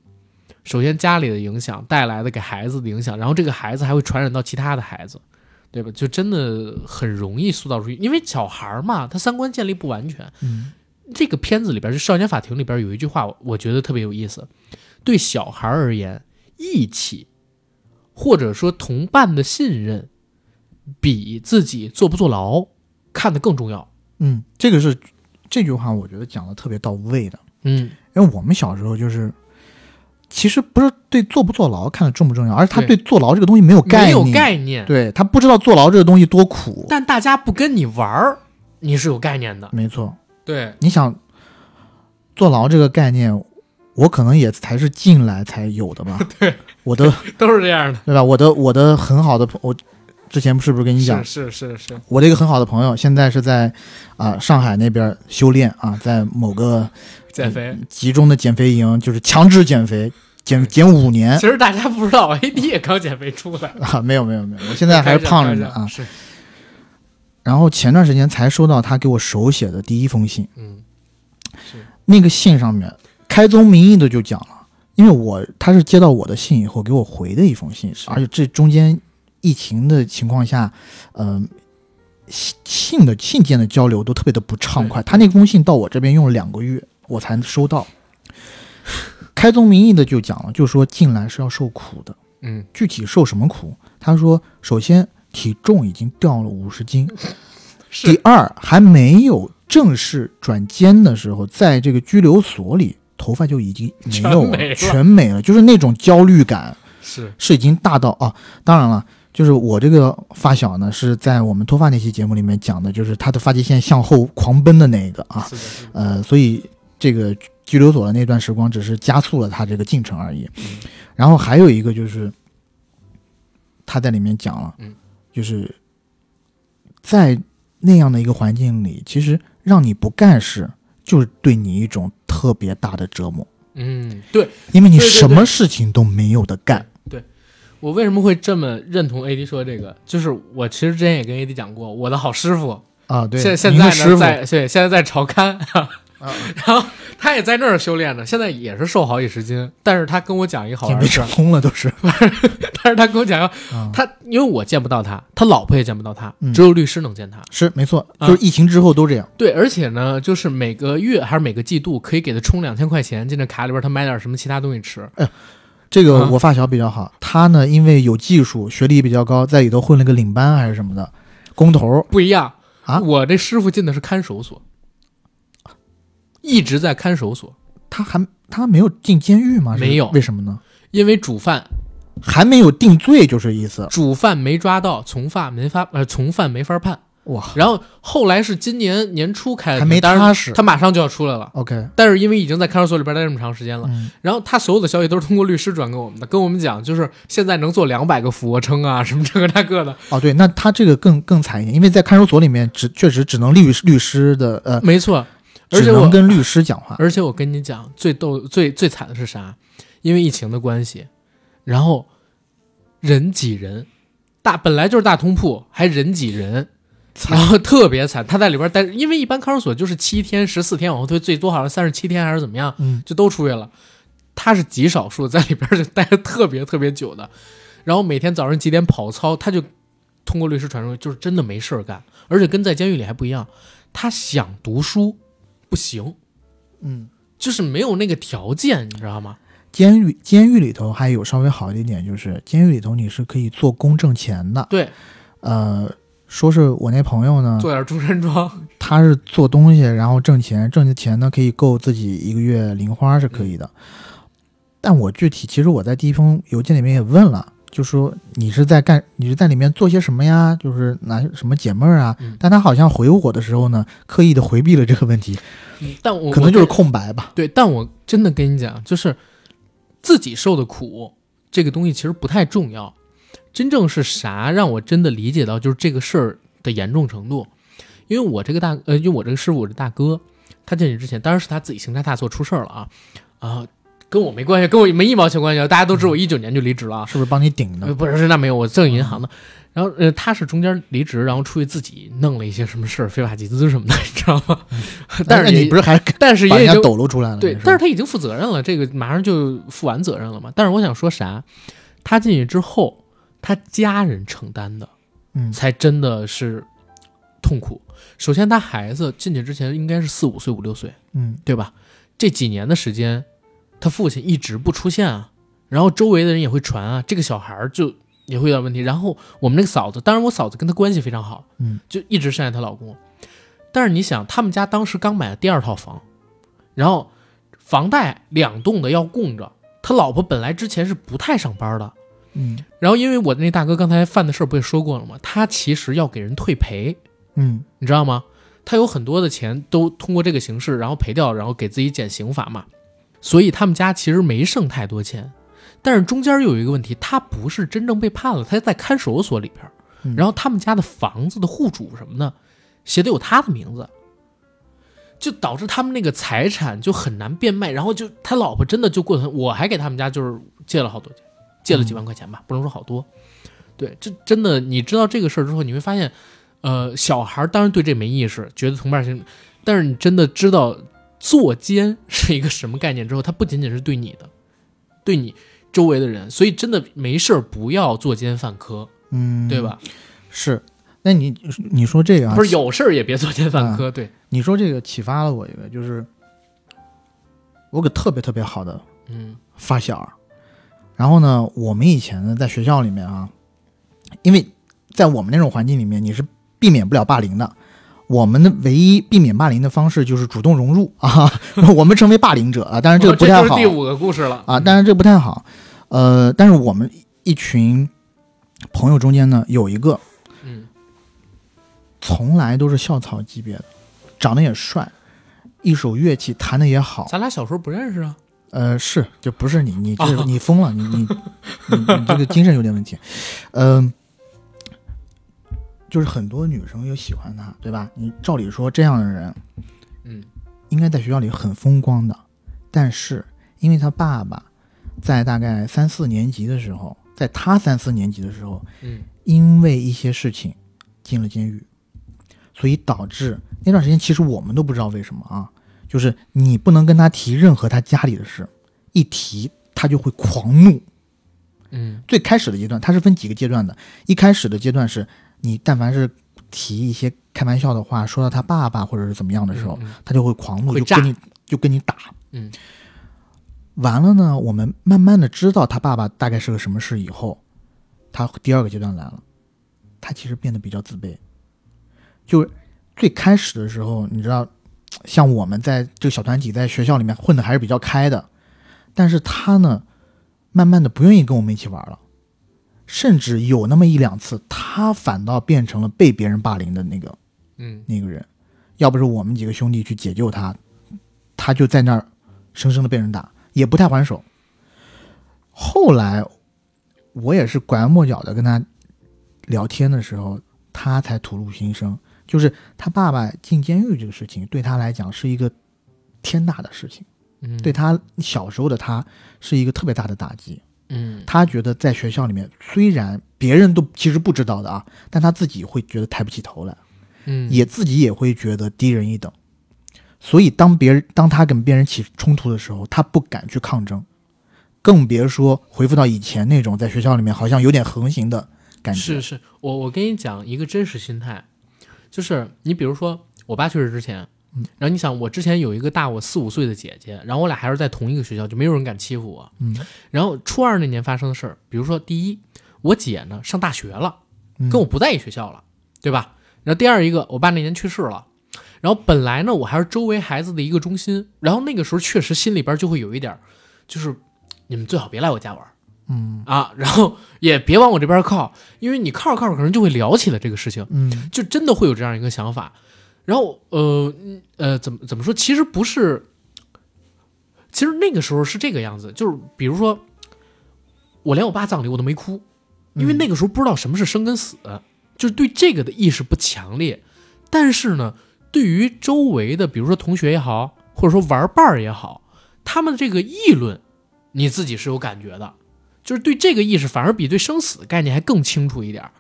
Speaker 1: 首先家里的影响带来的给孩子的影响，然后这个孩子还会传染到其他的孩子，对吧？就真的很容易塑造出，因为小孩儿嘛，他三观建立不完全。
Speaker 2: 嗯
Speaker 1: 这个片子里边，就《少年法庭》里边有一句话，我我觉得特别有意思。对小孩而言，义气或者说同伴的信任，比自己坐不坐牢看得更重要。
Speaker 2: 嗯，这个是这句话，我觉得讲的特别到位的。
Speaker 1: 嗯，
Speaker 2: 因为我们小时候就是，其实不是对坐不坐牢看的重不重要，而是他
Speaker 1: 对
Speaker 2: 对坐牢这个东西没有概
Speaker 1: 没
Speaker 2: 念，
Speaker 1: 有概念，
Speaker 2: 对他不知道坐牢这个东西多苦。
Speaker 1: 但大家不跟你玩儿，你是有概念的。
Speaker 2: 没错，
Speaker 1: 对，
Speaker 2: 你想坐牢这个概念，我可能也才是进来才有的吧。 <laughs> 对，我的
Speaker 1: 都是这样的。
Speaker 2: 对吧？我的我的很好的朋，我之前不是不是跟你讲
Speaker 1: 是，是是是，
Speaker 2: 我的一个很好的朋友，现在是在啊、上海那边修炼啊，在某个
Speaker 1: 减肥。
Speaker 2: 集中的减肥营，就是强制减肥，减减五年
Speaker 1: 其实大家不知道， <laughs> 哎，你也刚减肥出来，
Speaker 2: 啊，没有没有没有，我现在还是胖着呢
Speaker 1: 开玩笑
Speaker 2: 啊。
Speaker 1: 是，
Speaker 2: 然后前段时间才收到他给我手写的第一封信，
Speaker 1: 嗯，
Speaker 2: 那个信上面开宗明义的就讲了，因为我他是接到我的信以后给我回的一封信，
Speaker 1: 是
Speaker 2: 而且这中间疫情的情况下，嗯、信信的信件的交流都特别的不畅快。
Speaker 1: 对
Speaker 2: 他那封信到我这边用了两个月，我才收到。开宗明义的就讲了，就说进来是要受苦的，
Speaker 1: 嗯，
Speaker 2: 具体受什么苦？他说，首先体重已经掉了五十斤，第
Speaker 1: 是，
Speaker 2: 二，还没有正式转监的时候，在这个拘留所里，头发就已经没
Speaker 1: 全
Speaker 2: 有
Speaker 1: 没了
Speaker 2: 全没了，就是那种焦虑感
Speaker 1: 是，
Speaker 2: 是已经大到啊。当然了，就是我这个发小呢，是在我们脱发那期节目里面讲的，就是他的发际线向后狂奔的那一个啊，
Speaker 1: 是的是的，
Speaker 2: 呃，所以这个拘留所的那段时光只是加速了他这个进程而已。
Speaker 1: 嗯
Speaker 2: 然后还有一个就是，他在里面讲了
Speaker 1: 嗯，
Speaker 2: 就是在那样的一个环境里，其实让你不干事，就是对你一种特别大的折磨，
Speaker 1: 嗯，对
Speaker 2: 因为你
Speaker 1: 对对对
Speaker 2: 什么事情都没有的干。
Speaker 1: 我为什么会这么认同 AD 说这个？就是我其实之前也跟 AD 讲过，我的好师傅，
Speaker 2: 啊，对，
Speaker 1: 现现
Speaker 2: 您
Speaker 1: 在
Speaker 2: 的师
Speaker 1: 呢
Speaker 2: 傅啊
Speaker 1: 在啊对，现在在朝刊， <laughs> 然后他也在那儿修炼呢，现在也是瘦好几十斤，但是他跟我讲一个好
Speaker 2: 也
Speaker 1: 玩
Speaker 2: 没
Speaker 1: 的事儿
Speaker 2: 成，功了，都是。
Speaker 1: 但是他跟我讲一个
Speaker 2: 啊，
Speaker 1: 他因为我见不到他，他老婆也见不到他，
Speaker 2: 嗯
Speaker 1: 只有律师能见他。
Speaker 2: 是没错，
Speaker 1: 啊
Speaker 2: 就是疫情之后都这样。
Speaker 1: 对，而且呢，就是每个月还是每个季度可以给他充两千块钱进这卡里边，他买点什么其他东西吃。
Speaker 2: 这个
Speaker 1: 啊
Speaker 2: 我发小比较好，他呢因为有技术，学历比较高，在里头混了个领班还是什么的，工头
Speaker 1: 不一样
Speaker 2: 啊
Speaker 1: 我这师傅进的是看守所，一直在看守所，
Speaker 2: 他还他没有进监狱吗？是
Speaker 1: 没有
Speaker 2: 为什么呢？
Speaker 1: 因为主犯
Speaker 2: 还没有定罪就是意思。
Speaker 1: 主犯没抓到，从犯没法呃从犯没法判。
Speaker 2: 哇
Speaker 1: 然后后来是今年年初开的，
Speaker 2: 还没
Speaker 1: 当然
Speaker 2: 踏实
Speaker 1: 哎他马上就要出来了。
Speaker 2: ，OK，
Speaker 1: 但是因为已经在看守所里边待这么长时间了，
Speaker 2: 嗯，
Speaker 1: 然后他所有的消息都是通过律师转给我们的，跟我们讲就是现在能做两百个俯卧撑啊，什么这个那个的，
Speaker 2: 哦对，那他这个更更惨一点，因为在看守所里面只确实只能律律师的呃，
Speaker 1: 没错。而
Speaker 2: 只
Speaker 1: 且
Speaker 2: 能
Speaker 1: 我，
Speaker 2: 跟律师讲话。
Speaker 1: 而且我跟你讲，最逗、最最惨的是啥？因为疫情的关系，然后人挤人，大本来就是大通铺，还人挤人，然后特别惨。他在里边待，因为一般看守所就是七天、十四天往后推，最多好像三十七天还是怎么样，
Speaker 2: 嗯，
Speaker 1: 就都出去了。他是极少数在里边儿就待的特别特别久的，然后每天早上几点跑操，他就通过律师传出去，就是真的没事儿干，而且跟在监狱里还不一样，他想读书不行，
Speaker 2: 嗯，
Speaker 1: 就是没有那个条件，你知道吗？
Speaker 2: 监狱监狱里头还有稍微好一点，就是监狱里头你是可以做公证钱的。
Speaker 1: 对，
Speaker 2: 呃，说是我那朋友呢，
Speaker 1: 做点中山装，
Speaker 2: 他是做东西，然后挣钱，挣的钱呢可以够自己一个月零花是可以的。
Speaker 1: 嗯
Speaker 2: 但我具体其实我在第一封邮件里面也问了，就说你是在干，你是在里面做些什么呀？就是拿什么解闷儿啊？
Speaker 1: 嗯
Speaker 2: 但他好像回我的时候呢，刻意的回避了这个问题，
Speaker 1: 嗯但我
Speaker 2: 可能
Speaker 1: 我
Speaker 2: 就是空白吧。
Speaker 1: 对，但我真的跟你讲，就是自己受的苦这个东西其实不太重要，真正是啥让我真的理解到就是这个事儿的严重程度。因为我这个大呃，因为我这个师傅，我这大哥，他进去之前，当然是他自己行差踏错出事儿了啊，啊，跟我没关系，跟我没一毛钱关系啊。大家都知道我一九年就离职了啊，
Speaker 2: 是不是帮你顶
Speaker 1: 呃，
Speaker 2: 的？
Speaker 1: 不是，那没有，我挣银行的。然后呃，他是中间离职，然后出去自己弄了一些什么事儿，非法集资什么的，你知道吗？ <laughs> 但
Speaker 2: 嗯那
Speaker 1: 是也
Speaker 2: 你不是还
Speaker 1: 但是
Speaker 2: 把
Speaker 1: 也
Speaker 2: 人
Speaker 1: 已
Speaker 2: 家
Speaker 1: 经
Speaker 2: 抖搂出来了？
Speaker 1: 对
Speaker 2: 也，
Speaker 1: 但是他已经负责任了，这个马上就负完责任了嘛。但是我想说啥，他进去之后，他家人承担的
Speaker 2: 嗯，
Speaker 1: 才真的是痛苦。首先，他孩子进去之前应该是四五岁、五六岁，
Speaker 2: 嗯
Speaker 1: 对吧？这几年的时间，他父亲一直不出现啊，然后周围的人也会传啊，这个小孩儿就也会有点问题。然后我们那个嫂子，当然我嫂子跟她关系非常好，
Speaker 2: 嗯，
Speaker 1: 就一直善待她老公。但是你想，他们家当时刚买了第二套房，然后房贷两栋的要供着，他老婆本来之前是不太上班的，
Speaker 2: 嗯
Speaker 1: 然后因为我那大哥刚才犯的事儿不也说过了吗？他其实要给人退赔，
Speaker 2: 嗯
Speaker 1: 你知道吗？他有很多的钱都通过这个形式，然后赔掉，然后给自己减刑罚嘛。所以他们家其实没剩太多钱，但是中间又有一个问题，他不是真正被判了，他在看守所里边儿
Speaker 2: 嗯。
Speaker 1: 然后他们家的房子的户主什么的，写的有他的名字，就导致他们那个财产就很难变卖。然后就他老婆真的就过得很，我还给他们家就是借了好多钱，借了几万块钱吧，不能说好多。对，这真的，你知道这个事儿之后，你会发现，呃，小孩儿当然对这没意识，觉得同伴性，但是你真的知道作奸是一个什么概念之后，它不仅仅是对你的，对你周围的人，所以真的没事儿不要作奸犯科，
Speaker 2: 嗯，
Speaker 1: 对？吧？
Speaker 2: 是。那你你说这个啊，嗯
Speaker 1: 不是有事儿也别作奸犯科，对，
Speaker 2: 你说这个启发了我一个，就是我有个特别特别好的
Speaker 1: 嗯
Speaker 2: 发小儿，然后呢，我们以前呢在学校里面啊，因为在我们那种环境里面，你是避免不了霸凌的。我们的唯一避免霸凌的方式就是主动融入啊， <laughs> 我们成为霸凌者啊，但是这个
Speaker 1: 哦
Speaker 2: 不太
Speaker 1: 就是
Speaker 2: 好
Speaker 1: 第五个故事了
Speaker 2: 啊，但是这个不太好。呃，但是我们一群朋友中间呢，有一个
Speaker 1: 嗯
Speaker 2: 从来都是校草级别的，长得也帅，一手乐器弹得也好，
Speaker 1: 咱俩小时候不认识啊，
Speaker 2: 呃，是，就不是你，你这、你疯了，你你你你这个精神有点问题， <laughs> 嗯、就是很多女生有喜欢他，对吧？你照理说这样的人
Speaker 1: 嗯
Speaker 2: 应该在学校里很风光的，但是因为他爸爸在大概三四年级的时候，在他三四年级的时候，
Speaker 1: 嗯
Speaker 2: 因为一些事情进了监狱，所以导致那段时间其实我们都不知道为什么啊，就是你不能跟他提任何他家里的事，一提他就会狂怒。
Speaker 1: 嗯
Speaker 2: 最开始的阶段，它是分几个阶段的。一开始的阶段是你但凡是提一些开玩笑的话，说到他爸爸或者是怎么样的时候，
Speaker 1: 嗯嗯
Speaker 2: 他就会狂怒，
Speaker 1: 会
Speaker 2: 就
Speaker 1: 炸
Speaker 2: 跟你就跟你打。
Speaker 1: 嗯
Speaker 2: 完了呢，我们慢慢的知道他爸爸大概是个什么事以后，他第二个阶段来了，他其实变得比较自卑。就是最开始的时候，你知道，像我们在这个小团体在学校里面混的还是比较开的，但是他呢，慢慢的不愿意跟我们一起玩了，甚至有那么一两次，他反倒变成了被别人霸凌的那个
Speaker 1: 嗯
Speaker 2: 那个人，要不是我们几个兄弟去解救他，他就在那儿生生的被人打，也不太还手。后来我也是拐弯抹角的跟他聊天的时候，他才吐露心声，就是他爸爸进监狱这个事情对他来讲是一个天大的事情，
Speaker 1: 嗯，
Speaker 2: 对，他小时候的他是一个特别大的打击。
Speaker 1: 嗯
Speaker 2: 他觉得在学校里面，虽然别人都其实不知道的啊，但他自己会觉得抬不起头来。
Speaker 1: 嗯
Speaker 2: 也自己也会觉得低人一等。所以当别人当他跟别人起冲突的时候，他不敢去抗争，更别说回复到以前那种在学校里面好像有点横行的感觉。
Speaker 1: 是是，我我跟你讲一个真实心态，就是你比如说我爸去世之前，
Speaker 2: 嗯
Speaker 1: 然后你想我之前有一个大我四五岁的姐姐，然后我俩还是在同一个学校，就没有人敢欺负我。
Speaker 2: 嗯，
Speaker 1: 然后初二那年发生的事儿，比如说第一，我姐呢上大学了，
Speaker 2: 嗯
Speaker 1: 跟我不在一学校了，对吧？然后第二一个，我爸那年去世了。然后本来呢，我还是周围孩子的一个中心，然后那个时候确实心里边就会有一点儿，就是你们最好别来我家玩，
Speaker 2: 嗯
Speaker 1: 啊，然后也别往我这边靠，因为你靠着靠着可能就会聊起来这个事情，
Speaker 2: 嗯
Speaker 1: 就真的会有这样一个想法。然后呃嗯呃，怎么怎么说？其实不是，其实那个时候是这个样子，就是比如说，我连我爸葬礼我都没哭，因为那个时候不知道什么是生跟死，就是对这个的意识不强烈。但是呢，对于周围的，比如说同学也好，或者说玩伴儿也好，他们这个议论，你自己是有感觉的，就是对这个意识反而比对生死的概念还更清楚一点儿。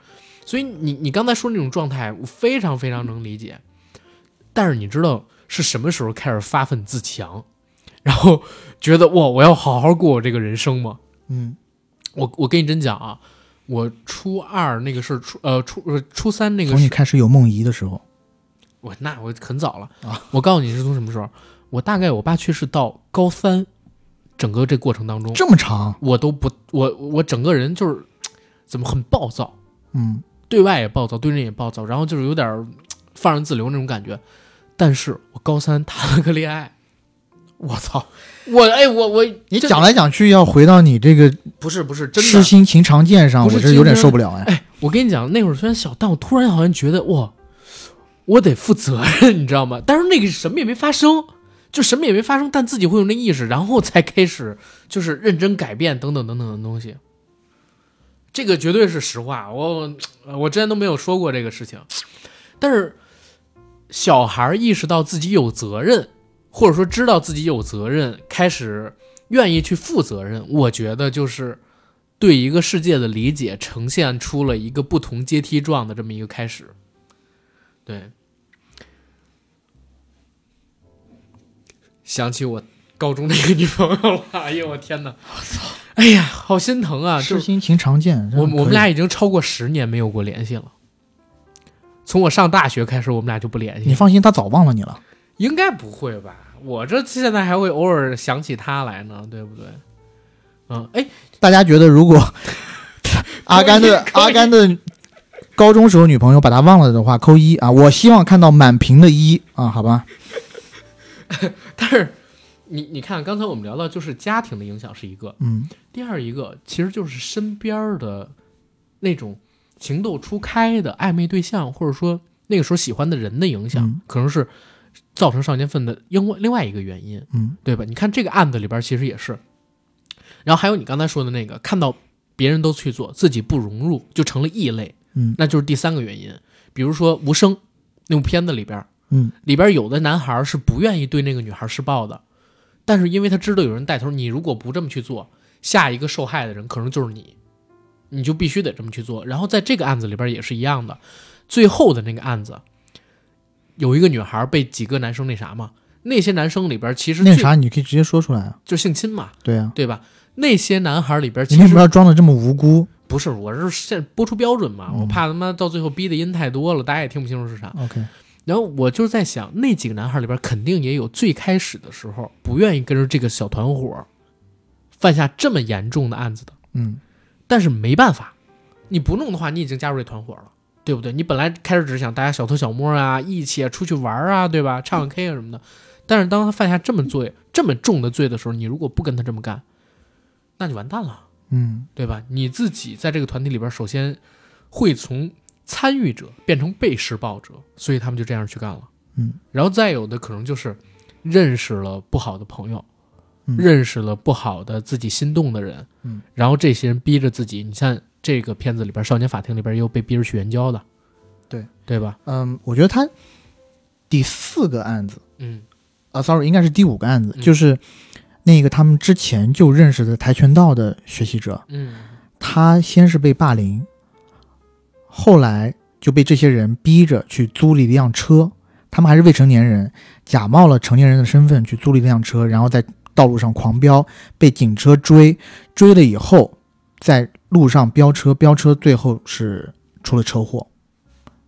Speaker 1: 所以你你刚才说那种状态，我非常非常能理解。但是你知道是什么时候开始发愤自强，然后觉得哇，我要好好过我这个人生吗？
Speaker 2: 嗯
Speaker 1: 我我跟你真讲啊，我初二那个事儿，初呃初呃初三那个
Speaker 2: 从你
Speaker 1: 事，
Speaker 2: 开始有梦遗的时候，
Speaker 1: 我那我很早了
Speaker 2: 啊。
Speaker 1: 我告诉你是从什么时候，我大概我爸去世到高三，整个这过程当中，
Speaker 2: 这么长，
Speaker 1: 我都不我我整个人就是怎么很暴躁，
Speaker 2: 嗯
Speaker 1: 对外也暴躁，对内也暴躁，然后就是有点儿嗯放任自流那种感觉。但是我高三谈了个恋爱，我操！我哎我我
Speaker 2: 你
Speaker 1: 真
Speaker 2: 讲来讲去要回到你这个
Speaker 1: 不是不是真的
Speaker 2: 痴，心情长剑上，
Speaker 1: 不是
Speaker 2: 我这有
Speaker 1: 今
Speaker 2: 点
Speaker 1: 天
Speaker 2: 受不了哎。
Speaker 1: 我跟你讲，那会儿虽然小，但我突然好像觉得哇，我得负责任，你知道吗？但是那个什么也没发生，就什么也没发生，但自己会有那意识，然后才开始就是认真改变等等等等的东西。这个绝对是实话，我呃我之前都没有说过这个事情，但是小孩儿意识到自己有责任，或者说知道自己有责任，开始愿意去负责任，我觉得就是对一个世界的理解呈现出了一个不同阶梯状的这么一个开始。对，想起我高中那个女朋友了，哎呦我天哪！我操！哎呀，好心疼啊！就
Speaker 2: 痴
Speaker 1: 是
Speaker 2: 心情长剑，
Speaker 1: 我
Speaker 2: 真的
Speaker 1: 我们
Speaker 2: 嗯可以
Speaker 1: 俩已经超过十年没有过联系了。从我上大学开始，我们俩就不联系
Speaker 2: 你
Speaker 1: 了。
Speaker 2: 放心，他早忘了你了。
Speaker 1: 应该不会吧？我这现在还会偶尔想起他来呢，对不对？嗯，哎，
Speaker 2: 大家觉得
Speaker 1: <laughs>
Speaker 2: 如果阿甘的
Speaker 1: 可以
Speaker 2: 阿甘的高中时候女朋友把他忘了的话，扣一啊！我希望看到满屏的一啊，好吧？
Speaker 1: 但是你你看，刚才我们聊到就是家庭的影响是一个，
Speaker 2: 嗯
Speaker 1: 第二一个其实就是身边儿的那种情窦初开的暧昧对象，或者说那个时候喜欢的人的影响，
Speaker 2: 嗯
Speaker 1: 可能是造成少年犯的另外另外一个原因，
Speaker 2: 嗯
Speaker 1: 对吧？你看这个案子里边儿其实也是，然后还有你刚才说的那个，看到别人都去做，自己不融入，就成了异类，
Speaker 2: 嗯
Speaker 1: 那就是第三个原因。比如说《无声》那部片子里边儿，
Speaker 2: 嗯
Speaker 1: 里边有的男孩是不愿意对那个女孩施暴的，但是因为他知道有人带头，你如果不这么去做，下一个受害的人可能就是你，你就必须得这么去做。然后在这个案子里边也是一样的，最后的那个案子，有一个女孩被几个男生那啥嘛，那些男生里边其实
Speaker 2: 那
Speaker 1: 最
Speaker 2: 个啥，你可以直接说出来啊。
Speaker 1: 就性侵嘛，
Speaker 2: 对啊，
Speaker 1: 对吧？那些男孩里边其
Speaker 2: 你为什
Speaker 1: 实
Speaker 2: 么要装的这么无辜
Speaker 1: 不是，我是现播出标准嘛，我怕他妈到最后逼的音太多了，大家也听不清楚是啥。
Speaker 2: ？OK，
Speaker 1: 然后我就在想，那几个男孩里边肯定也有最开始的时候不愿意跟着这个小团伙犯下这么严重的案子的，
Speaker 2: 嗯
Speaker 1: 但是没办法，你不弄的话，你已经加入这团伙了，对不对？你本来开始只是想大家小偷小摸啊，一起啊出去玩啊，对吧？唱个 K 啊什么的，但是当他犯下这么罪、这么重的罪的时候，你如果不跟他这么干，那就完蛋了。
Speaker 2: 嗯
Speaker 1: 对吧？你自己在这个团体里边，首先会从参与者变成被施暴者，所以他们就这样去干了。
Speaker 2: 嗯，
Speaker 1: 然后再有的可能就是认识了不好的朋友，
Speaker 2: 嗯
Speaker 1: 认识了不好的自己心动的人，
Speaker 2: 嗯，
Speaker 1: 然后这些人逼着自己，你像这个片子里边《少年法庭》里边也有被逼着去援交的，
Speaker 2: 对
Speaker 1: 对吧？
Speaker 2: 嗯，我觉得他第四个案子
Speaker 1: 嗯
Speaker 2: 啊，sorry，应该是第五个案子，
Speaker 1: 嗯
Speaker 2: 就是那个他们之前就认识的跆拳道的学习者，
Speaker 1: 嗯
Speaker 2: 他先是被霸凌，后来就被这些人逼着去租了一辆车，他们还是未成年人，假冒了成年人的身份去租了一辆车，然后在道路上狂飙，被警车追，追了以后在路上飙车，飙车最后是出了车祸，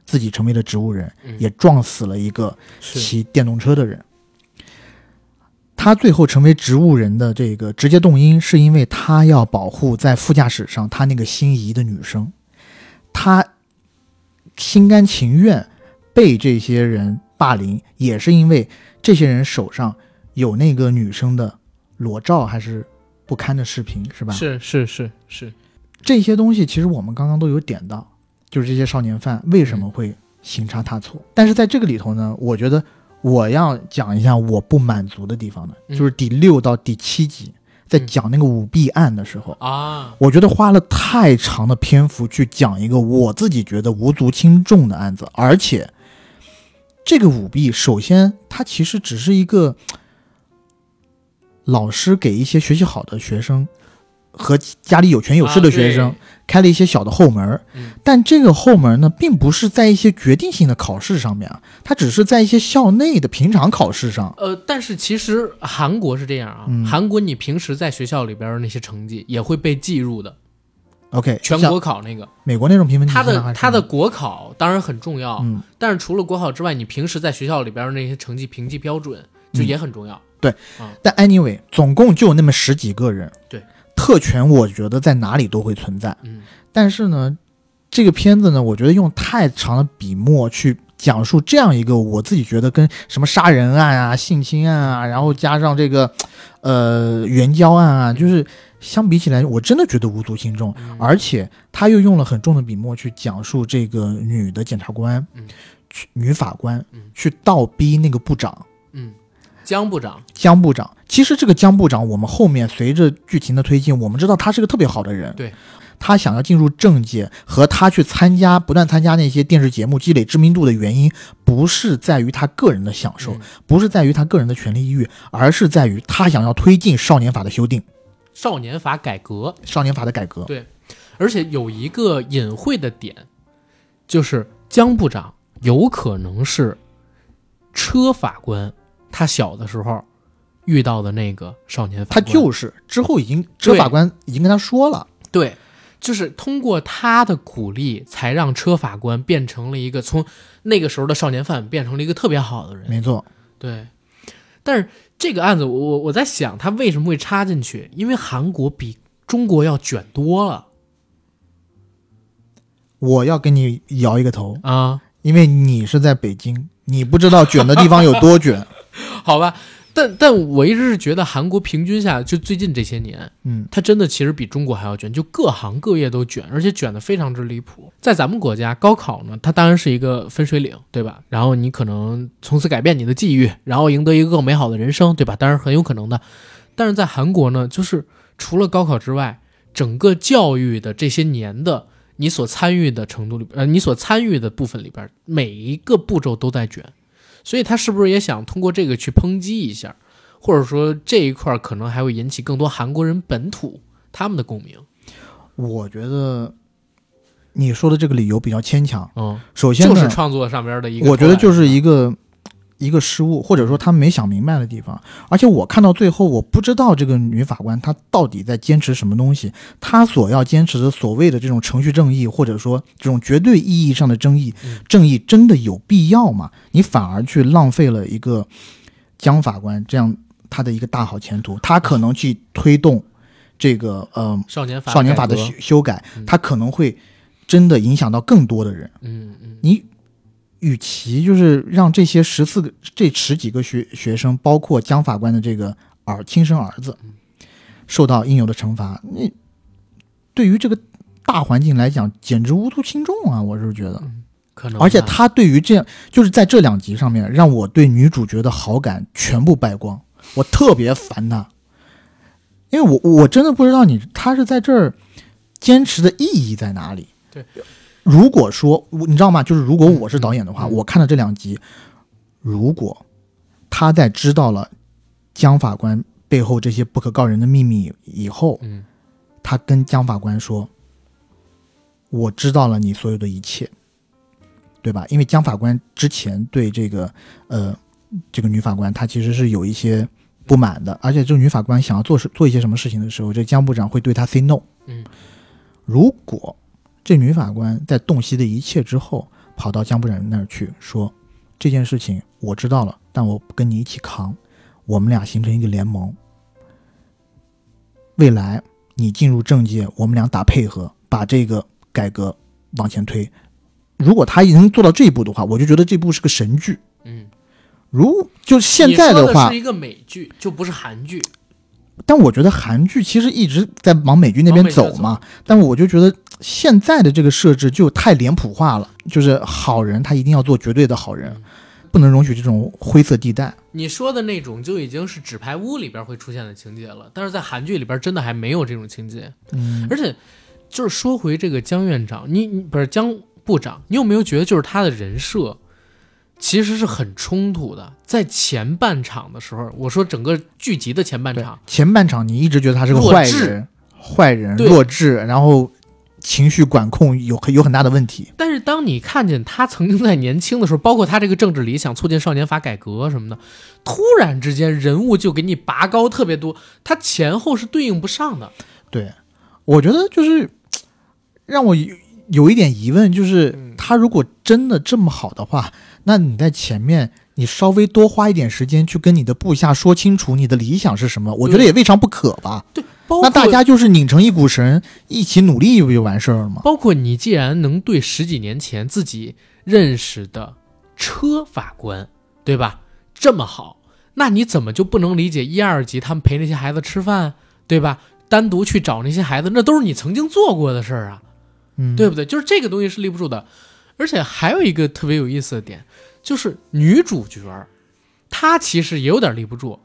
Speaker 2: 自己成为了植物人，
Speaker 1: 嗯，
Speaker 2: 也撞死了一个
Speaker 1: 是
Speaker 2: 骑电动车的人。他最后成为植物人的这个直接动因，是因为他要保护在副驾驶上他那个心仪的女生，他心甘情愿被这些人霸凌，也是因为这些人手上有那个女生的裸照还是不堪的视频，是吧？
Speaker 1: 是是是是，
Speaker 2: 这些东西其实我们刚刚都有点到，就是这些少年犯为什
Speaker 1: 嗯
Speaker 2: 么会行差踏错。但是在这个里头呢，我觉得我要讲一下我不满足的地方呢，
Speaker 1: 嗯
Speaker 2: 就是第六到第七集在
Speaker 1: 嗯
Speaker 2: 讲那个舞弊案的时候，
Speaker 1: 啊，
Speaker 2: 我觉得花了太长的篇幅去讲一个我自己觉得无足轻重的案子，而且这个舞弊，首先它其实只是一个老师给一些学习好的学生和家里有权有势的学生、
Speaker 1: 啊
Speaker 2: 开了一些小的后门儿
Speaker 1: 嗯，
Speaker 2: 但这个后门呢，并不是在一些决定性的考试上面啊，它只是在一些校内的平常考试上。
Speaker 1: 呃，但是其实韩国是这样啊，
Speaker 2: 嗯
Speaker 1: 韩国你平时在学校里边儿那些成绩也会被计入的，
Speaker 2: OK，
Speaker 1: 全
Speaker 2: 像
Speaker 1: 国考那个，
Speaker 2: 美国那种评分体
Speaker 1: 他
Speaker 2: 系上还
Speaker 1: 的
Speaker 2: 是
Speaker 1: 他的国考当然很重要，
Speaker 2: 嗯，
Speaker 1: 但是除了国考之外，你平时在学校里边儿那些成绩评级标准
Speaker 2: 嗯
Speaker 1: 就也很重要。
Speaker 2: 但 anyway，总共就那么十几个人，
Speaker 1: 对，
Speaker 2: 特权我觉得在哪里都会存在。
Speaker 1: 嗯
Speaker 2: 但是呢，这个片子呢，我觉得用太长的笔墨去讲述这样一个我自己觉得跟什么杀人案啊、性侵案啊，然后加上这个呃援交案啊，就是相比起来，我真的觉得无足轻重。
Speaker 1: 嗯
Speaker 2: 而且他又用了很重的笔墨去讲述这个女的检察官，
Speaker 1: 嗯
Speaker 2: 去女法官
Speaker 1: 嗯
Speaker 2: 去倒逼那个部长
Speaker 1: 嗯，江部长，
Speaker 2: 江部长。其实这个江部长，我们后面随着剧情的推进，我们知道他是个特别好的人。
Speaker 1: 对，
Speaker 2: 他想要进入政界和他去参加不断参加那些电视节目积累知名度的原因，不是在于他个人的享受，
Speaker 1: 嗯
Speaker 2: 不是在于他个人的权利欲，而是在于他想要推进少年法的修订、
Speaker 1: 少年法改革，
Speaker 2: 少年法的改革。
Speaker 1: 而且有一个隐晦的点，就是江部长有可能是车法官，他小的时候遇到的那个少年法
Speaker 2: 他
Speaker 1: 官，
Speaker 2: 就是之后已经，这法官已经跟他说了，
Speaker 1: 对，就是通过他的鼓励，才让车法官变成了一个从那个时候的少年犯变成了一个特别好的人。
Speaker 2: 没错，
Speaker 1: 对，但是这个案子我，我我在想，他为什么会插进去？因为韩国比中国要卷多了
Speaker 2: 我要跟你摇一个头，
Speaker 1: 啊，
Speaker 2: 因为你是在北京，你不知道卷的地方有多卷。
Speaker 1: 好吧？但但我一直是觉得韩国平均下，就最近这些年，
Speaker 2: 嗯，
Speaker 1: 它真的其实比中国还要卷，就各行各业都卷，而且卷得非常之离谱。在咱们国家，高考呢，它当然是一个分水岭，对吧？然后你可能从此改变你的际遇，然后赢得一个更美好的人生，对吧？当然很有可能的。但是在韩国呢，就是除了高考之外，整个教育的这些年的你所参与的程度里，呃，你所参与的部分里边，每一个步骤都在卷，所以他是不是也想通过这个去抨击一下？或者说这一块儿可能还会引起更多韩国人本土他们的共鸣。
Speaker 2: 我觉得你说的这个理由比较牵强。
Speaker 1: 嗯，
Speaker 2: 首先呢，
Speaker 1: 就是创作上边的一个，
Speaker 2: 我觉得就是一个一个失误，或者说他没想明白的地方。而且我看到最后，我不知道这个女法官她到底在坚持什么东西，她所要坚持的所谓的这种程序正义，或者说这种绝对意义上的正义
Speaker 1: 嗯，
Speaker 2: 正义真的有必要吗？你反而去浪费了一个江法官这样他的一个大好前途，他可能去推动这个呃
Speaker 1: 少年法
Speaker 2: 少年法的
Speaker 1: 改革
Speaker 2: 修修改
Speaker 1: 嗯，
Speaker 2: 他可能会真的影响到更多的人。
Speaker 1: 嗯嗯
Speaker 2: 你与其就是让这些十四个这十几个学学生，包括江法官的这个儿亲生儿子，
Speaker 1: 嗯
Speaker 2: 受到应有的惩罚，你对于这个大环境来讲，简直无足轻重啊！我是觉得，
Speaker 1: 可能吧，
Speaker 2: 而且他对于这样，就是在这两集上面，让我对女主角的好感全部败光，我特别烦她，因为我我真的不知道你她是在这儿坚持的意义在哪里。
Speaker 1: 对，
Speaker 2: 如果说我你知道吗？就是如果我是导演的话，
Speaker 1: 嗯嗯
Speaker 2: 我看了这两集，如果他在知道了江法官背后这些不可告人的秘密以后，
Speaker 1: 嗯
Speaker 2: 他跟江法官说：“我知道了你所有的一切，对吧？”因为江法官之前对这个呃这个女法官，她其实是有一些不满的，而且这个女法官想要做事做一些什么事情的时候，这江部长会对她 say no。
Speaker 1: 嗯，
Speaker 2: 如果这女法官在洞悉的一切之后，跑到江部长那儿去说：“这件事情我知道了，但我不跟你一起扛，我们俩形成一个联盟。未来你进入政界，我们俩打配合，把这个改革往前推。如果他能做到这一步的话，我就觉得这部是个神剧。
Speaker 1: 嗯，
Speaker 2: 如就现
Speaker 1: 你
Speaker 2: 在
Speaker 1: 说的
Speaker 2: 话
Speaker 1: 是，一个美剧，就不是韩剧。
Speaker 2: 但我觉得韩剧其实一直在往美剧那边走
Speaker 1: 往
Speaker 2: 嘛，但我就觉得现在的这个设置就太脸谱化了，就是好人他一定要做绝对的好人
Speaker 1: 嗯，
Speaker 2: 不能容许这种灰色地带。
Speaker 1: 你说的那种就已经是《纸牌屋》里边会出现的情节了，但是在韩剧里边真的还没有这种情节。
Speaker 2: 嗯，
Speaker 1: 而且，就是说回这个江院长，你你不是江部长，你有没有觉得就是他的人设，其实是很冲突的。在前半场的时候，我说整个剧集的前半
Speaker 2: 对
Speaker 1: 场，，
Speaker 2: 前半场你一直觉得他是个
Speaker 1: 弱
Speaker 2: 坏
Speaker 1: 智
Speaker 2: 人，坏人
Speaker 1: 对
Speaker 2: 弱智，然后情绪管控有有很大的问题。
Speaker 1: 但是当你看见他曾经在年轻的时候，包括他这个政治理想，促进少年法改革什么的，突然之间人物就给你拔高特别多，他前后是对应不上的。
Speaker 2: 对，我觉得就是让我有有一点疑问，就是
Speaker 1: 嗯
Speaker 2: 他如果真的这么好的话，那你在前面你稍微多花一点时间去跟你的部下说清楚你的理想是什么，我觉得
Speaker 1: 对
Speaker 2: 也未尝不可吧。
Speaker 1: 对，嗯包括
Speaker 2: 那大家就是拧成一股绳，一起努力不就完事儿了吗？
Speaker 1: 包括你既然能对十几年前自己认识的车法官，对吧？这么好，那你怎么就不能理解一二级他们陪那些孩子吃饭，对吧？单独去找那些孩子，那都是你曾经做过的事儿啊，
Speaker 2: 嗯，
Speaker 1: 对不对？就是这个东西是立不住的。而且还有一个特别有意思的点，就是女主角儿，她其实也有点立不住。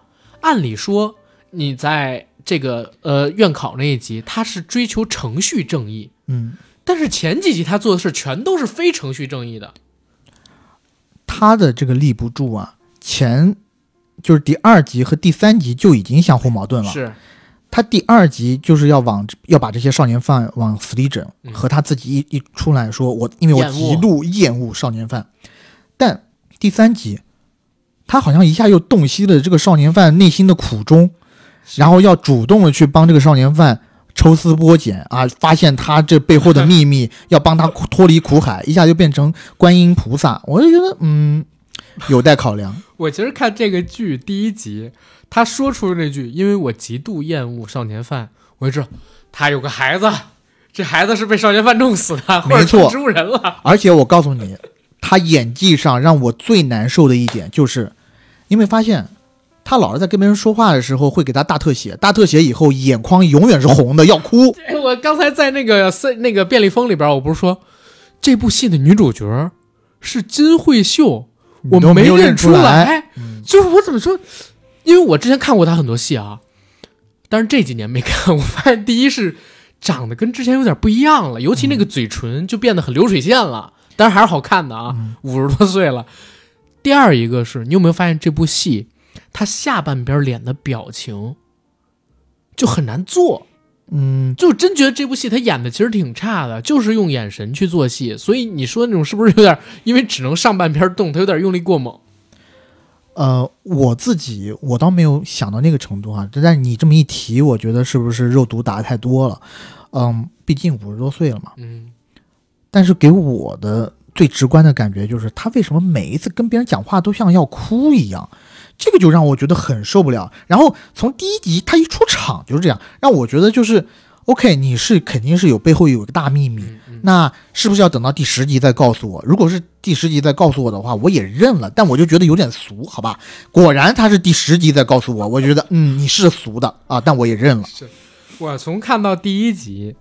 Speaker 1: 按理说，你在这个呃院考那一集，她是追求程序正义，
Speaker 2: 嗯，
Speaker 1: 但是前几集他做的事全都是非程序正义的，
Speaker 2: 他的这个立不住啊，前就是第二集和第三集就已经相互矛盾了。
Speaker 1: 是
Speaker 2: 他第二集就是要往要把这些少年犯往死里整，
Speaker 1: 嗯
Speaker 2: 和他自己一一出来说，我因为我
Speaker 1: 厌恶
Speaker 2: 极度厌恶少年犯。但第三集，他好像一下又洞悉了这个少年犯内心的苦衷，然后要主动的去帮这个少年犯抽丝剥茧啊，发现他这背后的
Speaker 1: <laughs>
Speaker 2: 秘密，要帮他脱离苦海，一下就变成观音菩萨。我就觉得，嗯，有待考量。
Speaker 1: 我其实看这个剧第一集，他说出那句“因为我极度厌恶少年犯”，我就知道他有个孩子，这孩子是被少年犯弄死的，或
Speaker 2: 没
Speaker 1: 者
Speaker 2: 错
Speaker 1: 是植物人了。
Speaker 2: 而且我告诉你，他演技上让我最难受的一点就是，你有没有发现，他老是在跟别人说话的时候会给他大特写，大特写以后眼眶永远是红的，要哭。
Speaker 1: 哎我刚才在那个森那个便利蜂里边，我不是说这部戏的女主角是金惠秀，我
Speaker 2: 你都没
Speaker 1: 没
Speaker 2: 有认
Speaker 1: 出
Speaker 2: 出来，
Speaker 1: 来，
Speaker 2: 嗯
Speaker 1: 就是我怎么说，因为我之前看过她很多戏啊，但是这几年没看，我发现第一是长得跟之前有点不一样了，尤其
Speaker 2: 嗯
Speaker 1: 那个嘴唇就变得很流水线了，但是还是好看的啊，
Speaker 2: 嗯
Speaker 1: 五十、多岁了。第二一个是你有没有发现这部戏，她下半边脸的表情就很难做，
Speaker 2: 嗯，
Speaker 1: 就真觉得这部戏他演的其实挺差的，就是用眼神去做戏，所以你说那种是不是有点，因为只能上半边动，他有点用力过猛。
Speaker 2: 呃，我自己我倒没有想到那个程度啊，但是你这么一提，我觉得是不是肉毒打的太多了？嗯，毕竟五十多岁了嘛。
Speaker 1: 嗯，
Speaker 2: 但是给我的最直观的感觉就是，他为什么每一次跟别人讲话都像要哭一样？这个就让我觉得很受不了。然后从第一集他一出场就是这样，让我觉得就是，OK，你是肯定是有背后有一个大秘密，
Speaker 1: 嗯嗯
Speaker 2: 那是不是要等到第十集再告诉我？如果是第十集再告诉我的话，我也认了，但我就觉得有点俗，好吧？果然他是第十集再告诉我，我觉得嗯，你是俗的啊，但我也认了。
Speaker 1: 我从看到第一集，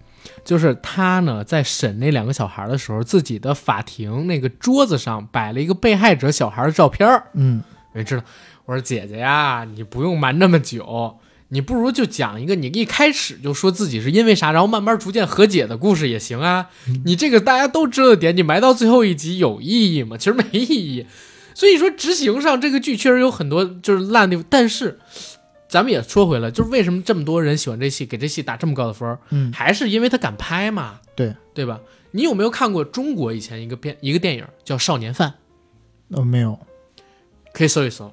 Speaker 1: 就是他呢在审那两个小孩的时候，自己的法庭那个桌子上摆了一个被害者小孩的照片儿，
Speaker 2: 嗯，
Speaker 1: 我就知道，我说姐姐呀，你不用瞒那么久。你不如就讲一个你一开始就说自己是因为啥，然后慢慢逐渐和解的故事也行啊。你这个大家都知道的点，你埋到最后一集有意义吗？其实没意义。所以说执行上这个剧确实有很多就是烂地方，但是咱们也说回来，就是为什么这么多人喜欢这戏，给这戏打这么高的分儿，
Speaker 2: 嗯
Speaker 1: 还是因为他敢拍嘛，
Speaker 2: 对
Speaker 1: 对吧？你有没有看过中国以前一个片一个电影叫《少年犯》？
Speaker 2: 呃，没有，
Speaker 1: 可以搜一搜。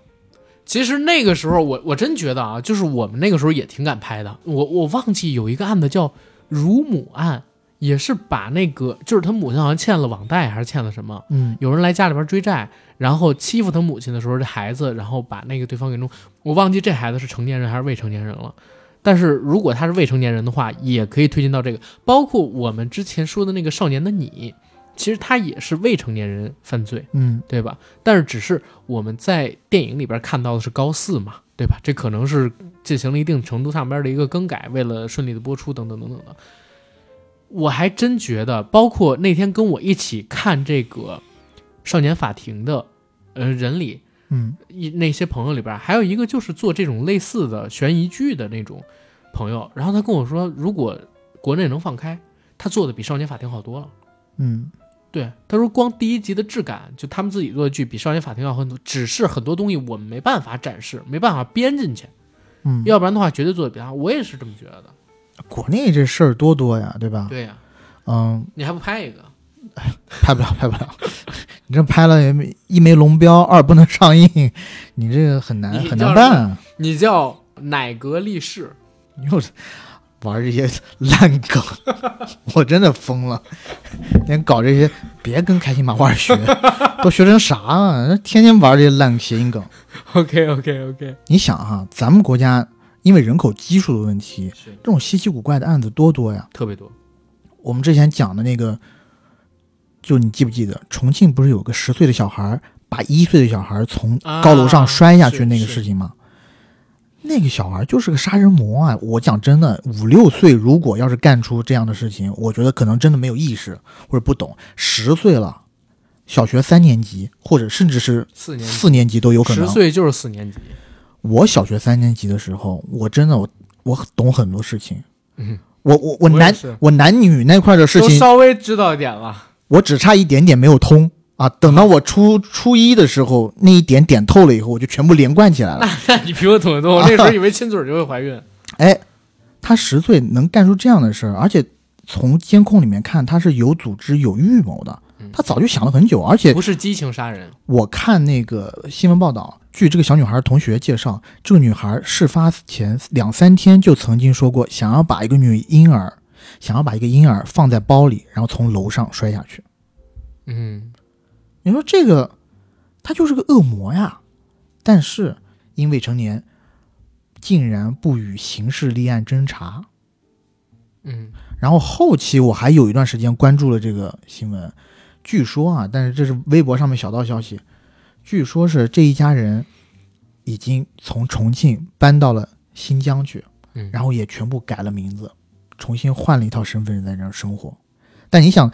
Speaker 1: 其实那个时候我，我真觉得啊，就是我们那个时候也挺敢拍的。我我忘记有一个案子叫乳母案，也是把那个就是他母亲好像欠了网贷还是欠了什么，
Speaker 2: 嗯
Speaker 1: 有人来家里边追债，然后欺负他母亲的时候，这孩子然后把那个对方给弄，我忘记这孩子是成年人还是未成年人了。但是如果他是未成年人的话，也可以推荐到这个，包括我们之前说的那个《少年的你》，其实他也是未成年人犯罪。
Speaker 2: 嗯
Speaker 1: 对吧？但是只是我们在电影里边看到的是高四嘛，对吧？这可能是进行了一定程度上边的一个更改，为了顺利的播出等等等等的。我还真觉得，包括那天跟我一起看这个《少年法庭》的，呃，人里
Speaker 2: 嗯
Speaker 1: 一那些朋友里边，还有一个就是做这种类似的悬疑剧的那种朋友，然后他跟我说，如果国内能放开，他做的比《少年法庭》好多了。
Speaker 2: 嗯，
Speaker 1: 对，他说光第一集的质感，就他们自己做的剧比《少年法庭》要很多，只是很多东西我们没办法展示，没办法编进去，
Speaker 2: 嗯，
Speaker 1: 要不然的话绝对做的比他。我也是这么觉得的。
Speaker 2: 国内这事儿多多呀，对吧？
Speaker 1: 对呀、
Speaker 2: 嗯，
Speaker 1: 你还不拍一个？
Speaker 2: 拍不了，拍不了。 <laughs> 你这拍了也没一没龙标，二不能上映， <laughs> 你这个很难
Speaker 1: 你
Speaker 2: 很
Speaker 1: 叫什
Speaker 2: 难办、
Speaker 1: 么
Speaker 2: 啊。 <laughs>
Speaker 1: 你叫奶格力士， <laughs>
Speaker 2: 你又玩这些烂梗， <laughs> 我真的疯了！ <laughs> 连搞这些，别跟开心麻花学， <laughs> 都学成啥了、天天玩这些烂谐音梗。
Speaker 1: OK OK OK，
Speaker 2: 你想哈、咱们国家因为人口基数的问题，
Speaker 1: 是
Speaker 2: 这种稀奇古怪的案子多多呀。
Speaker 1: 特别多。
Speaker 2: 我们之前讲的那个，就你记不记得，重庆不是有个十岁的小孩儿把一岁的小孩儿从高楼上摔下去
Speaker 1: 啊
Speaker 2: 那个
Speaker 1: 是
Speaker 2: 事情吗？那个小孩儿就是个杀人魔啊！我讲真的，五六岁如果要是干出这样的事情，我觉得可能真的没有意识或者不懂。十岁了，小学三年级或者甚至是
Speaker 1: 四年级
Speaker 2: 四年级都有可能
Speaker 1: 十。岁就是四年级，
Speaker 2: 我小学三年级的时候，我真的我我懂很多事情。
Speaker 1: 嗯，
Speaker 2: 我我我
Speaker 1: 我也
Speaker 2: 男
Speaker 1: 是
Speaker 2: 我男女那块的事
Speaker 1: 都
Speaker 2: 情，
Speaker 1: 稍微知道一点了。 <laughs>
Speaker 2: 我只差一点点没有通啊！等到我初初一的时候，那一点点透了以后，我就全部连贯起来了。
Speaker 1: 那你比我懂得多，我那时候以为亲嘴就会怀
Speaker 2: <laughs>
Speaker 1: 孕。
Speaker 2: 哎，他十岁能干出这样的事儿，而且从监控里面看，他是有组织、有预谋的
Speaker 1: 嗯。
Speaker 2: 他早就想了很久，而且
Speaker 1: 不是激情杀人，
Speaker 2: 我看那个新闻报道，据这个小女孩同学介绍，这个女孩事发前两三天就曾经说过，想要把一个女婴儿，想要把一个婴儿放在包里，然后从楼上摔下去。
Speaker 1: 嗯，
Speaker 2: 你说这个，他就是个恶魔呀！但是因未成年，竟然不予刑事立案侦查。
Speaker 1: 嗯，
Speaker 2: 然后后期我还有一段时间关注了这个新闻，据说啊，但是这是微博上面小道消息，据说是这一家人已经从重庆搬到了新疆去，
Speaker 1: 嗯
Speaker 2: 然后也全部改了名字，重新换了一套身份在这儿生活。但你想，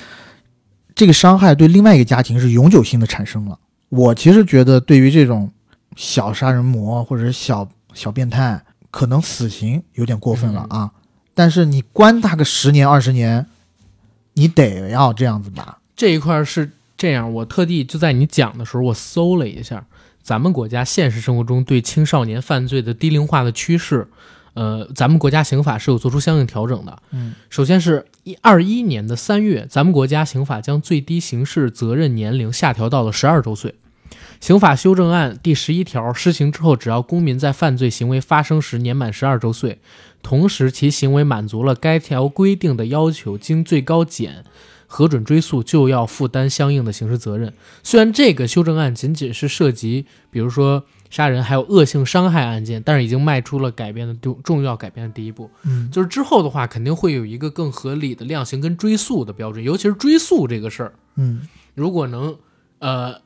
Speaker 2: 这个伤害对另外一个家庭是永久性的产生了。我其实觉得，对于这种小杀人魔啊或者小小变态，可能死刑有点过分了啊。但是你关他个十年二十年，你得要这样子吧？
Speaker 1: 这一块是这样，我特地就在你讲的时候，我搜了一下咱们国家现实生活中对青少年犯罪的低龄化的趋势。呃，咱们国家刑法是有做出相应调整的。
Speaker 2: 嗯，
Speaker 1: 首先是一二一年的三月，咱们国家刑法将最低刑事责任年龄下调到了十二周岁。刑法修正案第十一条施行之后，只要公民在犯罪行为发生时年满十二周岁，同时其行为满足了该条规定的要求，经最高检核准追诉，就要负担相应的刑事责任。虽然这个修正案仅仅是涉及，比如说杀人还有恶性伤害案件，但是已经迈出了改变的重重要改变的第一步。
Speaker 2: 嗯，
Speaker 1: 就是之后的话，肯定会有一个更合理的量刑跟追诉的标准，尤其是追诉这个事儿，
Speaker 2: 嗯，
Speaker 1: 如果能呃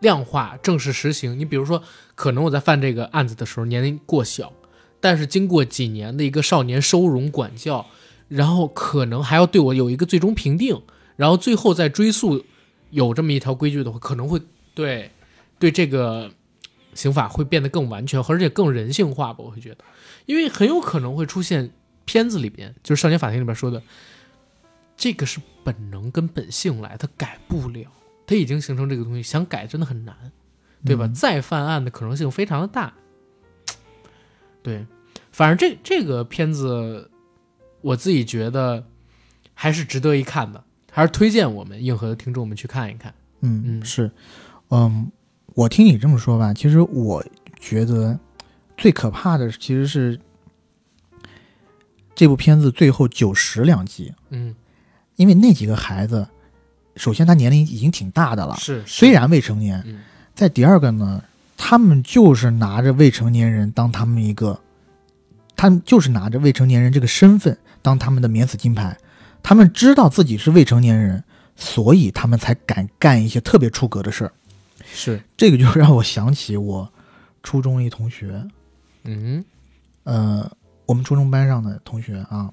Speaker 1: 量化正式实行，你比如说，可能我在犯这个案子的时候年龄过小，但是经过几年的一个少年收容管教，然后可能还要对我有一个最终评定，然后最后再追诉，有这么一条规矩的话，可能会对对这个刑法会变得更完全，而且更人性化吧，我会觉得，因为很有可能会出现片子里边，就是少年法庭里边说的。这个是本能跟本性来，它改不了。它已经形成这个东西，想改真的很难，对吧？
Speaker 2: 嗯
Speaker 1: 再犯案的可能性非常的大。对，反正这这个片子，我自己觉得还是值得一看的，还是推荐我们硬核的听众们去看一看。
Speaker 2: 嗯，
Speaker 1: 嗯
Speaker 2: 是，嗯，我听你这么说吧，其实我觉得最可怕的其实是这部片子最后九十两集，
Speaker 1: 嗯，
Speaker 2: 因为那几个孩子，首先他年龄已经挺大的了，
Speaker 1: 是，是
Speaker 2: 虽然未成年，
Speaker 1: 嗯
Speaker 2: 再第二个呢，他们就是拿着未成年人当他们一个，他们就是拿着未成年人这个身份当他们的免死金牌，他们知道自己是未成年人，所以他们才敢干一些特别出格的事儿。
Speaker 1: 是，
Speaker 2: 这个就让我想起我初中一同学，
Speaker 1: 嗯，
Speaker 2: 呃，我们初中班上的同学啊，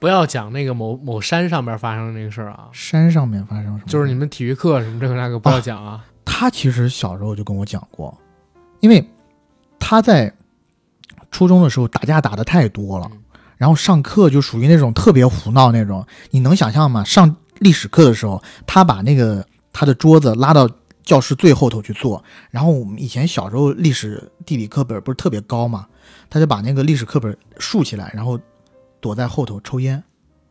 Speaker 1: 不要讲那个某某山上边发生的那个事儿啊，
Speaker 2: 山上面发生什么？
Speaker 1: 就是你们体育课什么这个那个不要讲啊。
Speaker 2: 他其实小时候就跟我讲过，因为他在初中的时候打架打的太多了
Speaker 1: 嗯，
Speaker 2: 然后上课就属于那种特别胡闹那种。你能想象吗？上历史课的时候，他把那个他的桌子拉到教室最后头去坐。然后我们以前小时候历史地理课本不是特别高嘛，他就把那个历史课本竖起来，然后躲在后头抽烟。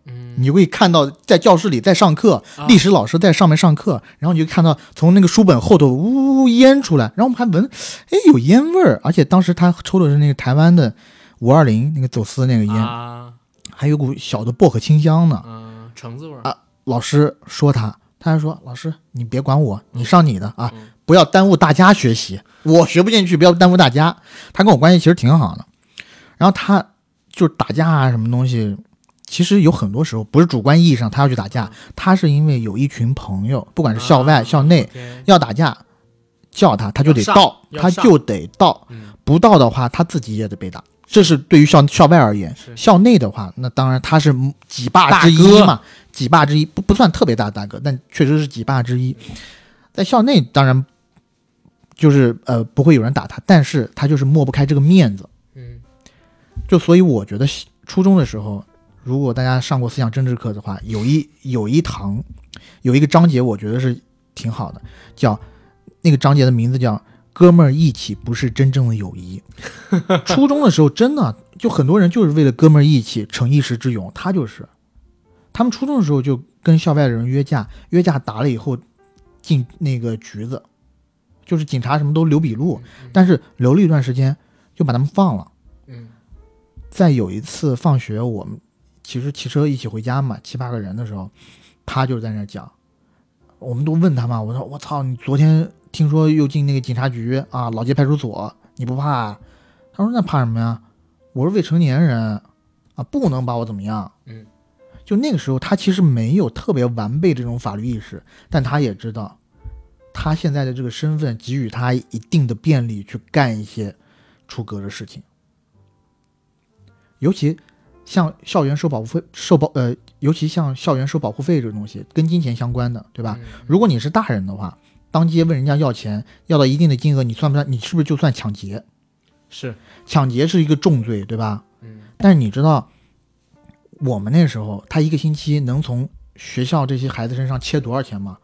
Speaker 1: 嗯，
Speaker 2: 你就会看到在教室里在上课，
Speaker 1: 啊
Speaker 2: 历史老师在上面上课，然后你就看到从那个书本后头呜呜呜烟出来，然后我们还闻，哎，有烟味儿，而且当时他抽的是那个台湾的五二零那个走私的那个烟，
Speaker 1: 啊，
Speaker 2: 还有股小的薄荷清香呢。
Speaker 1: 嗯，橙子味儿
Speaker 2: 啊老师说他，他还说老师你别管我，你上你的啊
Speaker 1: 嗯，
Speaker 2: 不要耽误大家学习，我学不进去，不要耽误大家。他跟我关系其实挺好的，然后他就是打架啊什么东西，其实有很多时候不是主观意义上他要去打架，他是因为有一群朋友，不管是校
Speaker 1: 嗯
Speaker 2: 外、
Speaker 1: 啊
Speaker 2: 校内
Speaker 1: OK
Speaker 2: 要打架，叫他他就得
Speaker 1: 要上
Speaker 2: 到，
Speaker 1: 要
Speaker 2: 他
Speaker 1: 上
Speaker 2: 就得到，
Speaker 1: 嗯
Speaker 2: 不到的话他自己也得被打。这是对于校校外而言，
Speaker 1: 是
Speaker 2: 校内的话，那当然他是几霸
Speaker 1: 大
Speaker 2: 之一
Speaker 1: 哥
Speaker 2: 嘛，几霸之一不不算特别大的大哥，但确实是几霸之一。在校内当然就是呃不会有人打他，但是他就是抹不开这个面子。
Speaker 1: 嗯
Speaker 2: 就所以我觉得初中的时候，如果大家上过思想政治课的话，有一有一堂有一个章节，我觉得是挺好的，叫那个章节的名字叫“哥们儿义气不是真正的友谊” 。初中的时候真的就很多人就是为了哥们儿义气逞一时之勇，他就是他们初中的时候就跟校外的人约架，约架打了以后进那个局子，就是警察什么都留笔录，
Speaker 1: 嗯
Speaker 2: 但是留了一段时间就把他们放了。
Speaker 1: 嗯
Speaker 2: 在有一次放学，我们其实骑车一起回家嘛，七八个人的时候，他就在那儿讲，我们都问他嘛，我说我操，你昨天听说又进那个警察局啊，老街派出所，你不怕、啊？他说那怕什么呀？我是未成年人啊，不能把我怎么样。
Speaker 1: 嗯，
Speaker 2: 就那个时候，他其实没有特别完备这种法律意识，但他也知道，他现在的这个身份给予他一定的便利去干一些出格的事情。尤其像校园收保护费、受保呃，尤其像校园收保护费这个东西，跟金钱相关的，对吧？
Speaker 1: 嗯
Speaker 2: 如果你是大人的话，当街问人家要钱，要到一定的金额，你算不算？你是不是就算抢劫？
Speaker 1: 是
Speaker 2: 抢劫是一个重罪，对吧？
Speaker 1: 嗯
Speaker 2: 但是你知道，我们那时候他一个星期能从学校这些孩子身上切多少钱吗？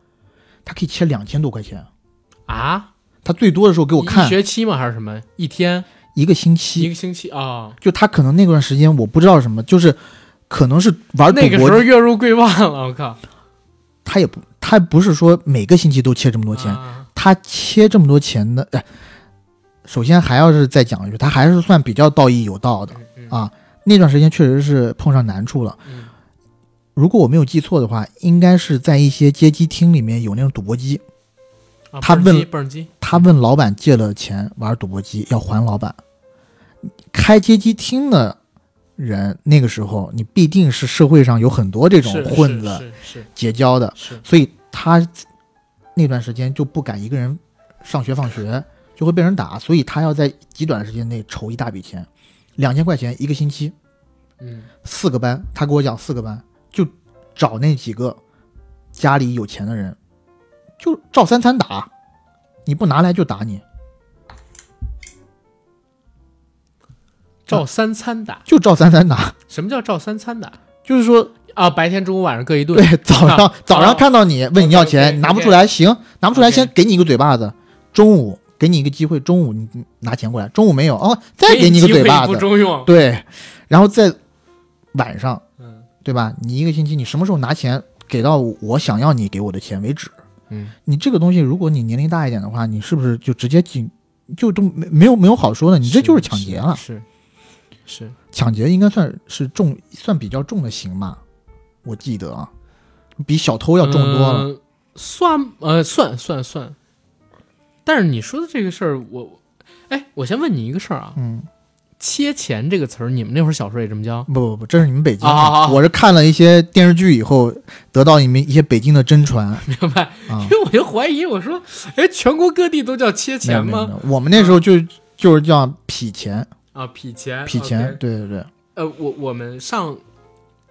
Speaker 2: 他可以切两千多块钱，
Speaker 1: 啊，
Speaker 2: 他最多的时候给我
Speaker 1: 一
Speaker 2: 看
Speaker 1: 学期吗还是什么？一天
Speaker 2: 一个星
Speaker 1: 一
Speaker 2: 期，
Speaker 1: 个星期啊？
Speaker 2: 就他可能那段时间我不知道什么，就是可能是玩赌
Speaker 1: 那个时
Speaker 2: 博
Speaker 1: 候月入贵万了，我靠！
Speaker 2: 他也不，他不是说每个星期都切这么多钱，
Speaker 1: 啊
Speaker 2: 他切这么多钱的，哎，首先还要是再讲一句，他还是算比较道义有道的。
Speaker 1: 嗯嗯
Speaker 2: 啊那段时间确实是碰上难处了，
Speaker 1: 嗯
Speaker 2: 如果我没有记错的话，应该是在一些街机厅里面有那种赌博机，
Speaker 1: 啊
Speaker 2: 他
Speaker 1: 蹦
Speaker 2: 问
Speaker 1: 极蹦极
Speaker 2: 他问老板借了钱玩赌博机，要还老板。开街机厅的人，那个时候你必定是社会上有很多这种
Speaker 1: 是
Speaker 2: 混子
Speaker 1: 是是
Speaker 2: 结交的，
Speaker 1: 是是
Speaker 2: 所以他那段时间就不敢一个人上学放学，就会被人打，所以他要在极短的时间内筹一大笔钱，两千块钱一个星期，
Speaker 1: 嗯
Speaker 2: 四个班，他给我讲四个班，就找那几个家里有钱的人，就照三餐打，你不拿来就打你，
Speaker 1: 照三餐打。
Speaker 2: 就照三餐打，
Speaker 1: 什么叫照三餐打？
Speaker 2: 就是说
Speaker 1: 啊，白天、中午、晚上各一
Speaker 2: <laughs>
Speaker 1: 顿。啊
Speaker 2: 对早上早上看到你问你要钱，
Speaker 1: OK，OK，OK
Speaker 2: 拿不出来，行，拿不出来
Speaker 1: OK
Speaker 2: 先给你一个嘴巴子，中午。给你一个机会，中午你你拿钱过来，中午没有哦，再给你一个
Speaker 1: 机会
Speaker 2: 嘴巴子
Speaker 1: 不，中用。
Speaker 2: 对，然后在晚上，
Speaker 1: 嗯
Speaker 2: 对吧？你一个星期，你什么时候拿钱给到我想要你给我的钱为止？
Speaker 1: 嗯
Speaker 2: 你这个东西，如果你年龄大一点的话，你是不是就直接进，就都没没有没有好说的？你这就是抢劫了，
Speaker 1: 是是，
Speaker 2: 抢劫应该算是重，算比较重的刑吧？我记得啊，比小偷要重多了。
Speaker 1: 嗯算呃算算算，但是你说的这个事儿，我哎，我先问你一个事儿啊，
Speaker 2: 嗯，
Speaker 1: 切钱这个词儿，你们那会儿小时候也这么叫？
Speaker 2: 不不不，这是你们北京的，
Speaker 1: 啊好好好
Speaker 2: 我是看了一些电视剧以后，得到你们一些北京的真传啊。
Speaker 1: <laughs> 明白？ <laughs> 因为我就怀疑，我说，哎，全国各地都叫切
Speaker 2: 没有
Speaker 1: 钱
Speaker 2: 没有，没
Speaker 1: 吗？嗯
Speaker 2: 有我们那时候就就是叫痞钱，
Speaker 1: 啊，痞钱，
Speaker 2: 痞钱
Speaker 1: OK
Speaker 2: 对对对。
Speaker 1: 呃，我我们上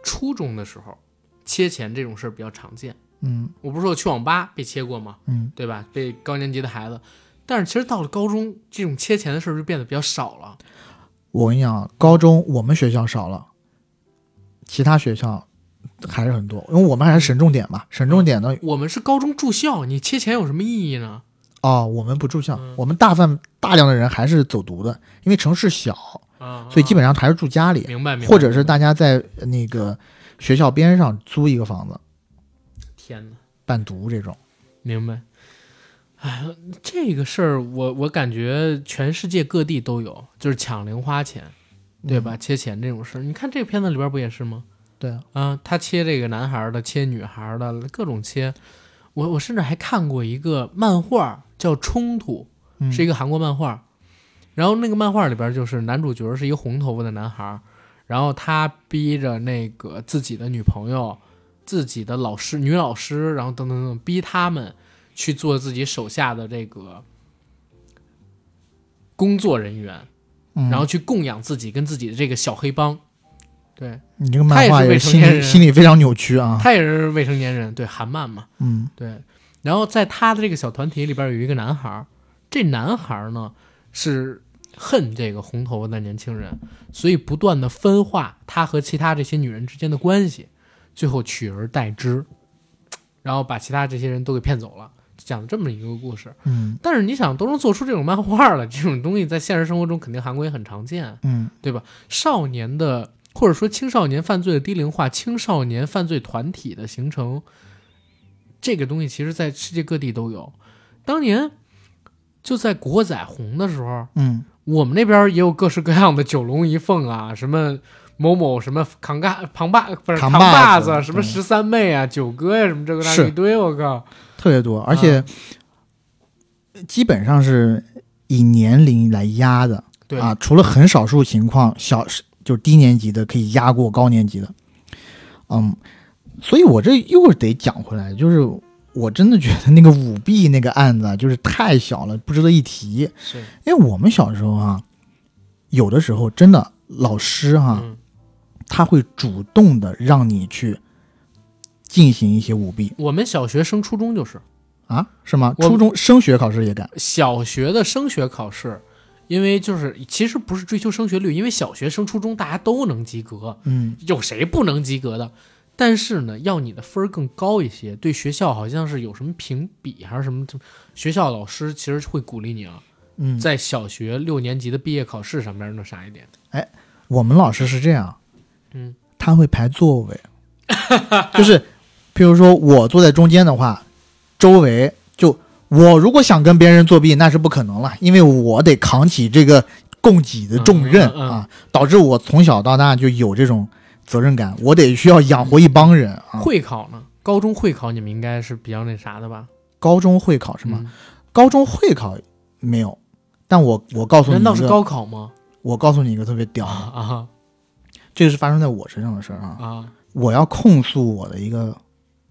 Speaker 1: 初中的时候，切钱这种事儿比较常见。
Speaker 2: 嗯
Speaker 1: 我不是说我去网吧被切过吗？
Speaker 2: 嗯，
Speaker 1: 对吧？被高年级的孩子，但是其实到了高中，这种切钱的事儿就变得比较少了。
Speaker 2: 啊我跟你讲，高中我们学校少了，其他学校还是很多，因为我们还是省重点嘛，省重点呢，
Speaker 1: 我们是高中住校，你切钱有什么意义呢？
Speaker 2: 哦，我们不住校
Speaker 1: 嗯，
Speaker 2: 我们大范大量的人还是走读的，因为城市小，
Speaker 1: 啊，
Speaker 2: 所以基
Speaker 1: 本
Speaker 2: 本上还是住家里，
Speaker 1: 明白明白。
Speaker 2: 或者是大家在呃那个学校边上租一个房子
Speaker 1: 天哪，
Speaker 2: 办读这种。
Speaker 1: 明白。哎呀，这个事儿我我感觉全世界各地都有，就是抢零花钱，对
Speaker 2: 嗯
Speaker 1: 吧？切钱这种事儿，你看这个片子里边不也是吗？
Speaker 2: 对啊，
Speaker 1: 啊，他切这个男孩儿的，切女孩儿的，各种切。我我甚至还看过一个漫画叫《冲突》，
Speaker 2: 嗯
Speaker 1: 是一个韩国漫画。然后那个漫画里边就是男主角是一个红头发的男孩儿，然后他逼着那个自己的女朋友、自己的老师、女老师，然后等等等等，逼他们去做自己手下的这个工作人员，
Speaker 2: 嗯
Speaker 1: 然后去供养自己跟自己的这个小黑帮。对
Speaker 2: 你这个漫画
Speaker 1: 他也是未成
Speaker 2: 也心
Speaker 1: 年
Speaker 2: 理
Speaker 1: 人
Speaker 2: 心理非常扭曲啊。
Speaker 1: 他也是未成年人，对韩漫嘛。
Speaker 2: 嗯
Speaker 1: 对，然后在他的这个小团体里边有一个男孩儿，这男孩儿呢是恨这个红头发的年轻人，所以不断的分化他和其他这些女人之间的关系，最后取而代之，然后把其他这些人都给骗走了，讲了这么一个故事。
Speaker 2: 嗯
Speaker 1: 但是你想，都能做出这种漫画了，这种东西在现实生活中肯定韩国也很常见。
Speaker 2: 嗯
Speaker 1: 少年的或者说青少年犯罪的低龄化、青少年犯罪团体的形成，这个东西其实在世界各地都有。当年就在国仔红的时候，
Speaker 2: 嗯
Speaker 1: 我们那边也有各式各样的九龙一凤啊，什么某某什么扛嘎扛把不是
Speaker 2: 扛把
Speaker 1: 把
Speaker 2: 子
Speaker 1: 什么
Speaker 2: 对
Speaker 1: 十三妹啊、九哥呀、什么这个那
Speaker 2: 是
Speaker 1: 一堆，我靠，
Speaker 2: 特别多，而
Speaker 1: 啊
Speaker 2: 且基本上是以年龄来压的
Speaker 1: 对，
Speaker 2: 啊，除了很少数情况，小就是低年级的可以压过高年级的。嗯，所以我这又得讲回来，就是我真的觉得那个舞弊那个案子啊就是太小了，不值得一提。
Speaker 1: 是
Speaker 2: 因为我们小时候啊，有的时候真的老师啊哈、
Speaker 1: 嗯，
Speaker 2: 他会主动的让你去进行一些舞弊
Speaker 1: 我们小学升初中就是。
Speaker 2: 啊，是吗？
Speaker 1: 我
Speaker 2: 初中升学考试也敢，
Speaker 1: 小学的升学考试，因为就是其实不是追求升学率，因为小学升初中大家都能及格，
Speaker 2: 嗯，
Speaker 1: 有谁不能及格的？但是呢，要你的分儿更高一些，对学校好像是有什么评比还是什么，学校老师其实会鼓励你啊，
Speaker 2: 嗯，
Speaker 1: 在小学六年级的毕业考试上面弄啥一点。
Speaker 2: 我们老师是这样，
Speaker 1: 嗯，
Speaker 2: 他会排座位， <laughs> 就是譬如说我坐在中间的话，周围就我如果想跟别人作弊，那是不可能了，因为我得扛起这个供给的重任、
Speaker 1: 嗯嗯嗯
Speaker 2: 啊，导致我从小到大就有这种责任感，我得需要养活一帮人啊。
Speaker 1: 会考呢，高中会考你们应该是比较那啥的吧？
Speaker 2: 高中会考是吗？高中会考没有，但我我告诉
Speaker 1: 嗯？
Speaker 2: 你
Speaker 1: 难
Speaker 2: 一
Speaker 1: 道是
Speaker 2: 个，
Speaker 1: 高考吗？
Speaker 2: 我告诉你一个特别屌
Speaker 1: 啊
Speaker 2: 的，
Speaker 1: 啊
Speaker 2: 这个是发生在我身上的事儿啊！
Speaker 1: 啊！
Speaker 2: 我要控诉我的一个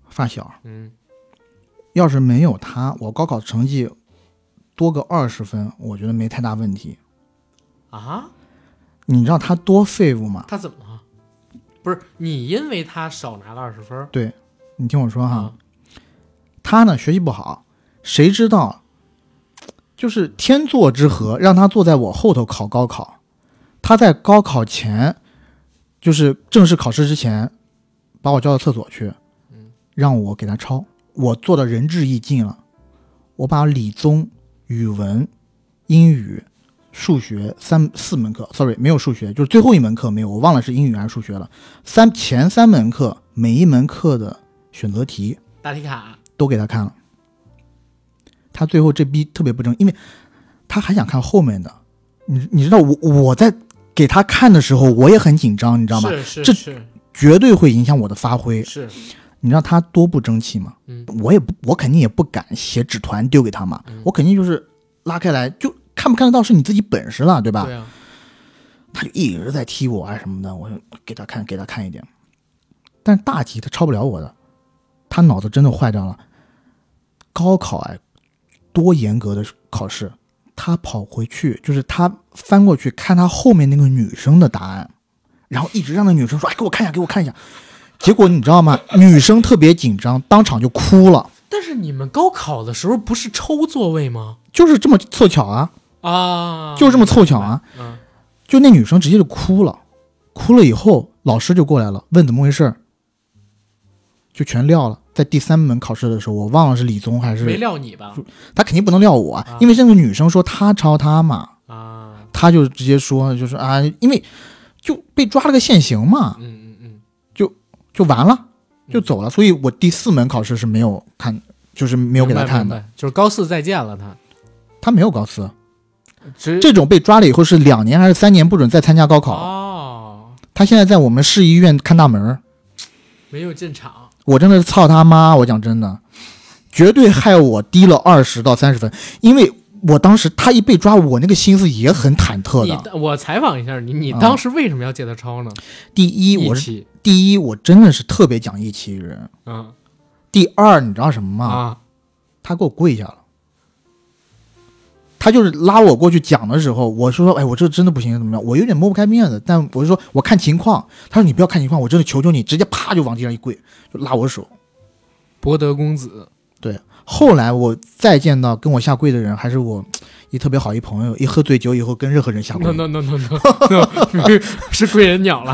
Speaker 2: 发小，
Speaker 1: 嗯，
Speaker 2: 要是没有他，我高考成绩多个二十分，我觉得没太大问题。
Speaker 1: 啊，
Speaker 2: 你知道他多废物吗？
Speaker 1: 他怎么了？不是你因为他少拿了二十分儿
Speaker 2: 你听我说哈，
Speaker 1: 啊？
Speaker 2: 他呢学习不好，谁知道，就是天作之合，让他坐在我后头考高考。他在高考前，就是正式考试之前，把我叫到厕所去
Speaker 1: 嗯，
Speaker 2: 让我给他抄。我做的仁至义尽了，我把理综、语文、英语、数学三四门课，sorry，没有数学，就是最后一门课没有，我忘了是英语还是数学了。三前三门课每一门课的选择题，
Speaker 1: 答题卡
Speaker 2: 都给他看了。他最后这逼特别不争，因为他还想看后面的。你你知道我我在给他看的时候，我也很紧张，你知道吗？
Speaker 1: 是是
Speaker 2: 这
Speaker 1: 是
Speaker 2: 绝对会影响我的发挥。
Speaker 1: 是，
Speaker 2: 你知道他多不争气吗？
Speaker 1: 嗯
Speaker 2: 我也不，我肯定也不敢写纸团丢给他嘛，
Speaker 1: 嗯
Speaker 2: 我肯定就是拉开来，就看不看得到是你自己本事了，对吧？
Speaker 1: 对啊，
Speaker 2: 他就一直在踢我啊什么的，我就给他看，给他看一点。但是大题他超不了我的，他脑子真的坏掉了。高考哎，多严格的考试，他跑回去就是他翻过去看他后面那个女生的答案，然后一直让那女生说：“哎，给我看一下，给我看一下。”结果你知道吗？女生特别紧张，当场就哭了，
Speaker 1: 但是你们高考的时候不是抽座位吗？
Speaker 2: 就是这么凑巧啊，
Speaker 1: 啊，
Speaker 2: 就这么凑巧啊。
Speaker 1: 嗯
Speaker 2: 就那女生直接就哭了，哭了以后，老师就过来了，问怎么回事儿。就全撂了。在第三门考试的时候，我忘了是李宗还
Speaker 1: 没
Speaker 2: 是
Speaker 1: 撂你吧？
Speaker 2: 他肯定不能撂我，
Speaker 1: 啊
Speaker 2: 因为这个女生说她抄他嘛，
Speaker 1: 啊，
Speaker 2: 他就直接说就是啊，因为就被抓了个现行嘛，
Speaker 1: 嗯嗯嗯，
Speaker 2: 就完了，就走了。所以我第四门考试是没有看，就是没
Speaker 1: 没
Speaker 2: 有给他看的，
Speaker 1: 的，就是高四再见了他。
Speaker 2: 他没有高四。
Speaker 1: 呃只
Speaker 2: 这种被抓了以后是两年还是三年不准再参加高考。
Speaker 1: 哦，
Speaker 2: 他现在在我们市医院看大门儿，
Speaker 1: 没有进场，
Speaker 2: 我真的是操他妈！我讲真的，绝对害我低了二十到三十分，因为我当时他一被抓，我那个心思也很忐忑
Speaker 1: 你
Speaker 2: 的。
Speaker 1: 我采访一下你，你
Speaker 2: 啊
Speaker 1: 当时为什么要借他抄呢？
Speaker 2: 第一，我是
Speaker 1: 起，
Speaker 2: 第一，我真的是特别讲义气人。
Speaker 1: 嗯
Speaker 2: 第二，你知道什么吗？
Speaker 1: 啊，
Speaker 2: 他给我跪下了。他就是拉我过去讲的时候，我说：“哎，我这真的不行，怎么样？我有点摸不开面子。”但我就说：“我看情况。”他说：“你不要看情况，我真的求求你，直接啪就往地上一跪，就拉我手。
Speaker 1: 博德公子，”
Speaker 2: 后来我再见到跟我下跪的人，还是我一特别好一朋友，一喝醉酒以后跟任何人下跪
Speaker 1: no。no no no no，no，是 <laughs> 贵人鸟了，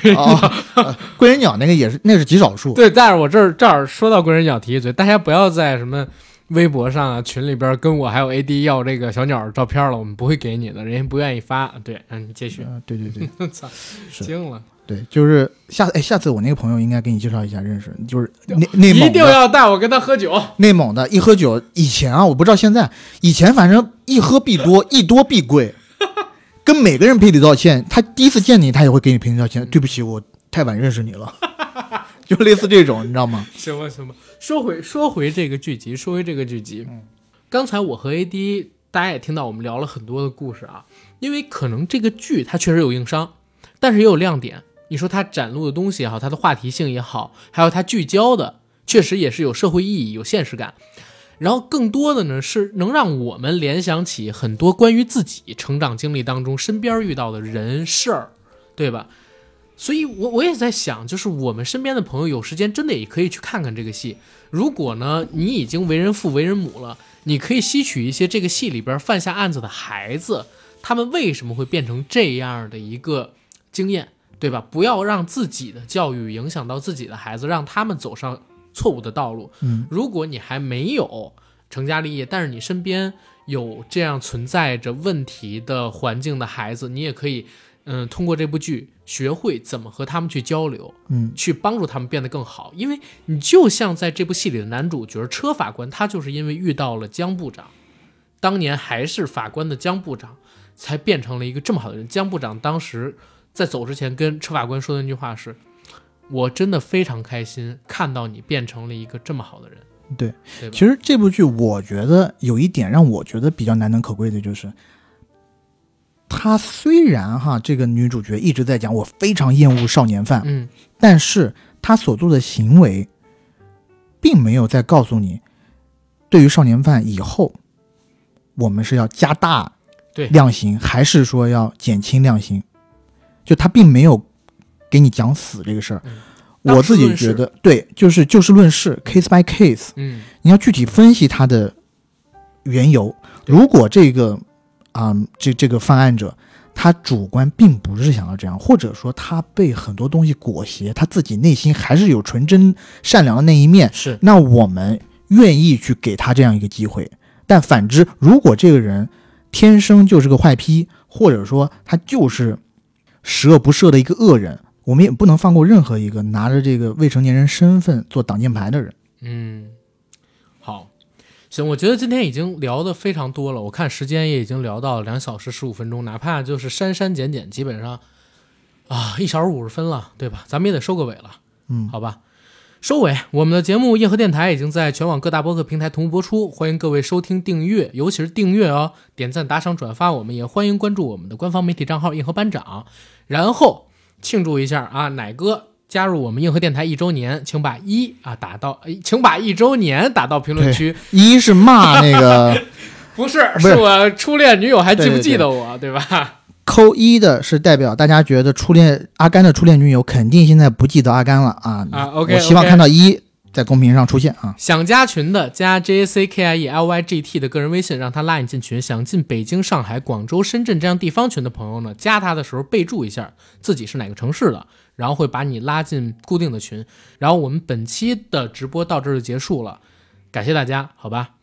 Speaker 1: 贵人 <laughs> 鸟。
Speaker 2: 哦，呃贵人鸟那个也是，那是极少数。
Speaker 1: 对，但是我这儿这儿说到贵人鸟，提一嘴，大家不要在什么微博上啊、群里边跟我还有 AD 要这个小鸟照片了，我们不会给你的，人家不愿意发。对，嗯，你继续。
Speaker 2: 呃对对对
Speaker 1: 操，
Speaker 2: 是
Speaker 1: 惊了！
Speaker 2: 对， <laughs> 就是下哎，下次我那个朋友应该给你介绍一下认识，就是内内蒙
Speaker 1: 一
Speaker 2: 的。
Speaker 1: 定要带我跟他喝酒。
Speaker 2: 内蒙的，一喝酒，以前啊，我不知道现在，以前反正一喝必多，一多
Speaker 1: <laughs>
Speaker 2: 必跪，跟每个人赔礼道歉。他第一次见你，他也会给你赔礼道歉，对不起，我太晚认识你了， <laughs> 就类似这种，你知道吗？
Speaker 1: <laughs> 行吧，行吧。说回说回这个剧集，说回这个剧集。
Speaker 2: 嗯
Speaker 1: 刚才我和 AD 大家也听到我们聊了很多的故事啊，因为可能这个剧它确实有硬伤，但是也有亮点。你说它展露的东西也好，它的话题性也好，还有它聚焦的，确实也是有社会意义、有现实感。然后更多的呢，是能让我们联想起很多关于自己成长经历当中身边遇到的人事儿，对吧？所以我，我也在想，就是我们身边的朋友有时间真的也可以去看看这个戏。如果呢，你已经为人父为人母了，你可以吸取一些这个戏里边犯下案子的孩子，他们为什么会变成这样的一个经验，对吧？不要让自己的教育影响到自己的孩子，让他们走上错误的道路。
Speaker 2: 嗯，
Speaker 1: 如果你还没有成家立业，但是你身边有这样存在着问题的环境的孩子，你也可以，嗯，通过这部剧学会怎么和他们去交流，
Speaker 2: 嗯，
Speaker 1: 去帮助他们变得更好。因为你就像在这部戏里的男主角车法官，他就是因为遇到了江部长，当年还是法官的江部长，才变成了一个这么好的人。江部长当时在走之前跟车法官说的那句话是。我真的非常开心看到你变成了一个这么好的人。
Speaker 2: 对。
Speaker 1: 对吧
Speaker 2: 其实这部剧，我觉得有一点让我觉得比较难能可贵的就是。她虽然哈，这个女主角一直在讲我非常厌恶少年犯，
Speaker 1: 嗯，
Speaker 2: 但是他所做的行为，并没有在告诉你，对于少年犯以后，我们是要加大
Speaker 1: 对
Speaker 2: 量刑，还是说要减轻量刑？就他并没有给你讲死这个事儿。
Speaker 1: 嗯
Speaker 2: 我自己觉得，对，就是就事论事，case by case，
Speaker 1: 嗯
Speaker 2: 你要具体分析他的缘由。如果这个啊、这这个犯案者他主观并不是想要这样，或者说他被很多东西裹挟，他自己内心还是有纯真善良的那一面，
Speaker 1: 是
Speaker 2: 那我们愿意去给他这样一个机会。但反之，如果这个人天生就是个坏批，或者说他就是十恶不赦的一个恶人，我们也不能放过任何一个拿着这个未成年人身份做挡箭牌的人。
Speaker 1: 嗯，好，行，我觉得今天已经聊的非常多了，我看时间也已经聊到两小时十五分钟，哪怕就是删删减减，基本上啊一小时五十分了，对吧？咱们也得收个尾了，
Speaker 2: 嗯，
Speaker 1: 好吧？收尾，我们的节目《硬核电台》已经在全网各大播客平台同步播出，欢迎各位收听、订阅，尤其是订阅哦，点赞、打赏、转发，我们也欢迎关注我们的官方媒体账号“硬核班长”，然后庆祝一下啊，奶哥加入我们硬核电台一周年，请把一啊打到，哎请把一周年打到评论区。
Speaker 2: 一是骂那
Speaker 1: <laughs>
Speaker 2: 个
Speaker 1: 不是，
Speaker 2: 不是
Speaker 1: 是我初恋女友还记不记得我，对吧？
Speaker 2: 扣一的是代表大家觉得初恋阿甘的初恋女友肯定现在不记得阿甘了啊
Speaker 1: 啊，OK，
Speaker 2: 我希望
Speaker 1: OK
Speaker 2: 看到一在公屏上出现啊。
Speaker 1: 想加群的加 J A C K I E L Y G T 的个人微信，让他拉你进群。想进北京、上海、广州、深圳这样地方群的朋友呢，加他的时候备注一下自己是哪个城市的，然后会把你拉进固定的群。然后我们本期的直播到这儿就结束了，感谢大家，好吧？